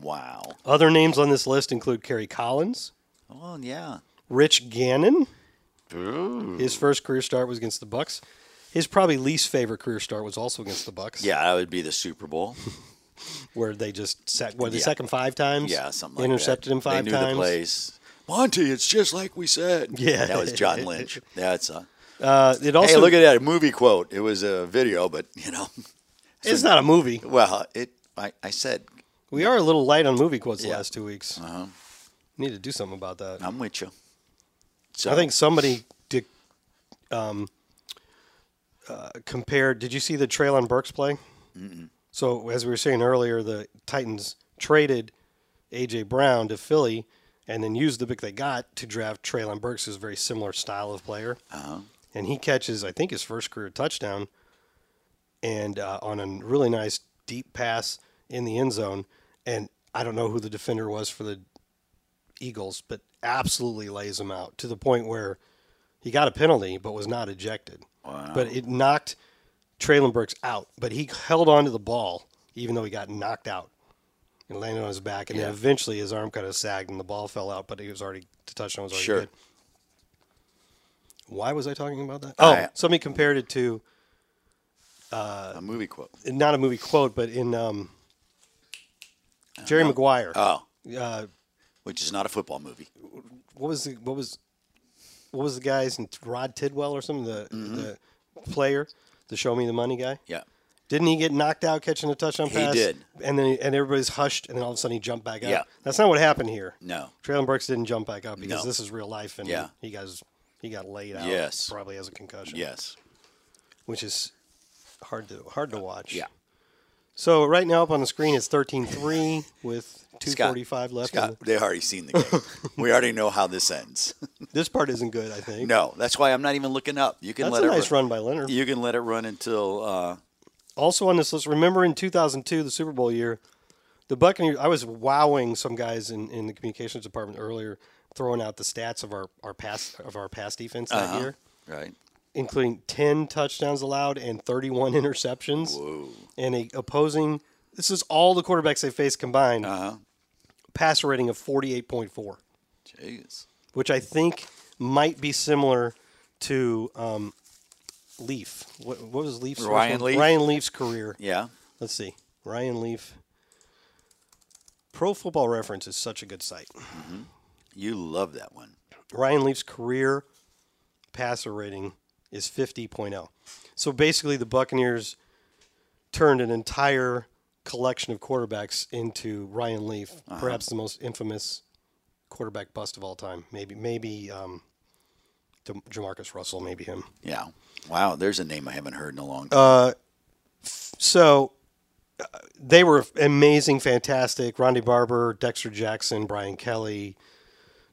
[SPEAKER 4] Wow.
[SPEAKER 3] Other names on this list include Kerry Collins,
[SPEAKER 4] Oh, yeah.
[SPEAKER 3] Rich Gannon. His first career start was against the Bucks. His probably least favorite career start was also against the Bucks.
[SPEAKER 4] Yeah, that would be the
[SPEAKER 3] (laughs)
[SPEAKER 4] Super Bowl.
[SPEAKER 3] where they just sacked. Where they
[SPEAKER 4] Yeah.
[SPEAKER 3] sacked him five times.
[SPEAKER 4] Yeah, something like
[SPEAKER 3] intercepted
[SPEAKER 4] that.
[SPEAKER 3] him five
[SPEAKER 4] they knew
[SPEAKER 3] times.
[SPEAKER 4] the plays. Monty, it's just like we said.
[SPEAKER 3] Yeah.
[SPEAKER 4] That was John Lynch. That's a.
[SPEAKER 3] Uh, it (laughs) also
[SPEAKER 4] Hey, look at that movie quote. It was a video, but, you know, (laughs)
[SPEAKER 3] it's not a movie.
[SPEAKER 4] well, it. I, I said,
[SPEAKER 3] We are a little light on movie quotes the
[SPEAKER 4] Yeah.
[SPEAKER 3] last two weeks. Uh-huh. Need to do something about that.
[SPEAKER 4] I'm with you. So,
[SPEAKER 3] I think somebody did, um, uh, compared. Did you see the Traylon Burks play? So as we were saying earlier, the Titans traded AJ Brown to Philly, and then used the pick they got to draft Traylon Burks, who's a very similar style of player. And he catches, I think, his first career touchdown, and uh, on a really nice deep pass in the end zone. And I don't know who the defender was for the Eagles, but absolutely lays him out to the point where he got a penalty but was not ejected. But it knocked Traylon Burks out, but he held on to the ball even though he got knocked out and landed on his back. And then eventually his arm kind of sagged and the ball fell out, but he was already, the touchdown was already
[SPEAKER 4] Sure.
[SPEAKER 3] good. Why was I talking about that? Oh,
[SPEAKER 4] I-
[SPEAKER 3] somebody compared it to
[SPEAKER 4] a movie quote.
[SPEAKER 3] not a movie quote, but in um,
[SPEAKER 4] Uh,
[SPEAKER 3] Jerry Maguire.
[SPEAKER 4] Oh,
[SPEAKER 3] uh,
[SPEAKER 4] which is not a football movie.
[SPEAKER 3] what was the, what was what was the guy's and Rod Tidwell or something the the player, the show me the money guy.
[SPEAKER 4] Mm-hmm. Yeah.
[SPEAKER 3] Didn't he get knocked out catching a touchdown
[SPEAKER 4] He
[SPEAKER 3] pass?
[SPEAKER 4] did.
[SPEAKER 3] And then and everybody's hushed, and then all of a sudden he jumped back up.
[SPEAKER 4] Yeah.
[SPEAKER 3] That's not what happened here.
[SPEAKER 4] No.
[SPEAKER 3] Traylon Burks didn't jump back up because
[SPEAKER 4] No.
[SPEAKER 3] this is real life, and
[SPEAKER 4] Yeah.
[SPEAKER 3] he guys he got laid out.
[SPEAKER 4] Yes.
[SPEAKER 3] Probably has a concussion.
[SPEAKER 4] Yes.
[SPEAKER 3] Which is hard to hard to watch.
[SPEAKER 4] Yeah.
[SPEAKER 3] So right now up on the screen it's 13-3 with two
[SPEAKER 4] Scott,
[SPEAKER 3] forty five left. in
[SPEAKER 4] Scott, they already seen the
[SPEAKER 3] (laughs)
[SPEAKER 4] game. we already know how this ends. (laughs)
[SPEAKER 3] the- this part isn't good. I think.
[SPEAKER 4] no, that's why I'm not even looking up. You can
[SPEAKER 3] That's
[SPEAKER 4] let
[SPEAKER 3] a
[SPEAKER 4] it
[SPEAKER 3] nice
[SPEAKER 4] run.
[SPEAKER 3] run by Leonard.
[SPEAKER 4] You can let it run until uh,
[SPEAKER 3] also on this list, remember in 2002, the Super Bowl year, the Buccaneers, I was wowing some guys in, in the communications department earlier, throwing out the stats of our, our pass of our pass defense that
[SPEAKER 4] Uh-huh.
[SPEAKER 3] year,
[SPEAKER 4] right.
[SPEAKER 3] including 10 touchdowns allowed and 31 (laughs) interceptions. And a opposing, this is all the quarterbacks they faced combined,
[SPEAKER 4] Uh-huh.
[SPEAKER 3] passer rating of 48.4,
[SPEAKER 4] Jeez.
[SPEAKER 3] which I think might be similar to um, Leaf. What, what was Leaf's first
[SPEAKER 4] Ryan
[SPEAKER 3] one?
[SPEAKER 4] Leaf?
[SPEAKER 3] Ryan Leaf's career.
[SPEAKER 4] Yeah.
[SPEAKER 3] Let's see. Ryan Leaf. Pro Football Reference is such a good site.
[SPEAKER 4] You love that one.
[SPEAKER 3] Ryan Leaf's career passer rating is 50.0. So basically, the Buccaneers turned an entire collection of quarterbacks into Ryan Leaf, perhaps the most infamous quarterback bust of all time. Maybe, maybe um, De- Jamarcus Russell, maybe him.
[SPEAKER 4] Yeah. Wow. There's a name I haven't heard in a
[SPEAKER 3] Uh,
[SPEAKER 4] long time.
[SPEAKER 3] So uh, they were amazing, fantastic. Rondy Barber, Dexter Jackson, Brian Kelly,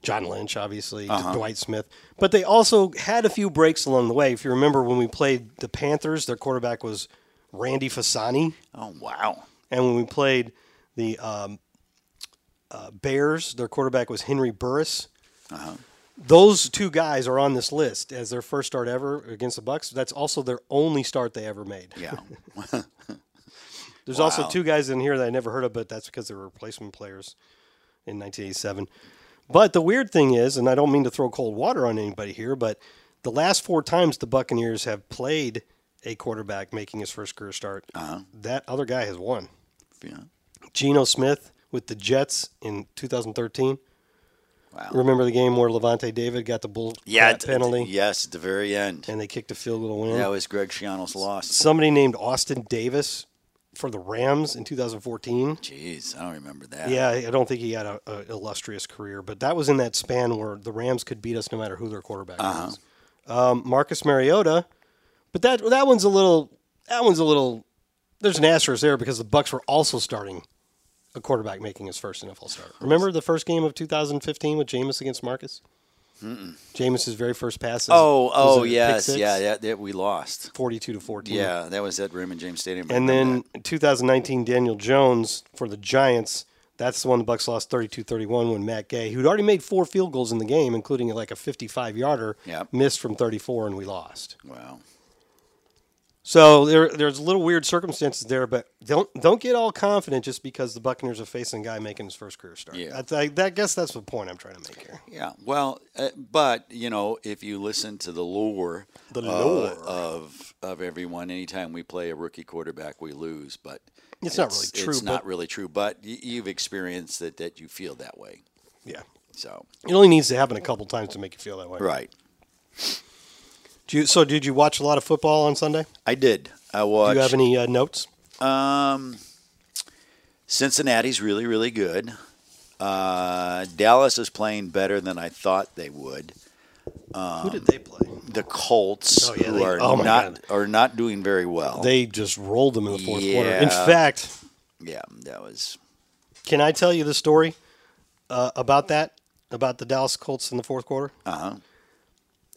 [SPEAKER 3] John Lynch, obviously, D- Dwight Smith. But they also had a few breaks along the way. If you remember when we played the Panthers, their quarterback was Randy Fasani.
[SPEAKER 4] oh wow.
[SPEAKER 3] And when we played the um, uh, Bears, their quarterback was Henry Burris. Those two guys are on this list as their first start ever against the Bucks. That's also their only start they ever made. (laughs)
[SPEAKER 4] Yeah.
[SPEAKER 3] There's also two guys in here that I never heard of, but that's because they were replacement players in 1987. But the weird thing is, and I don't mean to throw cold water on anybody here, but the last four times the Buccaneers have played a quarterback making his first career start,
[SPEAKER 4] Uh-huh.
[SPEAKER 3] that other guy has won.
[SPEAKER 4] yeah.
[SPEAKER 3] Geno Smith with the Jets in 2013.
[SPEAKER 4] Wow.
[SPEAKER 3] Remember the game where Levante David got the bull
[SPEAKER 4] Yeah.
[SPEAKER 3] crap penalty
[SPEAKER 4] yes. At the very end.
[SPEAKER 3] and they kicked a field goal win?
[SPEAKER 4] That was Greg Schiano's loss.
[SPEAKER 3] Somebody named Austin Davis for the Rams in 2014.
[SPEAKER 4] Jeez, I don't remember that.
[SPEAKER 3] Yeah, I don't think he had a, a illustrious career, but that was in that span where the Rams could beat us no matter who their quarterback
[SPEAKER 4] Uh-huh.
[SPEAKER 3] was. Um, Marcus Mariota, but that that one's a little that one's a little. There's an asterisk there because the Bucks were also starting a quarterback making his first NFL start. Remember the first game of 2015 with Jameis against Marcus? Jameis's very first pass. is-
[SPEAKER 4] Oh,
[SPEAKER 3] was
[SPEAKER 4] oh
[SPEAKER 3] a pick
[SPEAKER 4] yes,
[SPEAKER 3] six,
[SPEAKER 4] yeah, that, that we lost.
[SPEAKER 3] 42 to 14.
[SPEAKER 4] Yeah, that was at Raymond James Stadium. I
[SPEAKER 3] And
[SPEAKER 4] remember
[SPEAKER 3] then 2019, Daniel Jones for the Giants. That's the one the Bucks lost 32-31 when Matt Gay, who'd already made four field goals in the game, including like a 55-yarder,
[SPEAKER 4] Yep.
[SPEAKER 3] missed from 34, and we lost.
[SPEAKER 4] that. wow.
[SPEAKER 3] So there, there's little weird circumstances there, but don't don't get all confident just because the Buccaneers are facing a guy making his first career start.
[SPEAKER 4] Yeah.
[SPEAKER 3] That's- I, I guess that's the point I'm trying to make here.
[SPEAKER 4] Yeah, well, uh, but you know, if you listen to the lore,
[SPEAKER 3] The
[SPEAKER 4] uh,
[SPEAKER 3] lore.
[SPEAKER 4] of of everyone, anytime we play a rookie quarterback, we lose. But
[SPEAKER 3] It's not really true,
[SPEAKER 4] It's not
[SPEAKER 3] but-
[SPEAKER 4] really true. But y- you've experienced it that you feel that way.
[SPEAKER 3] Yeah.
[SPEAKER 4] So
[SPEAKER 3] It only needs to happen a couple times to make you feel that way.
[SPEAKER 4] right,
[SPEAKER 3] Do you, so did you watch a lot of football on Sunday?
[SPEAKER 4] I did. I
[SPEAKER 3] Do
[SPEAKER 4] watched.
[SPEAKER 3] you have any uh, notes?
[SPEAKER 4] Um, Cincinnati's really, really good. Uh, Dallas is playing better than I thought they would.
[SPEAKER 3] Who did they play?
[SPEAKER 4] The Colts,
[SPEAKER 3] Oh, yeah,
[SPEAKER 4] who
[SPEAKER 3] they-
[SPEAKER 4] are
[SPEAKER 3] oh, my
[SPEAKER 4] not
[SPEAKER 3] God.
[SPEAKER 4] are not doing very well.
[SPEAKER 3] They just rolled them in the fourth quarter. In
[SPEAKER 4] Yeah.
[SPEAKER 3] fact,
[SPEAKER 4] yeah, that was
[SPEAKER 3] Can I tell you the story uh, about that? About the Dallas Colts in the fourth quarter?
[SPEAKER 4] uh huh.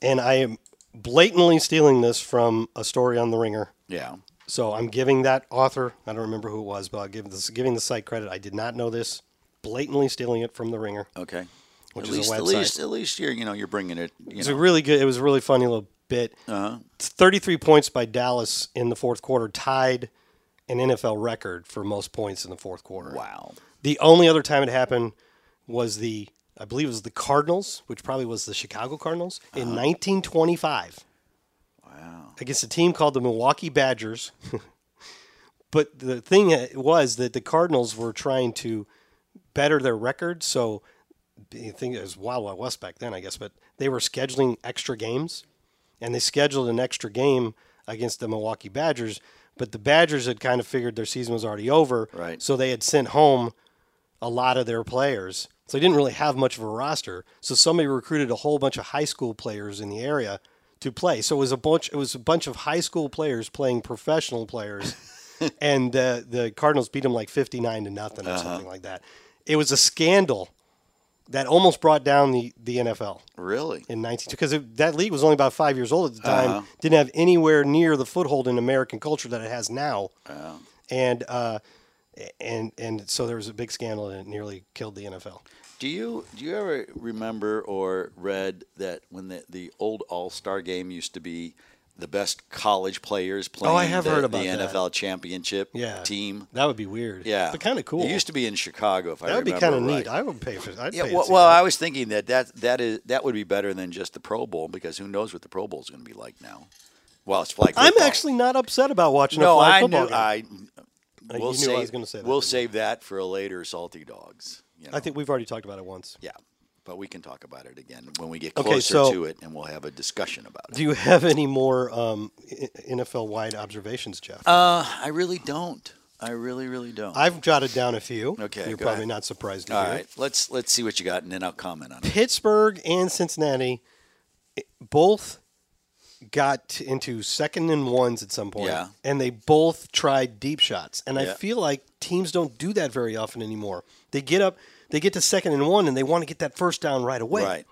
[SPEAKER 3] And I am blatantly stealing this from a story on The Ringer.
[SPEAKER 4] Yeah,
[SPEAKER 3] So I'm giving that author, I don't remember who it was, but I'll give this, giving the site credit. I did not know this. Blatantly stealing it from The Ringer.
[SPEAKER 4] okay.
[SPEAKER 3] Which
[SPEAKER 4] at
[SPEAKER 3] is a
[SPEAKER 4] least, at
[SPEAKER 3] website.
[SPEAKER 4] least, at least you're you know you're bringing it. You
[SPEAKER 3] It was a
[SPEAKER 4] know.
[SPEAKER 3] really good, it was a really funny little bit.
[SPEAKER 4] Uh-huh.
[SPEAKER 3] 33 points by Dallas in the fourth quarter tied an NFL record for most points in the fourth quarter.
[SPEAKER 4] Wow.
[SPEAKER 3] The only other time it happened was the, I believe it was the Cardinals, which probably was the Chicago Cardinals in 1925
[SPEAKER 4] Wow.
[SPEAKER 3] against a team called the Milwaukee Badgers. but the thing was that the Cardinals were trying to better their record, so I think it was Wild Wild West back then, I guess, but they were scheduling extra games, and they scheduled an extra game against the Milwaukee Badgers. But the Badgers had kind of figured their season was already over,
[SPEAKER 4] Right.
[SPEAKER 3] So they had sent home a lot of their players, so they didn't really have much of a roster. So somebody recruited a whole bunch of high school players in the area to play. So it was a bunch. It was a bunch of high school players playing professional players. and uh, the Cardinals beat them like 59 to nothing or
[SPEAKER 4] Uh-huh.
[SPEAKER 3] something like that. It was a scandal that almost brought down the, the NFL
[SPEAKER 4] Really?
[SPEAKER 3] in 19 because that league was only about five years old at the time,
[SPEAKER 4] Uh-huh.
[SPEAKER 3] didn't have anywhere near the foothold in American culture that it has now, and uh, and and so there was a big scandal and it nearly killed the NFL.
[SPEAKER 4] Do you do you ever remember or read that when the, the old All Star game used to be the best college players playing
[SPEAKER 3] Oh, I have
[SPEAKER 4] the,
[SPEAKER 3] heard about
[SPEAKER 4] the
[SPEAKER 3] that.
[SPEAKER 4] NFL championship
[SPEAKER 3] Yeah,
[SPEAKER 4] team?
[SPEAKER 3] that would be weird.
[SPEAKER 4] Yeah,
[SPEAKER 3] but kind of cool.
[SPEAKER 4] It used to be in Chicago. If I
[SPEAKER 3] that would be
[SPEAKER 4] remember
[SPEAKER 3] kind of
[SPEAKER 4] right.
[SPEAKER 3] neat. I would pay for. I'd
[SPEAKER 4] yeah,
[SPEAKER 3] pay
[SPEAKER 4] well,
[SPEAKER 3] to see
[SPEAKER 4] well
[SPEAKER 3] that.
[SPEAKER 4] I was thinking that, that that is that would be better than just the Pro Bowl because who knows what the Pro Bowl is going to be like now? Well, it's like
[SPEAKER 3] I'm
[SPEAKER 4] football.
[SPEAKER 3] actually not upset about watching a
[SPEAKER 4] no,
[SPEAKER 3] flag
[SPEAKER 4] I knew
[SPEAKER 3] football game.
[SPEAKER 4] I.
[SPEAKER 3] Uh, you
[SPEAKER 4] We'll
[SPEAKER 3] knew I
[SPEAKER 4] save,
[SPEAKER 3] was gonna say that,
[SPEAKER 4] we'll
[SPEAKER 3] didn't you?
[SPEAKER 4] save that for a later salty dogs. you know?
[SPEAKER 3] I think we've already talked about it once.
[SPEAKER 4] Yeah, but we can talk about it again when we get
[SPEAKER 3] Okay,
[SPEAKER 4] closer
[SPEAKER 3] so-
[SPEAKER 4] to it, and we'll have a discussion about it.
[SPEAKER 3] Do you have any more um, NFL wide observations, Jeff?
[SPEAKER 4] Uh, I really don't. I really, really don't.
[SPEAKER 3] I've jotted down a few.
[SPEAKER 4] Okay,
[SPEAKER 3] you're
[SPEAKER 4] go
[SPEAKER 3] probably
[SPEAKER 4] ahead.
[SPEAKER 3] not surprised to
[SPEAKER 4] All
[SPEAKER 3] hear.
[SPEAKER 4] right, let's let's see what you got, and then I'll comment on it.
[SPEAKER 3] Pittsburgh and Cincinnati it- both got into second and ones at some point,
[SPEAKER 4] Yeah.
[SPEAKER 3] and they both tried deep shots. And I
[SPEAKER 4] Yeah.
[SPEAKER 3] feel like teams don't do that very often anymore. They get up, they get to second and one, and they want to get that first down right away.
[SPEAKER 4] Right.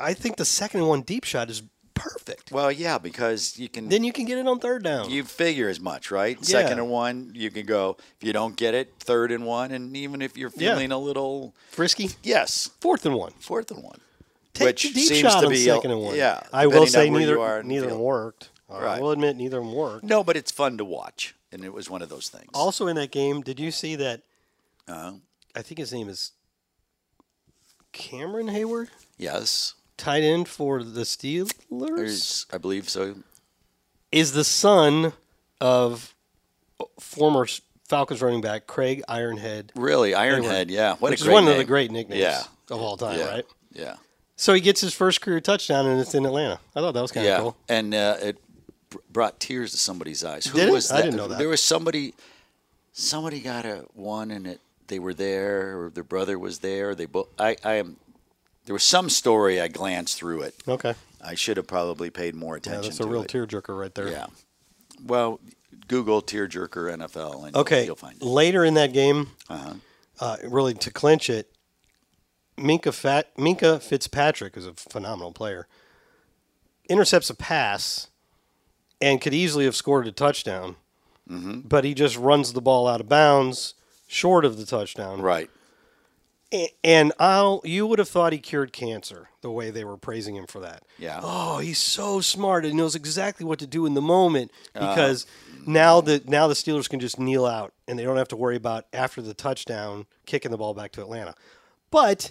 [SPEAKER 3] I think the second and one deep shot is perfect.
[SPEAKER 4] Well, yeah, because you can
[SPEAKER 3] Then you can get it on third down.
[SPEAKER 4] you figure as much, right? Second
[SPEAKER 3] Yeah.
[SPEAKER 4] and one, you can go. If you don't get it, third and one, and even if you're
[SPEAKER 3] Yeah.
[SPEAKER 4] feeling a little
[SPEAKER 3] Frisky,
[SPEAKER 4] yes,
[SPEAKER 3] fourth and one.
[SPEAKER 4] fourth and one,
[SPEAKER 3] Take
[SPEAKER 4] which
[SPEAKER 3] the deep
[SPEAKER 4] seems
[SPEAKER 3] shot
[SPEAKER 4] to
[SPEAKER 3] on
[SPEAKER 4] be a-
[SPEAKER 3] second and one.
[SPEAKER 4] Yeah,
[SPEAKER 3] I will
[SPEAKER 4] depending
[SPEAKER 3] say
[SPEAKER 4] on where
[SPEAKER 3] neither
[SPEAKER 4] you are in the
[SPEAKER 3] neither
[SPEAKER 4] field.
[SPEAKER 3] worked. Uh, I
[SPEAKER 4] Right.
[SPEAKER 3] will admit neither one worked.
[SPEAKER 4] No, but it's fun to watch, and it was one of those things.
[SPEAKER 3] Also in that game, did you see that?
[SPEAKER 4] Uh,
[SPEAKER 3] I think his name is Cameron Hayward,
[SPEAKER 4] yes,
[SPEAKER 3] tight end for the Steelers.
[SPEAKER 4] there's, I believe so.
[SPEAKER 3] Is the son of former Falcons running back Craig Ironhead,
[SPEAKER 4] Really,
[SPEAKER 3] Hayward,
[SPEAKER 4] Ironhead, yeah. What
[SPEAKER 3] which is
[SPEAKER 4] a great
[SPEAKER 3] one of
[SPEAKER 4] name.
[SPEAKER 3] the great nicknames
[SPEAKER 4] Yeah,
[SPEAKER 3] of all time,
[SPEAKER 4] yeah,
[SPEAKER 3] right?
[SPEAKER 4] Yeah,
[SPEAKER 3] So he gets his first career touchdown, and it's in Atlanta. I thought that was kind of
[SPEAKER 4] yeah.
[SPEAKER 3] cool.
[SPEAKER 4] And uh, it br- brought tears to somebody's eyes. Who
[SPEAKER 3] Did it?
[SPEAKER 4] was
[SPEAKER 3] I
[SPEAKER 4] that?
[SPEAKER 3] didn't know that.
[SPEAKER 4] There was somebody. Somebody got a one, and it they were there, or their brother was there. They both. I, I am. There was some story. I glanced through it.
[SPEAKER 3] Okay,
[SPEAKER 4] I should have probably paid more
[SPEAKER 3] yeah,
[SPEAKER 4] attention.
[SPEAKER 3] that's a
[SPEAKER 4] to
[SPEAKER 3] real
[SPEAKER 4] it.
[SPEAKER 3] tearjerker right there.
[SPEAKER 4] Yeah. Well, Google tearjerker NFL, and
[SPEAKER 3] Okay,
[SPEAKER 4] you'll find it.
[SPEAKER 3] later in that game,
[SPEAKER 4] Uh-huh.
[SPEAKER 3] uh, really to clinch it, Minka Fat Minka Fitzpatrick is a phenomenal player. Intercepts a pass, and could easily have scored a touchdown,
[SPEAKER 4] Mm-hmm.
[SPEAKER 3] but he just runs the ball out of bounds, short of the touchdown.
[SPEAKER 4] Right.
[SPEAKER 3] A- And I'll you would have thought he cured cancer the way they were praising him for that.
[SPEAKER 4] Yeah.
[SPEAKER 3] Oh, he's so smart and knows exactly what to do in the moment because now the now the Steelers can just kneel out and they don't have to worry about after the touchdown kicking the ball back to Atlanta. But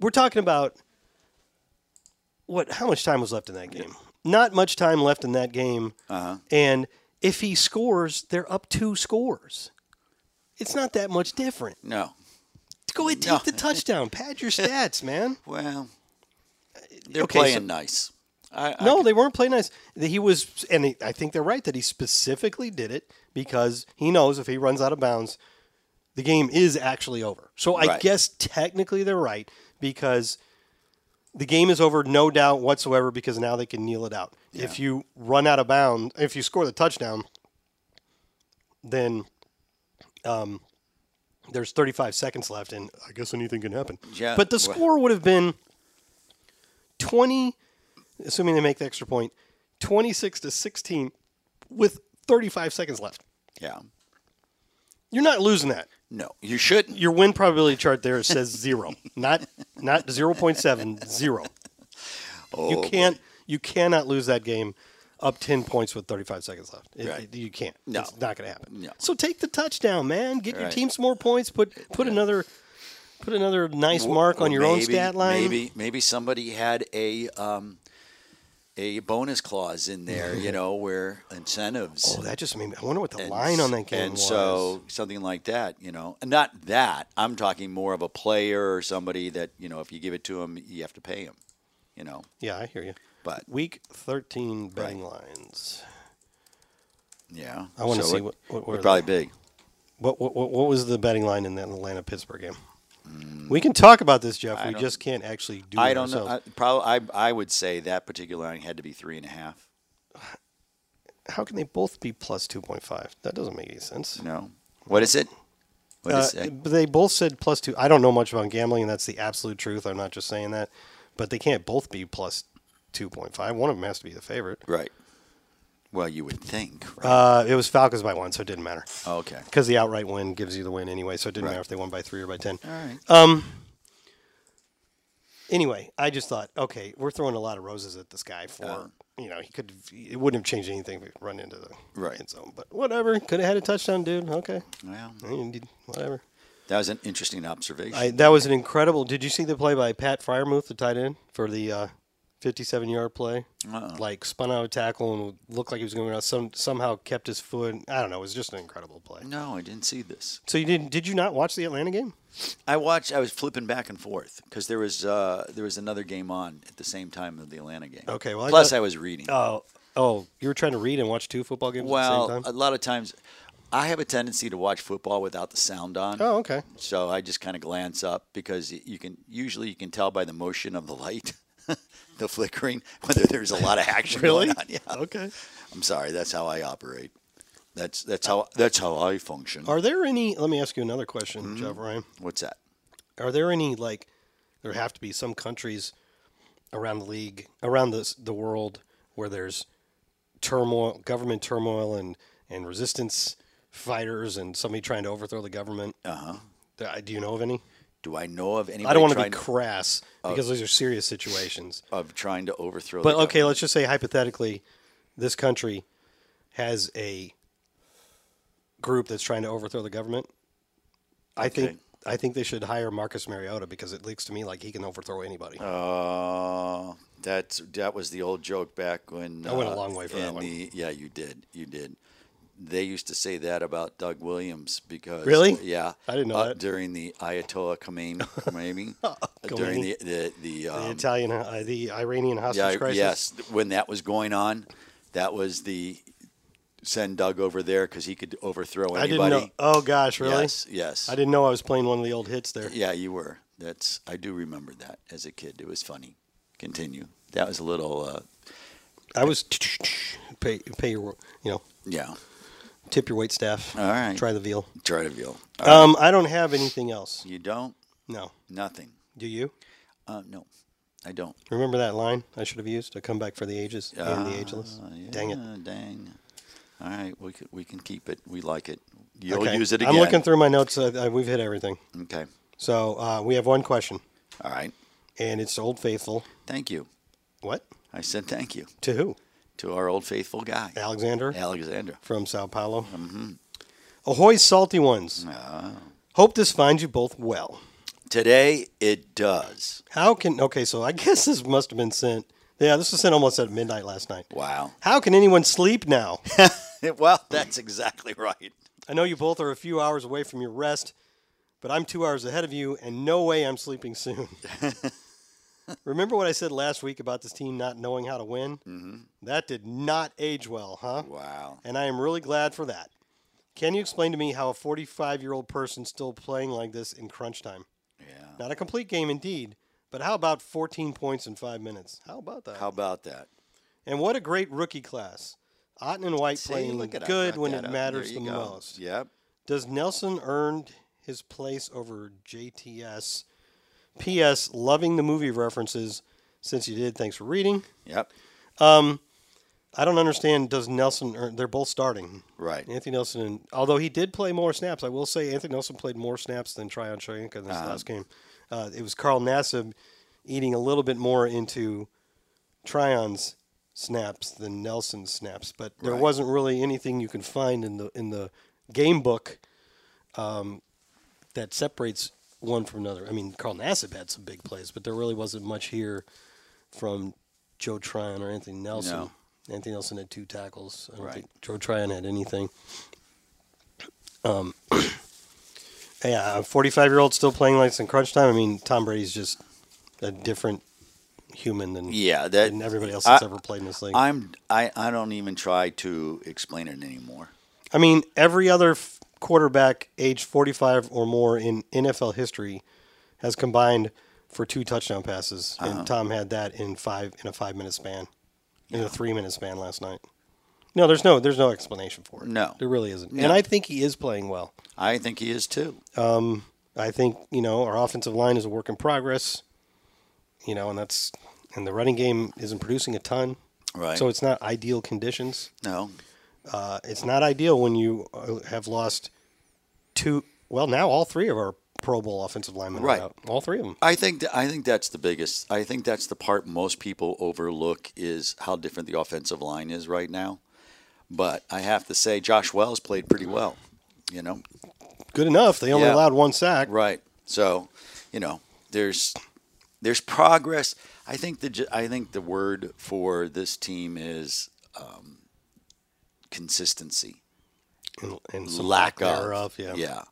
[SPEAKER 3] we're talking about what how much time was left in that game? Not much time left in that game. Uh-huh. And if he scores, they're up two scores. It's not that much different.
[SPEAKER 4] No.
[SPEAKER 3] Go ahead, take
[SPEAKER 4] No.
[SPEAKER 3] the touchdown. Pad your stats, man.
[SPEAKER 4] Well, they're
[SPEAKER 3] okay, so-
[SPEAKER 4] playing nice. I, I-
[SPEAKER 3] No, they weren't playing nice. That He was, and he- I think they're right that he specifically did it because he knows if he runs out of bounds, the game is actually over. So I
[SPEAKER 4] Right.
[SPEAKER 3] guess technically they're right because the game is over, no doubt whatsoever, because now they can kneel it out. If you run out of bounds, if you score the touchdown, then um, there's 35 seconds left, and I guess anything can happen.
[SPEAKER 4] Yeah,
[SPEAKER 3] but the
[SPEAKER 4] well-
[SPEAKER 3] score would have been 20, assuming they make the extra point, 26 to 16 with 35 seconds left.
[SPEAKER 4] yeah.
[SPEAKER 3] You're not losing that.
[SPEAKER 4] No, you shouldn't.
[SPEAKER 3] Your win probability chart there says zero, not not 0.7, zero.
[SPEAKER 4] Oh,
[SPEAKER 3] you can't you cannot lose that game up 10 points with 35 seconds left. It-
[SPEAKER 4] Right.
[SPEAKER 3] you can't.
[SPEAKER 4] No.
[SPEAKER 3] It's not going to happen.
[SPEAKER 4] No.
[SPEAKER 3] So take the touchdown, man. Get your
[SPEAKER 4] Right.
[SPEAKER 3] team some more points. Put put another put another nice mark on
[SPEAKER 4] Or
[SPEAKER 3] your own
[SPEAKER 4] maybe-
[SPEAKER 3] stat line.
[SPEAKER 4] Maybe maybe somebody had a um, a bonus clause in
[SPEAKER 3] (laughs)
[SPEAKER 4] there, you know, where incentives.
[SPEAKER 3] Oh, that just made me. I wonder what the line on that game
[SPEAKER 4] and
[SPEAKER 3] was.
[SPEAKER 4] so something like that, you know, and not that. I'm talking more of a player or somebody that you know, if you give it to him, you have to pay him, you know.
[SPEAKER 3] yeah, I hear you.
[SPEAKER 4] But
[SPEAKER 3] Week 13 betting lines.
[SPEAKER 4] yeah,
[SPEAKER 3] I wanna
[SPEAKER 4] So
[SPEAKER 3] see
[SPEAKER 4] it-
[SPEAKER 3] what- what
[SPEAKER 4] we're
[SPEAKER 3] were
[SPEAKER 4] probably big.
[SPEAKER 3] What, what what what was the betting line in that Atlanta Pittsburgh game? We can talk about this, Jeff. we
[SPEAKER 4] don't-
[SPEAKER 3] just can't actually do.
[SPEAKER 4] I
[SPEAKER 3] it
[SPEAKER 4] don't know. I,
[SPEAKER 3] ourselves.
[SPEAKER 4] probably I I would say that particular line had to be three and a half.
[SPEAKER 3] How can they both be plus two point five? That doesn't make any sense.
[SPEAKER 4] No, what is it? What is
[SPEAKER 3] Uh,
[SPEAKER 4] it?
[SPEAKER 3] but they both said plus two. I don't know much about gambling, and that's the absolute truth. I'm not just saying that, but they can't both be plus two point five. One of them has to be the favorite.
[SPEAKER 4] Right. Well, you would think. Right?
[SPEAKER 3] Uh, it was Falcons by one, so it didn't matter
[SPEAKER 4] okay.
[SPEAKER 3] because the outright win gives you the win anyway. So it didn't
[SPEAKER 4] Oh. Right.
[SPEAKER 3] matter if they won by three or by ten.
[SPEAKER 4] All right.
[SPEAKER 3] uh, Anyway, I just thought, okay, we're throwing a lot of roses at this guy for you know he could it wouldn't have changed anything if we run into the
[SPEAKER 4] Right.
[SPEAKER 3] end zone, but whatever. Could have had a touchdown, dude. Okay,
[SPEAKER 4] well,
[SPEAKER 3] I mean, dude, whatever.
[SPEAKER 4] that was an interesting observation.
[SPEAKER 3] I, that was an incredible. Did you see the play by Pat Fryermuth, the tight end, for the uh, 57 yard play?
[SPEAKER 4] Uh-uh.
[SPEAKER 3] Like spun out of tackle and looked like he was going out. Some somehow kept his foot. I don't know. It was just an incredible play.
[SPEAKER 4] no, I didn't see this.
[SPEAKER 3] So you didn't? Did you not watch the Atlanta game?
[SPEAKER 4] I watched. I was flipping back and forth because there was uh, there was another game on at the same time of the Atlanta game.
[SPEAKER 3] Okay, well, I
[SPEAKER 4] plus
[SPEAKER 3] got-
[SPEAKER 4] I, was reading.
[SPEAKER 3] Oh, oh, you were trying to read and watch two football games at the
[SPEAKER 4] well, uh,
[SPEAKER 3] same
[SPEAKER 4] a
[SPEAKER 3] time.
[SPEAKER 4] lot of times, I have a tendency to watch football without the sound on.
[SPEAKER 3] oh, okay.
[SPEAKER 4] So I just kind of glance up because y- you can usually you can tell by the motion of the light, (laughs) the flickering, whether there's a lot of action
[SPEAKER 3] Really?
[SPEAKER 4] going on. Yeah.
[SPEAKER 3] Okay.
[SPEAKER 4] I'm sorry. That's how I operate. That's that's how that's how I function.
[SPEAKER 3] Are there any? Let me ask you another question, Jeff Ryan.
[SPEAKER 4] What's that?
[SPEAKER 3] Are there any like? There have to be some countries around the league, around the the world, where there's turmoil, government turmoil, and and resistance fighters, and somebody trying to overthrow the government. Uh huh. Do you know of any?
[SPEAKER 4] Do I know of anybody
[SPEAKER 3] I don't want to be
[SPEAKER 4] trying,
[SPEAKER 3] crass because those are serious situations.
[SPEAKER 4] of trying to overthrow?
[SPEAKER 3] But
[SPEAKER 4] the
[SPEAKER 3] okay, let's just say hypothetically, this country has a group that's trying to overthrow the government. I
[SPEAKER 4] Okay.
[SPEAKER 3] think I think they should hire Marcus Mariota because it looks to me like he can overthrow anybody.
[SPEAKER 4] Um, Uh, that's that was the old joke back when
[SPEAKER 3] I went a
[SPEAKER 4] uh,
[SPEAKER 3] long way for that
[SPEAKER 4] in
[SPEAKER 3] one.
[SPEAKER 4] The, yeah, you did, you did. They used to say that about Doug Williams because
[SPEAKER 3] Really?
[SPEAKER 4] yeah,
[SPEAKER 3] I didn't know
[SPEAKER 4] uh,
[SPEAKER 3] that.
[SPEAKER 4] during the Ayatollah
[SPEAKER 3] (laughs)
[SPEAKER 4] Khomeini, Khomeini uh, during the
[SPEAKER 3] Khomeini.
[SPEAKER 4] the the,
[SPEAKER 3] the
[SPEAKER 4] um,
[SPEAKER 3] Italian, uh, the Iranian hostage
[SPEAKER 4] yeah,
[SPEAKER 3] crisis.
[SPEAKER 4] yes, when that was going on, that was the send Doug over there because he could overthrow
[SPEAKER 3] I
[SPEAKER 4] anybody.
[SPEAKER 3] didn't know. Oh gosh, really?
[SPEAKER 4] Yes, yes.
[SPEAKER 3] I didn't know I was playing one of the old hits there.
[SPEAKER 4] Yeah, you were. That's I do remember that as a kid. It was funny. Continue. That was a little. Uh,
[SPEAKER 3] I was pay pay your you know
[SPEAKER 4] yeah.
[SPEAKER 3] tip your wait staff.
[SPEAKER 4] All right.
[SPEAKER 3] Try the veal.
[SPEAKER 4] Try to veal.
[SPEAKER 3] Um, I don't have anything else.
[SPEAKER 4] You don't?
[SPEAKER 3] No.
[SPEAKER 4] Nothing.
[SPEAKER 3] Do you?
[SPEAKER 4] Uh, no, I don't.
[SPEAKER 3] Remember that line I should have used? I come back for the ages and the ageless.
[SPEAKER 4] Uh, yeah,
[SPEAKER 3] Dang it.
[SPEAKER 4] Dang. All right, we can, we can keep it. We like it. You'll
[SPEAKER 3] Okay.
[SPEAKER 4] use it again.
[SPEAKER 3] I'm looking through my notes. Uh, uh, we've hit everything.
[SPEAKER 4] Okay.
[SPEAKER 3] So uh, we have one question,
[SPEAKER 4] All right.
[SPEAKER 3] and it's Old Faithful.
[SPEAKER 4] Thank you.
[SPEAKER 3] What?
[SPEAKER 4] I said thank you
[SPEAKER 3] To who?
[SPEAKER 4] to our old faithful guy,
[SPEAKER 3] Alexander
[SPEAKER 4] Alexander.
[SPEAKER 3] from Sao Paulo. Mm-hmm. Ahoy, salty ones. Hope this finds you both well.
[SPEAKER 4] Oh. Today it does.
[SPEAKER 3] How can. Okay, so I (laughs) guess this must have been sent. Yeah, this was sent almost at midnight last night.
[SPEAKER 4] Wow. (laughs)
[SPEAKER 3] How can anyone sleep now?
[SPEAKER 4] well, that's
[SPEAKER 3] Hmm.
[SPEAKER 4] exactly right.
[SPEAKER 3] I know you both are a few hours away from your rest, but I'm two hours ahead of you, and no way I'm sleeping
[SPEAKER 4] (laughs)
[SPEAKER 3] soon. Remember what I said last week about this team not knowing how to win? Mm-hmm. That did not age well, huh?
[SPEAKER 4] Wow.
[SPEAKER 3] And I am really glad for that. Can you explain to me how a 45 year old person still playing like this in crunch time?
[SPEAKER 4] Yeah.
[SPEAKER 3] Not a complete game indeed, but how about 14 points in five minutes? How about that?
[SPEAKER 4] How about that?
[SPEAKER 3] and what a great rookie class. Otten and White
[SPEAKER 4] See,
[SPEAKER 3] playing
[SPEAKER 4] look at I
[SPEAKER 3] good
[SPEAKER 4] brought
[SPEAKER 3] when
[SPEAKER 4] that
[SPEAKER 3] it
[SPEAKER 4] up.
[SPEAKER 3] matters
[SPEAKER 4] There
[SPEAKER 3] the
[SPEAKER 4] you go.
[SPEAKER 3] most.
[SPEAKER 4] Yep.
[SPEAKER 3] Does Nelson earned his place over JTS? P.S. Loving the movie references since you did. Thanks for reading.
[SPEAKER 4] Yep.
[SPEAKER 3] I don't understand. Does Nelson earn? They're both starting.
[SPEAKER 4] Right.
[SPEAKER 3] Anthony Nelson, and, although he did play more snaps, I will say Anthony Nelson played more snaps than Tryon Shoyinka in this
[SPEAKER 4] Uh-huh.
[SPEAKER 3] last game. Uh, it was Carl Nassib eating a little bit more into Tryon's snaps than Nelson's snaps, but there
[SPEAKER 4] Right.
[SPEAKER 3] wasn't really anything you can find in the in the game book um, that separates one from another. I mean, Carl Nassib had some big plays, but there really wasn't much here from Joe Tryon or Anthony Nelson.
[SPEAKER 4] No.
[SPEAKER 3] Anthony Nelson had two tackles. I don't
[SPEAKER 4] Right.
[SPEAKER 3] think Joe Tryon had anything. (clears throat) Um, yeah, a 45 year old still playing like it's in crunch time. I mean, Tom Brady's just a different human than
[SPEAKER 4] Yeah, that-
[SPEAKER 3] than everybody else that's
[SPEAKER 4] I-
[SPEAKER 3] ever played in this league. I,
[SPEAKER 4] I'm I, I don't even try to explain it anymore.
[SPEAKER 3] mean, every other f- quarterback aged 45 or more in NFL history has combined for two touchdown passes, and Tom had that in five in a five minute span, in a three minute span last night. No, there's no there's no explanation for it.
[SPEAKER 4] No.
[SPEAKER 3] there really isn't.
[SPEAKER 4] No.
[SPEAKER 3] And I think he is playing well.
[SPEAKER 4] I think he is too.
[SPEAKER 3] I think you know our offensive line is a work in progress. You know, and that's and the running game isn't producing a ton.
[SPEAKER 4] Right.
[SPEAKER 3] So it's not ideal conditions.
[SPEAKER 4] No.
[SPEAKER 3] Uh, it's not ideal when you uh, have lost two. Well, now all three of our Pro Bowl offensive linemen
[SPEAKER 4] Right.
[SPEAKER 3] are out. All three of them.
[SPEAKER 4] I think th- I think that's the biggest. I think that's the part most people overlook is how different the offensive line is right now. But I have to say, Josh Wells played pretty well. You know,
[SPEAKER 3] Good enough. They only
[SPEAKER 4] Yeah.
[SPEAKER 3] allowed one sack.
[SPEAKER 4] right? So, you know, there's there's progress. I think the j- I think the word for this team is um, consistency.
[SPEAKER 3] And, and some
[SPEAKER 4] lack of,
[SPEAKER 3] thereof. Yeah.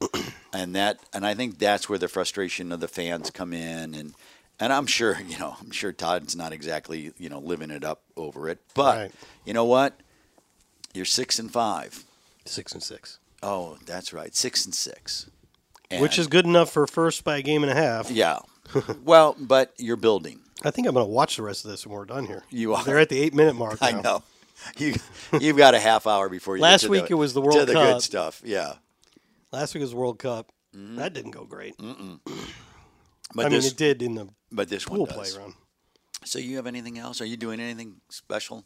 [SPEAKER 4] and that and I think that's where the frustration of the fans come in and and I'm sure (laughs) you know I'm sure Todd's not exactly you know living it up over it but
[SPEAKER 3] Right.
[SPEAKER 4] you know what you're six and five
[SPEAKER 3] Six and six,
[SPEAKER 4] oh that's right six and six
[SPEAKER 3] which
[SPEAKER 4] And-
[SPEAKER 3] is good enough for first by a game and a half.
[SPEAKER 4] yeah
[SPEAKER 3] (laughs)
[SPEAKER 4] well but you're building
[SPEAKER 3] I think I'm going to watch the rest of this when we're done here.
[SPEAKER 4] You are.
[SPEAKER 3] They're at the eight
[SPEAKER 4] (laughs)
[SPEAKER 3] minute mark.
[SPEAKER 4] I
[SPEAKER 3] now.
[SPEAKER 4] know you you've got a half hour before you get
[SPEAKER 3] Last
[SPEAKER 4] to
[SPEAKER 3] week
[SPEAKER 4] the,
[SPEAKER 3] it was the
[SPEAKER 4] to
[SPEAKER 3] World
[SPEAKER 4] the
[SPEAKER 3] Cup.
[SPEAKER 4] good stuff yeah
[SPEAKER 3] Last week was World Cup. That didn't go great.
[SPEAKER 4] Mm-hmm. but
[SPEAKER 3] I mean,
[SPEAKER 4] this
[SPEAKER 3] it did in the
[SPEAKER 4] but this
[SPEAKER 3] pool
[SPEAKER 4] one
[SPEAKER 3] play
[SPEAKER 4] does.
[SPEAKER 3] round.
[SPEAKER 4] So you have anything else? Are you doing anything special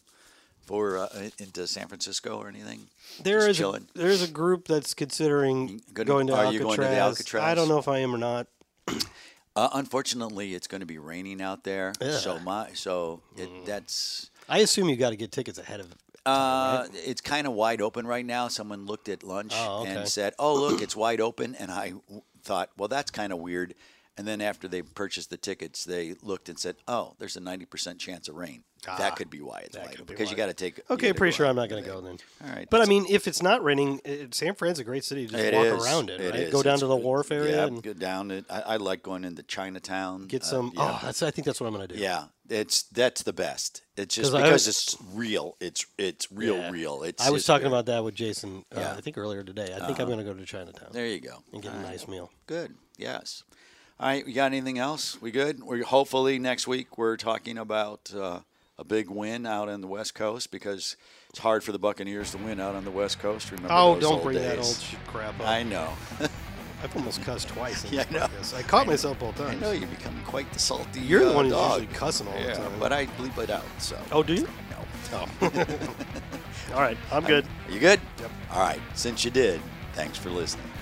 [SPEAKER 4] for uh, in- into San Francisco or anything?
[SPEAKER 3] There
[SPEAKER 4] Just
[SPEAKER 3] is a,
[SPEAKER 4] chilling.
[SPEAKER 3] there is a group that's considering
[SPEAKER 4] Good-
[SPEAKER 3] going to
[SPEAKER 4] are
[SPEAKER 3] Alcatraz.
[SPEAKER 4] you going to the Alcatraz?
[SPEAKER 3] I don't know if I am or not.
[SPEAKER 4] Uh, unfortunately, it's going to be raining out there.
[SPEAKER 3] Yeah.
[SPEAKER 4] So my so it, that's
[SPEAKER 3] I assume you got to get tickets ahead of.
[SPEAKER 4] uh, it's kind of wide open right now. Someone looked at lunch
[SPEAKER 3] Oh, okay.
[SPEAKER 4] and said, "Oh, look, it's wide open," and I w- thought, "Well, that's kind of weird." And then after they purchased the tickets, they looked and said, "Oh, there's a 90% chance of rain. that could be why it's wide open
[SPEAKER 3] Ah, could be
[SPEAKER 4] because
[SPEAKER 3] why.
[SPEAKER 4] you got to take." you
[SPEAKER 3] Okay,
[SPEAKER 4] gotta
[SPEAKER 3] pretty
[SPEAKER 4] go
[SPEAKER 3] sure
[SPEAKER 4] out
[SPEAKER 3] I'm not
[SPEAKER 4] there.
[SPEAKER 3] going to go then.
[SPEAKER 4] All right,
[SPEAKER 3] But I
[SPEAKER 4] that's-
[SPEAKER 3] mean, if it's not raining, it, San Fran's a great city to just
[SPEAKER 4] It
[SPEAKER 3] walk
[SPEAKER 4] is.
[SPEAKER 3] around it. right?
[SPEAKER 4] is.
[SPEAKER 3] Go down
[SPEAKER 4] It's
[SPEAKER 3] to the
[SPEAKER 4] good.
[SPEAKER 3] wharf area
[SPEAKER 4] Yeah,
[SPEAKER 3] and
[SPEAKER 4] go down. It, I, I like going into Chinatown.
[SPEAKER 3] get
[SPEAKER 4] Uh,
[SPEAKER 3] some.
[SPEAKER 4] yeah.
[SPEAKER 3] Oh, that's. I think that's what I'm going to do.
[SPEAKER 4] yeah, it's that's the best. It's just
[SPEAKER 3] 'Cause I
[SPEAKER 4] because
[SPEAKER 3] was-
[SPEAKER 4] it's real. It's it's real,
[SPEAKER 3] Yeah.
[SPEAKER 4] real. It's.
[SPEAKER 3] I was
[SPEAKER 4] it's
[SPEAKER 3] talking
[SPEAKER 4] real.
[SPEAKER 3] about that with Jason. Uh,
[SPEAKER 4] Yeah. Uh-huh.
[SPEAKER 3] I think earlier today. I think I'm going to go to Chinatown
[SPEAKER 4] There you go.
[SPEAKER 3] and get a nice meal.
[SPEAKER 4] Good. Yes. All right. You got anything else? We good? We hopefully next week we're talking about uh, a big win out on the West Coast because it's hard for the Buccaneers to win out on the West Coast. Remember?
[SPEAKER 3] Oh,
[SPEAKER 4] those
[SPEAKER 3] don't
[SPEAKER 4] old
[SPEAKER 3] bring that
[SPEAKER 4] days.
[SPEAKER 3] old sh- crap up.
[SPEAKER 4] I know.
[SPEAKER 3] I've almost cussed twice. In
[SPEAKER 4] (laughs) Yeah,
[SPEAKER 3] this
[SPEAKER 4] I know.
[SPEAKER 3] podcast. I caught myself both
[SPEAKER 4] I
[SPEAKER 3] (laughs) times.
[SPEAKER 4] know you become quite the salty.
[SPEAKER 3] You're the
[SPEAKER 4] uh,
[SPEAKER 3] one who's
[SPEAKER 4] dog.
[SPEAKER 3] usually cussing all the
[SPEAKER 4] Yeah,
[SPEAKER 3] time.
[SPEAKER 4] but I bleep it out. So.
[SPEAKER 3] oh, do you?
[SPEAKER 4] No. (laughs)
[SPEAKER 3] All right, I'm good.
[SPEAKER 4] Are you good? Yep. All right. Since you did, thanks for listening.